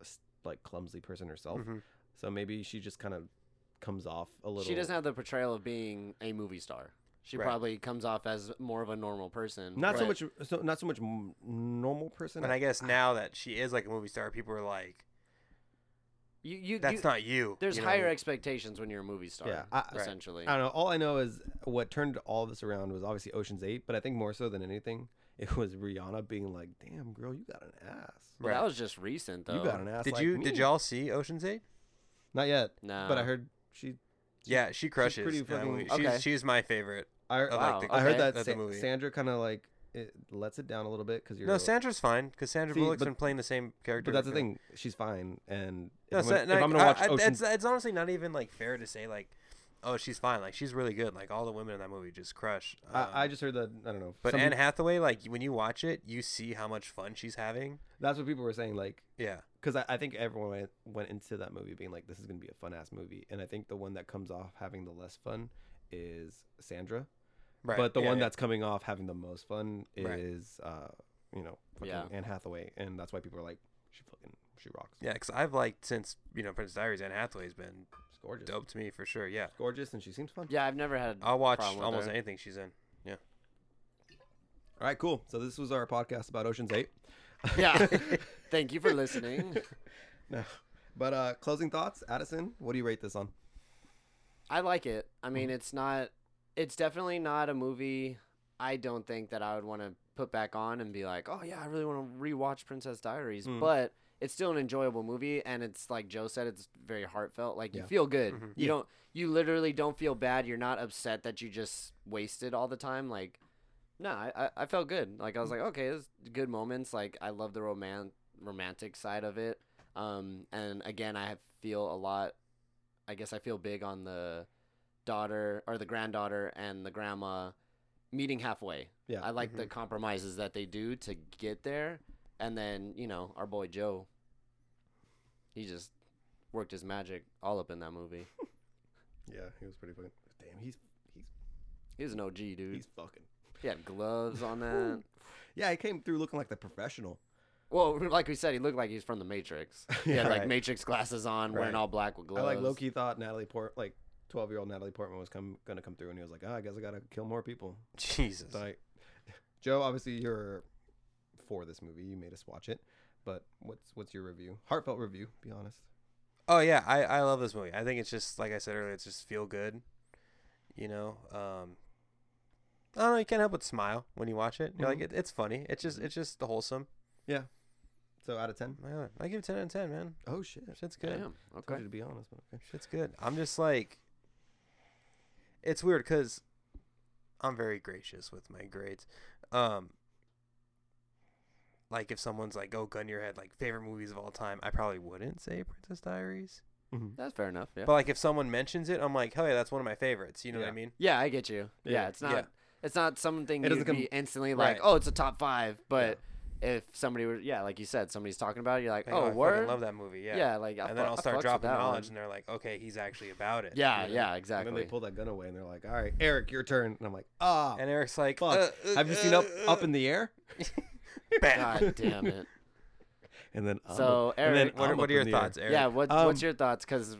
[SPEAKER 1] s- like clumsy person herself.
[SPEAKER 3] Mhm.
[SPEAKER 1] So maybe she just kind of comes off a little.
[SPEAKER 4] Mm-hmm. She doesn't have the portrayal of being a movie star. She
[SPEAKER 3] Right.
[SPEAKER 4] probably comes off as more of a normal person.
[SPEAKER 1] not so
[SPEAKER 4] but-
[SPEAKER 1] much so not so much m- normal person.
[SPEAKER 3] And I guess now that she is like a movie star, people are like,
[SPEAKER 4] You, you,
[SPEAKER 3] "That's
[SPEAKER 4] you-
[SPEAKER 3] not you."
[SPEAKER 4] There's
[SPEAKER 3] you know?
[SPEAKER 4] higher expectations when you're a movie star.
[SPEAKER 1] Yeah, I- Right.
[SPEAKER 4] essentially.
[SPEAKER 1] I don't know. All I know is what turned all this around was obviously Ocean's Eight, but I think more so than anything, it was Rihanna being like, "Damn, girl, you got an ass.
[SPEAKER 4] Well,
[SPEAKER 3] Right.
[SPEAKER 4] That was just recent though.
[SPEAKER 1] You got an ass."
[SPEAKER 3] Did
[SPEAKER 1] like
[SPEAKER 3] you
[SPEAKER 1] me."
[SPEAKER 3] did y'all Uh. see Ocean's Eight?
[SPEAKER 1] Not yet,
[SPEAKER 4] No.
[SPEAKER 1] but I heard she.
[SPEAKER 3] Yeah, she crushes.
[SPEAKER 1] pretty
[SPEAKER 3] Um,
[SPEAKER 1] fucking-
[SPEAKER 3] she's,
[SPEAKER 4] Okay.
[SPEAKER 3] she's my favorite.
[SPEAKER 1] I,
[SPEAKER 3] of, like,
[SPEAKER 4] Wow,
[SPEAKER 3] the-
[SPEAKER 1] I heard
[SPEAKER 4] okay.
[SPEAKER 1] that
[SPEAKER 3] of the
[SPEAKER 1] Sa-
[SPEAKER 3] movie.
[SPEAKER 1] Sandra kind of like it lets it down a little bit because you're
[SPEAKER 3] no, Sandra's fine because Sandra
[SPEAKER 1] See,
[SPEAKER 3] Bullock's
[SPEAKER 1] but-
[SPEAKER 3] been playing the same character.
[SPEAKER 1] But that's the
[SPEAKER 3] forever.
[SPEAKER 1] thing. She's fine, and if,
[SPEAKER 3] No,
[SPEAKER 1] I'm, gonna,
[SPEAKER 3] Sa-
[SPEAKER 1] if
[SPEAKER 3] like,
[SPEAKER 1] I'm gonna watch
[SPEAKER 3] I- I-
[SPEAKER 1] Ocean's,
[SPEAKER 3] it's, it's honestly not even like fair to say like, oh, she's fine. Like she's really good. Like all the women in that movie just crush. Um,
[SPEAKER 1] I, I just heard that I don't know.
[SPEAKER 3] But
[SPEAKER 1] some
[SPEAKER 3] Anne
[SPEAKER 1] peop-
[SPEAKER 3] Hathaway, like when you watch it, you see how much fun she's having.
[SPEAKER 1] that's what people were saying. Like,
[SPEAKER 3] Yeah,
[SPEAKER 1] because I, I think everyone went- went into that movie being like, this is going to be a fun ass movie. And I think the one that comes off having the less fun is Sandra.
[SPEAKER 3] right.
[SPEAKER 1] But the
[SPEAKER 3] yeah,
[SPEAKER 1] one
[SPEAKER 3] yeah.
[SPEAKER 1] that's coming off having the most fun
[SPEAKER 3] Right.
[SPEAKER 1] is, uh, you know, fucking
[SPEAKER 4] Yeah.
[SPEAKER 1] Anne Hathaway. And that's why people are like, she fucking, she rocks.
[SPEAKER 3] yeah, because I've liked since you know Prince Diaries, Anne Hathaway's been
[SPEAKER 1] She's gorgeous.
[SPEAKER 3] dope to me for sure. Yeah,
[SPEAKER 1] Gorgeous, and she seems fun.
[SPEAKER 4] Yeah, I've never had.
[SPEAKER 3] I'll watch
[SPEAKER 4] Problem with
[SPEAKER 3] almost
[SPEAKER 4] her.
[SPEAKER 3] anything she's in. Yeah,
[SPEAKER 1] All right, cool. So this was our podcast about Ocean's Eight.
[SPEAKER 4] Yeah. Thank you for listening.
[SPEAKER 1] no. But uh, closing thoughts, Addison, what do you rate this on?
[SPEAKER 4] I like it. I mean, it's not. It's definitely not a movie. I don't think that I would want to put back on and be like, oh yeah, I really want to rewatch Princess Diaries.
[SPEAKER 1] Mm.
[SPEAKER 4] But it's still an enjoyable movie, and it's like Joe said, it's very heartfelt. Like
[SPEAKER 1] Yeah.
[SPEAKER 4] you feel good.
[SPEAKER 3] Mhm.
[SPEAKER 4] You
[SPEAKER 1] Yeah.
[SPEAKER 4] don't. You literally don't feel bad. You're not upset that you just wasted all the time. Like, no, I, I- I felt good. Like I
[SPEAKER 1] Mm.
[SPEAKER 4] was like, okay, this is good moments. Like I love the roman romantic side of it. Um, and again, I have- feel a lot. I guess I feel big on the daughter or the granddaughter and the grandma meeting halfway.
[SPEAKER 1] Yeah.
[SPEAKER 4] I like the compromises that they do to get there, and then you know our boy Joe. He just worked his magic all up in that movie.
[SPEAKER 1] Yeah, he was pretty fucking. Damn, he's he's
[SPEAKER 4] He was an OG dude.
[SPEAKER 1] he's fucking.
[SPEAKER 4] He had gloves on that.
[SPEAKER 1] Yeah, he came through looking like the professional.
[SPEAKER 4] Well, like we said, he looked like he's from the Matrix. He
[SPEAKER 1] Yeah,
[SPEAKER 4] had like
[SPEAKER 1] right.
[SPEAKER 4] Matrix glasses on,
[SPEAKER 1] Right.
[SPEAKER 4] wearing all black with gloves.
[SPEAKER 1] I like Loki thought Natalie Port like twelve year old Natalie Portman was come gonna come through and he was like, oh, I guess I gotta kill more people.
[SPEAKER 3] Jesus.
[SPEAKER 1] So I, Joe, obviously you're for this movie. You made us watch it. But what's what's your review? Heartfelt review, be honest.
[SPEAKER 3] Oh yeah, I I love this movie. I think it's just like I said earlier, it's just feel good. You know, um, I don't know. You can't help but smile when you watch it. You're
[SPEAKER 1] Mhm.
[SPEAKER 3] like, it, it's funny. It's just it's just wholesome.
[SPEAKER 1] So out of ten?
[SPEAKER 3] Man, I give it ten out of ten, man.
[SPEAKER 1] Oh shit. Told
[SPEAKER 3] Shit's good.
[SPEAKER 4] Damn.
[SPEAKER 1] you
[SPEAKER 4] Okay.
[SPEAKER 1] to be honest, but okay.
[SPEAKER 3] Shit's good. I'm just like, it's weird because I'm very gracious with my grades. Um, like if someone's like, "Oh, gun to your head," like favorite movies of all time, I probably wouldn't say Princess Diaries.
[SPEAKER 1] Mhm.
[SPEAKER 4] That's fair enough. Yeah.
[SPEAKER 3] But like if someone mentions it, I'm like, hell yeah, that's one of my favorites. You know what
[SPEAKER 1] Yeah.
[SPEAKER 3] I mean?
[SPEAKER 4] yeah, I get you. Yeah,
[SPEAKER 1] Yeah.
[SPEAKER 4] it's not.
[SPEAKER 3] Yeah.
[SPEAKER 4] It's not something
[SPEAKER 1] It
[SPEAKER 4] you'd
[SPEAKER 1] doesn't
[SPEAKER 4] be
[SPEAKER 1] come-
[SPEAKER 4] instantly
[SPEAKER 3] Right.
[SPEAKER 4] like, oh, it's a top five. But if somebody were, yeah, like you said, somebody's talking about it, you're like,
[SPEAKER 3] Like, I
[SPEAKER 4] oh,
[SPEAKER 3] fucking
[SPEAKER 4] word.
[SPEAKER 3] love that movie. Yeah.
[SPEAKER 4] yeah. like I
[SPEAKER 3] and then
[SPEAKER 4] fu-
[SPEAKER 3] I'll
[SPEAKER 4] I fucks
[SPEAKER 3] start
[SPEAKER 4] with
[SPEAKER 3] dropping
[SPEAKER 4] that
[SPEAKER 3] knowledge,
[SPEAKER 4] one.
[SPEAKER 3] and they're like, okay, he's actually about it.
[SPEAKER 4] Yeah,
[SPEAKER 3] you know?
[SPEAKER 4] yeah,
[SPEAKER 1] And then
[SPEAKER 4] exactly.
[SPEAKER 1] they pull that gun away and they're like, All right, Eric, your turn and I'm like, Ah
[SPEAKER 3] And Eric's like,
[SPEAKER 1] fuck.
[SPEAKER 3] uh, uh,
[SPEAKER 1] Have you seen up
[SPEAKER 3] uh,
[SPEAKER 1] up in the air?
[SPEAKER 3] Bam.
[SPEAKER 4] God damn it.
[SPEAKER 1] And then I'm
[SPEAKER 4] So,
[SPEAKER 1] up- and then
[SPEAKER 4] Eric,
[SPEAKER 1] I'm
[SPEAKER 3] What, are-
[SPEAKER 1] up
[SPEAKER 3] what are your
[SPEAKER 1] in the air.
[SPEAKER 3] thoughts, Eric?
[SPEAKER 4] Yeah, what,
[SPEAKER 1] Um,
[SPEAKER 4] what's your thoughts? Because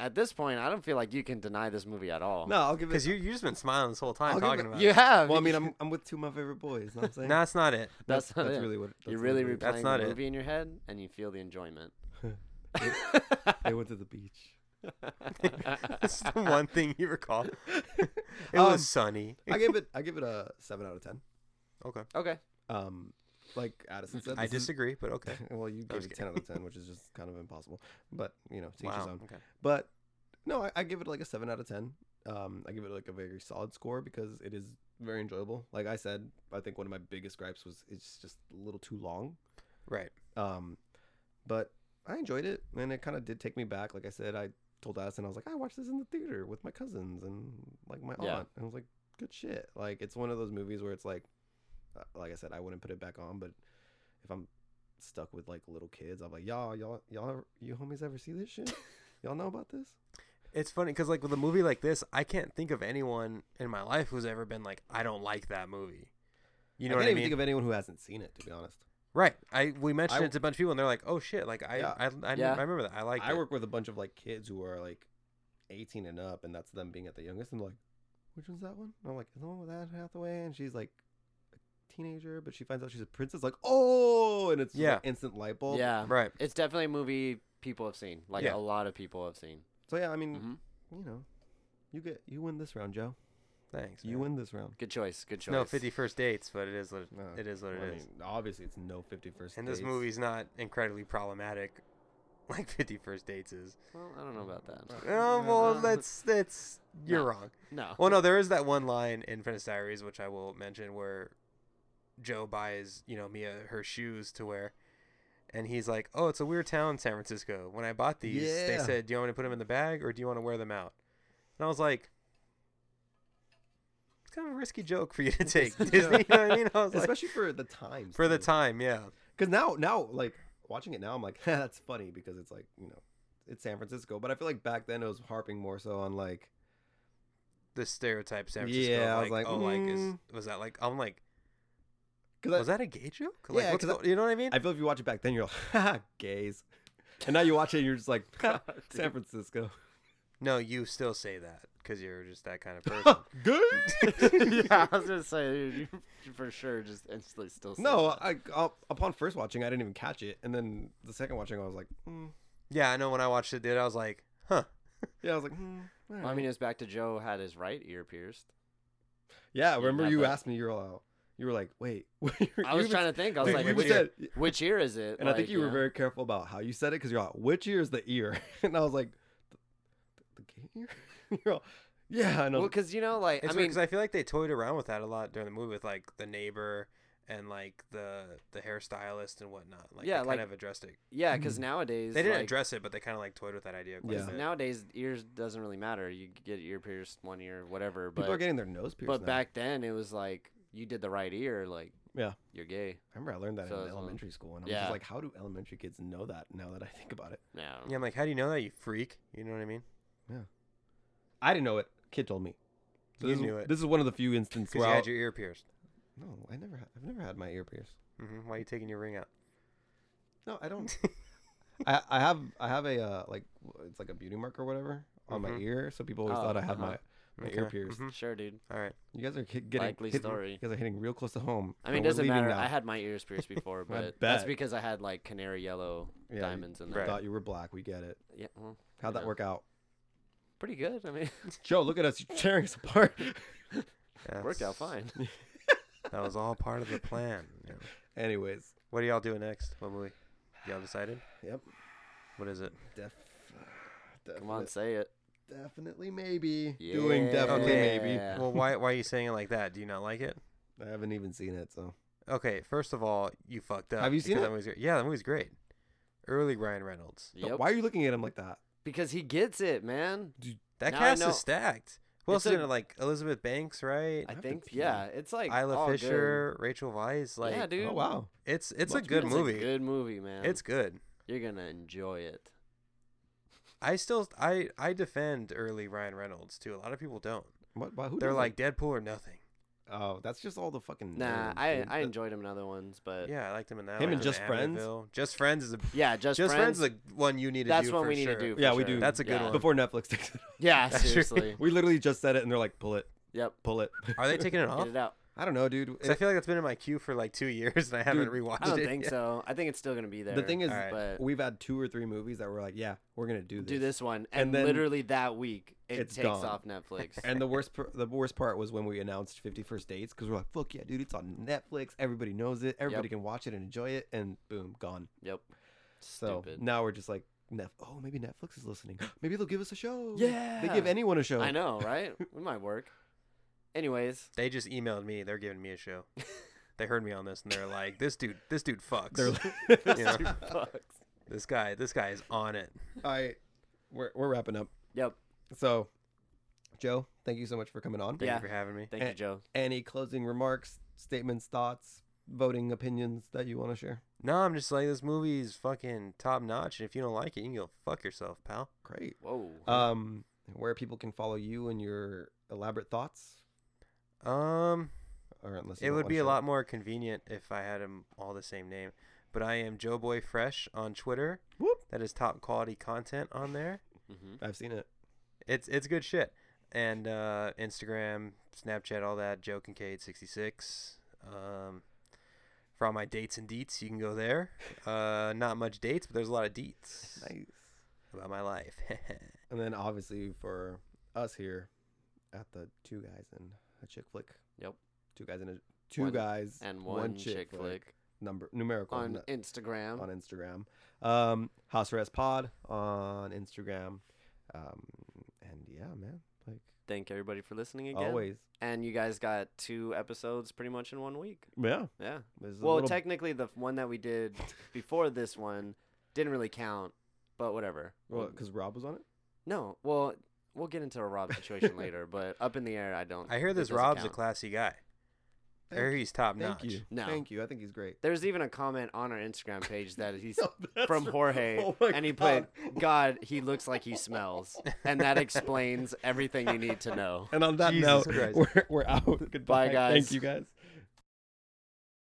[SPEAKER 4] at this point, I don't feel like you can deny this movie at all.
[SPEAKER 1] No, I'll give it
[SPEAKER 3] because you you just been smiling this whole
[SPEAKER 1] I'll
[SPEAKER 3] time
[SPEAKER 1] give
[SPEAKER 3] talking
[SPEAKER 1] it-
[SPEAKER 3] about.
[SPEAKER 4] you
[SPEAKER 3] it.
[SPEAKER 4] have.
[SPEAKER 1] Well, I mean, I'm, I'm with two of my favorite boys. Know what I'm saying?
[SPEAKER 3] No, that's not it.
[SPEAKER 4] That's, not
[SPEAKER 1] that's
[SPEAKER 4] it.
[SPEAKER 1] really what
[SPEAKER 4] You're
[SPEAKER 1] that's
[SPEAKER 4] really
[SPEAKER 1] what it is.
[SPEAKER 3] That's
[SPEAKER 4] replaying
[SPEAKER 3] not it.
[SPEAKER 4] the movie in your head, and you feel the enjoyment.
[SPEAKER 1] They went to the beach.
[SPEAKER 3] That's the one thing you recall. It
[SPEAKER 1] Um,
[SPEAKER 3] was sunny.
[SPEAKER 1] I give it I give it a seven out of ten.
[SPEAKER 3] Okay,
[SPEAKER 4] okay.
[SPEAKER 1] Um, like Addison said,
[SPEAKER 3] I
[SPEAKER 1] this is-
[SPEAKER 3] disagree, but okay.
[SPEAKER 1] well, you gave
[SPEAKER 3] was
[SPEAKER 1] it ten out of ten, which is just kind of impossible. But you know, teach his
[SPEAKER 3] Wow.
[SPEAKER 1] own.
[SPEAKER 3] Okay.
[SPEAKER 1] But no, I, I give it like a seven out of ten. Um, I give it like a very solid score because it is very enjoyable. Like I said, I think one of my biggest gripes was it's just a little too long.
[SPEAKER 3] Right.
[SPEAKER 1] Um, but I enjoyed it, and it kind of did take me back. Like I said, I told Addison, I was like, I watched this in the theater with my cousins and like my aunt,
[SPEAKER 4] Yeah.
[SPEAKER 1] and I was like, good shit. Like it's one of those movies where it's like, uh, like I said, I wouldn't put it back on, but if I'm stuck with like little kids, I'm like, y'all, y'all, y'all, ever- you homies ever see this shit? y'all know about this?
[SPEAKER 3] It's funny because like with a movie like this, I can't think of anyone in my life who's ever been like, I don't like that movie. You know
[SPEAKER 1] I
[SPEAKER 3] what
[SPEAKER 1] can't
[SPEAKER 3] I
[SPEAKER 1] even
[SPEAKER 3] mean?
[SPEAKER 1] think of anyone who hasn't seen it, to be honest.
[SPEAKER 3] right. I we mentioned
[SPEAKER 1] I-
[SPEAKER 3] it to a bunch of people, and they're like, Oh shit! Like I
[SPEAKER 1] Yeah.
[SPEAKER 3] I, I, I
[SPEAKER 4] Yeah.
[SPEAKER 3] remember that. I like. uh,
[SPEAKER 1] I work with a bunch of like kids who are like 18 and up, and that's them being at the youngest. And they're like, which one's that one? And I'm like, the one with Anne Hathaway, and she's like a teenager, but she finds out she's a princess. Like, oh, and it's just, like,
[SPEAKER 3] Yeah.
[SPEAKER 1] instant light bulb.
[SPEAKER 4] yeah,
[SPEAKER 3] Right.
[SPEAKER 4] it's definitely a movie people have seen. Like
[SPEAKER 3] Yeah.
[SPEAKER 4] a lot of people have seen.
[SPEAKER 1] So yeah, I mean,
[SPEAKER 4] Mhm.
[SPEAKER 3] Mm-hmm.
[SPEAKER 1] you know, you get you win this round, Joe.
[SPEAKER 3] Thanks.
[SPEAKER 1] You
[SPEAKER 3] man.
[SPEAKER 1] win this round.
[SPEAKER 4] Good choice. Good choice.
[SPEAKER 3] No, fifty first dates, but it is what
[SPEAKER 1] No,
[SPEAKER 3] it is what it is.
[SPEAKER 1] I mean, obviously, it's no 51st.
[SPEAKER 3] and this
[SPEAKER 1] Oh, Dates.
[SPEAKER 3] movie's not incredibly problematic, like Fifty First Dates is.
[SPEAKER 4] Well, I don't know about that.
[SPEAKER 3] Oh, well,
[SPEAKER 1] Uh,
[SPEAKER 3] that's that's you're
[SPEAKER 4] No.
[SPEAKER 3] wrong.
[SPEAKER 4] No.
[SPEAKER 3] Well, no, there is that one line in Venice Diaries which I will mention where Joe buys you know Mia her shoes to wear, and he's like, "Oh, it's a weird town, San Francisco. When I bought these, they
[SPEAKER 1] Yeah.
[SPEAKER 3] said, do you want me to put them in the bag or do you want to wear them out?'" And I was like. It's kind of a risky joke for you to take,
[SPEAKER 1] risky
[SPEAKER 3] Disney. You know
[SPEAKER 1] joke.
[SPEAKER 3] what I mean? I was like,
[SPEAKER 1] especially for the times.
[SPEAKER 3] for the time, yeah.
[SPEAKER 1] because now now like watching it now, I'm like, that's funny because it's like you know, it's San Francisco, but I feel like back then it was harping more so on like
[SPEAKER 3] the stereotype San Francisco.
[SPEAKER 1] Yeah,
[SPEAKER 3] Yeah,
[SPEAKER 1] I
[SPEAKER 3] like,
[SPEAKER 1] was like,
[SPEAKER 3] oh, like is
[SPEAKER 1] mm.
[SPEAKER 3] was that like I'm like
[SPEAKER 1] because
[SPEAKER 3] was that a gay joke? Like,
[SPEAKER 1] Yeah,
[SPEAKER 3] what's
[SPEAKER 1] 'cause I-
[SPEAKER 3] go- you know what I mean?
[SPEAKER 1] I feel if you watch it back then, you're like, "Ha, gays. And now you watch it and you're just like, "Ha, San Francisco.
[SPEAKER 3] no, you still say that because you're just that kind of person.
[SPEAKER 1] Gay!
[SPEAKER 4] yeah, I was gonna say you for sure just instantly still. say
[SPEAKER 1] No,
[SPEAKER 4] that.
[SPEAKER 1] I, up- upon first watching, I didn't even catch it. And then the second watching, I was like, mm.
[SPEAKER 3] yeah, I know. When I watched it, dude, I was like, huh.
[SPEAKER 1] yeah, I was like, mm, all
[SPEAKER 4] Well, I
[SPEAKER 1] right."
[SPEAKER 4] mean, it's back to Joe had his right ear pierced.
[SPEAKER 1] yeah, remember
[SPEAKER 4] not
[SPEAKER 1] you
[SPEAKER 4] that-
[SPEAKER 1] asked me, you were all, you were like, wait.
[SPEAKER 4] I was trying to think. I was
[SPEAKER 3] dude,
[SPEAKER 4] like,
[SPEAKER 3] you
[SPEAKER 4] which,
[SPEAKER 1] said,
[SPEAKER 4] which ear is it?
[SPEAKER 1] and I think
[SPEAKER 4] Like,
[SPEAKER 1] you were
[SPEAKER 4] know?
[SPEAKER 1] very careful about how you said it because you're like, which ear is the ear? And I was like, the, the gay ear? you're all, yeah, I know.
[SPEAKER 4] well, because you know, like
[SPEAKER 3] It's
[SPEAKER 4] I mean,
[SPEAKER 3] because I feel like they toyed around with that a lot during the movie with like the neighbor and like the the hairstylist and whatnot. Like,
[SPEAKER 4] Yeah,
[SPEAKER 3] they
[SPEAKER 4] like-
[SPEAKER 3] kind of addressed it.
[SPEAKER 4] yeah, because
[SPEAKER 1] Mhm.
[SPEAKER 4] nowadays
[SPEAKER 3] They didn't
[SPEAKER 4] like,
[SPEAKER 3] address it, but they kind of like toyed with that idea. Quite
[SPEAKER 1] Yeah.
[SPEAKER 3] a bit.
[SPEAKER 4] Nowadays, ears doesn't really matter. You get ear pierced one ear, whatever. But
[SPEAKER 1] People are getting their nose pierced.
[SPEAKER 4] but
[SPEAKER 1] now.
[SPEAKER 4] back then, it was like you did the right ear, like
[SPEAKER 1] Yeah.
[SPEAKER 4] you're gay.
[SPEAKER 1] I remember I learned that
[SPEAKER 4] So
[SPEAKER 1] in
[SPEAKER 4] it's, um,
[SPEAKER 1] elementary school, and I'm
[SPEAKER 4] yeah.
[SPEAKER 1] just like, how do elementary kids know that? Now that I think about it,
[SPEAKER 4] No,
[SPEAKER 3] yeah, I'm like, how do you know that you freak? You know what I mean?
[SPEAKER 1] I didn't know it. Kid told me.
[SPEAKER 3] You
[SPEAKER 1] this
[SPEAKER 3] knew
[SPEAKER 1] is,
[SPEAKER 3] it.
[SPEAKER 1] This is one of the few instances
[SPEAKER 3] Because
[SPEAKER 1] where
[SPEAKER 3] you
[SPEAKER 1] I'll-
[SPEAKER 3] had your ear pierced.
[SPEAKER 1] no, I never, ha- I've never had my ear pierced.
[SPEAKER 3] hmm Why are you taking your ring out?
[SPEAKER 1] No, I don't. I, I have, I have a uh, like, w- it's like a beauty mark or whatever on my
[SPEAKER 3] Mhm.
[SPEAKER 1] ear, so people always
[SPEAKER 4] Oh,
[SPEAKER 1] thought I had
[SPEAKER 4] uh-huh.
[SPEAKER 1] my. My ear pierced.
[SPEAKER 3] mhm.
[SPEAKER 4] sure, dude.
[SPEAKER 3] All right.
[SPEAKER 1] You guys are hit, getting
[SPEAKER 4] Likely
[SPEAKER 1] hitting-
[SPEAKER 4] story.
[SPEAKER 1] You guys are hitting real close to home.
[SPEAKER 4] I mean, it
[SPEAKER 1] but we're
[SPEAKER 4] doesn't
[SPEAKER 1] leaving
[SPEAKER 4] matter.
[SPEAKER 1] now.
[SPEAKER 4] I had my ears pierced before,
[SPEAKER 1] I
[SPEAKER 4] but that's
[SPEAKER 1] bet.
[SPEAKER 4] because I had like canary yellow
[SPEAKER 1] Yeah, you-
[SPEAKER 4] diamonds in
[SPEAKER 1] You
[SPEAKER 4] there.
[SPEAKER 3] Right.
[SPEAKER 1] thought you were black. We get it.
[SPEAKER 4] Yeah, well,
[SPEAKER 1] How'd that
[SPEAKER 4] Yeah.
[SPEAKER 1] work out?
[SPEAKER 4] pretty good. I mean,
[SPEAKER 1] Joe, look at us. You're tearing us apart.
[SPEAKER 4] worked out
[SPEAKER 3] That's-
[SPEAKER 4] fine.
[SPEAKER 3] That was all part of the plan. you know.
[SPEAKER 1] Anyways,
[SPEAKER 3] What are y'all doing next? What movie? Y'all decided?
[SPEAKER 1] Yep.
[SPEAKER 3] What is it?
[SPEAKER 1] def.
[SPEAKER 4] Come on, say it.
[SPEAKER 1] Definitely maybe. Doing definitely
[SPEAKER 3] Okay.
[SPEAKER 1] maybe.
[SPEAKER 4] Yeah.
[SPEAKER 3] Well, why why are you saying it like that? Do you not like it?
[SPEAKER 1] I haven't even seen it, so
[SPEAKER 3] Okay, first of all, you fucked up.
[SPEAKER 1] Have you seen
[SPEAKER 3] because
[SPEAKER 1] it?
[SPEAKER 3] That movie's great. Yeah, that movie's great. Early Ryan Reynolds.
[SPEAKER 4] Yep.
[SPEAKER 1] why are you looking at him like that? Oh,
[SPEAKER 4] Because he gets it, man.
[SPEAKER 3] That
[SPEAKER 4] Now I
[SPEAKER 3] cast
[SPEAKER 4] know.
[SPEAKER 3] is stacked. Who else
[SPEAKER 4] It's
[SPEAKER 3] is
[SPEAKER 4] a-
[SPEAKER 3] in it? Like Elizabeth Banks, right?
[SPEAKER 4] I,
[SPEAKER 1] have to
[SPEAKER 4] think,
[SPEAKER 1] pee.
[SPEAKER 4] yeah, it's like all
[SPEAKER 3] Isla
[SPEAKER 4] good.
[SPEAKER 3] Fisher, Rachel Weisz. Like
[SPEAKER 4] yeah, dude.
[SPEAKER 1] Oh wow.
[SPEAKER 3] it's it's a
[SPEAKER 1] Must be
[SPEAKER 3] good
[SPEAKER 4] It's
[SPEAKER 3] movie.
[SPEAKER 4] a good movie, man.
[SPEAKER 3] It's good.
[SPEAKER 4] you're gonna enjoy it.
[SPEAKER 3] I still I I defend early Ryan Reynolds too. A lot of people don't.
[SPEAKER 1] What? Why, who
[SPEAKER 3] They're
[SPEAKER 1] doesn't?
[SPEAKER 3] like Deadpool or nothing.
[SPEAKER 1] oh, that's just all the fucking.
[SPEAKER 4] Nah,
[SPEAKER 1] names,
[SPEAKER 4] I
[SPEAKER 1] dude.
[SPEAKER 4] I
[SPEAKER 1] That-
[SPEAKER 4] enjoyed him in other ones, but yeah,
[SPEAKER 3] Yeah, I liked him in that.
[SPEAKER 1] Him and
[SPEAKER 3] I liked
[SPEAKER 1] Just
[SPEAKER 3] in
[SPEAKER 1] Friends?
[SPEAKER 3] Amityville. Just Friends is a
[SPEAKER 4] just,
[SPEAKER 3] Just
[SPEAKER 4] friends.
[SPEAKER 3] Friends, is the one you need to
[SPEAKER 4] that's
[SPEAKER 3] do.
[SPEAKER 4] what
[SPEAKER 3] for
[SPEAKER 4] we need
[SPEAKER 3] sure.
[SPEAKER 4] to do. for
[SPEAKER 1] Yeah, we
[SPEAKER 4] sure.
[SPEAKER 1] do.
[SPEAKER 3] That's a good
[SPEAKER 4] Yeah.
[SPEAKER 3] one.
[SPEAKER 1] Before Netflix takes it,
[SPEAKER 4] Yeah,
[SPEAKER 3] That's true.
[SPEAKER 4] seriously.
[SPEAKER 1] we literally just said it, and they're like, "Pull it,
[SPEAKER 4] yep.
[SPEAKER 1] pull it."
[SPEAKER 3] Are they taking it off?
[SPEAKER 4] Get it out.
[SPEAKER 1] I don't know, dude.
[SPEAKER 3] 'Cause I feel like that's been in my queue for like two years and I haven't rewatched
[SPEAKER 4] I don't
[SPEAKER 3] it.
[SPEAKER 4] think
[SPEAKER 3] yet.
[SPEAKER 4] so. I think it's still gonna be there.
[SPEAKER 1] the thing is,
[SPEAKER 3] Alright.
[SPEAKER 4] but
[SPEAKER 1] we've had two or three movies that were like, "Yeah, we're gonna do this."
[SPEAKER 4] do this one, and,
[SPEAKER 1] then
[SPEAKER 4] literally that week it
[SPEAKER 1] it's
[SPEAKER 4] takes
[SPEAKER 1] gone.
[SPEAKER 4] off Netflix.
[SPEAKER 1] And the worst, per- the worst part was when we announced Fifty First Dates because we're like, "Fuck yeah, dude! It's on Netflix. Everybody knows it. Everybody can watch it and enjoy it." And boom, gone.
[SPEAKER 4] yep.
[SPEAKER 1] So
[SPEAKER 4] Stupid.
[SPEAKER 1] now we're just like, Nef- oh, maybe Netflix is listening. maybe they'll give us a show.
[SPEAKER 4] Yeah.
[SPEAKER 1] They give anyone a show.
[SPEAKER 4] I know, right? we might work. Anyways,
[SPEAKER 3] They just emailed me. They're giving me a show. They heard me on this and they're like, "This dude, this dude fucks.
[SPEAKER 1] They're
[SPEAKER 4] this
[SPEAKER 3] Yeah.
[SPEAKER 4] dude fucks.
[SPEAKER 3] this guy, this guy is on it."
[SPEAKER 1] All right. We're, we're wrapping up.
[SPEAKER 4] Yep.
[SPEAKER 1] So, Joe, thank you so much for coming on.
[SPEAKER 3] Thank
[SPEAKER 4] Yeah.
[SPEAKER 3] you for having me.
[SPEAKER 4] Thank you,
[SPEAKER 1] And-
[SPEAKER 4] Joe.
[SPEAKER 1] Any closing remarks, statements, thoughts, voting opinions that you want to share?
[SPEAKER 3] No, I'm just like this movie is fucking top notch, and if you don't like it, you can go fuck yourself, pal.
[SPEAKER 1] Great.
[SPEAKER 4] Whoa.
[SPEAKER 1] Um, where people can follow you and your elaborate thoughts?
[SPEAKER 3] Um,
[SPEAKER 1] Or unless you
[SPEAKER 3] it
[SPEAKER 1] don't
[SPEAKER 3] would
[SPEAKER 1] wanna
[SPEAKER 3] be a
[SPEAKER 1] share.
[SPEAKER 3] lot more convenient if I had them all the same name. But I am Joe Boy Fresh on Twitter.
[SPEAKER 1] Whoop.
[SPEAKER 3] That is top quality content on there.
[SPEAKER 4] Mm-hmm.
[SPEAKER 1] I've seen it.
[SPEAKER 3] It's it's good shit. And uh, Instagram, Snapchat, all that. Joe Kincaid sixty six. Um, for all my dates and deets, you can go there. Uh, not much dates, but there's a lot of deets
[SPEAKER 1] Nice.
[SPEAKER 3] about my life.
[SPEAKER 1] And then obviously for us here at the two guys and a chick flick.
[SPEAKER 4] Yep.
[SPEAKER 1] Two guys and a two
[SPEAKER 4] One-
[SPEAKER 1] guys
[SPEAKER 4] And one, chick, flick,
[SPEAKER 1] number numerical
[SPEAKER 4] on
[SPEAKER 1] n-
[SPEAKER 4] Instagram.
[SPEAKER 1] on Instagram. Um, House Arrest Pod on Instagram. Um, and yeah, man, like
[SPEAKER 4] Thank everybody for listening again.
[SPEAKER 1] always.
[SPEAKER 4] And you guys got two episodes pretty much in one week.
[SPEAKER 1] Yeah.
[SPEAKER 4] Yeah.
[SPEAKER 1] There's a
[SPEAKER 4] Well,
[SPEAKER 1] little-
[SPEAKER 4] technically, the one that we did before this one didn't really count, but whatever.
[SPEAKER 1] well, because Rob was on it.
[SPEAKER 4] No, well, we'll get into a Rob situation later, but up in the air, I don't.
[SPEAKER 3] I hear
[SPEAKER 4] it
[SPEAKER 3] this
[SPEAKER 4] doesn't
[SPEAKER 3] Rob's
[SPEAKER 4] count.
[SPEAKER 3] a classy guy. I
[SPEAKER 1] Thank
[SPEAKER 3] hear he's top
[SPEAKER 1] Thank
[SPEAKER 3] notch.
[SPEAKER 1] you.
[SPEAKER 4] No.
[SPEAKER 1] Thank you. I think he's great.
[SPEAKER 4] There's even a comment on our Instagram page that he's
[SPEAKER 1] No, that's
[SPEAKER 4] from
[SPEAKER 1] r-
[SPEAKER 4] Jorge,
[SPEAKER 1] oh my
[SPEAKER 4] and he
[SPEAKER 1] God.
[SPEAKER 4] put, "God, he looks like he smells," and that explains everything you need to know.
[SPEAKER 1] And on that
[SPEAKER 3] Jesus
[SPEAKER 1] note,
[SPEAKER 3] Christ.
[SPEAKER 1] we're, we're out. Goodbye,
[SPEAKER 4] guys.
[SPEAKER 1] Thank you, guys.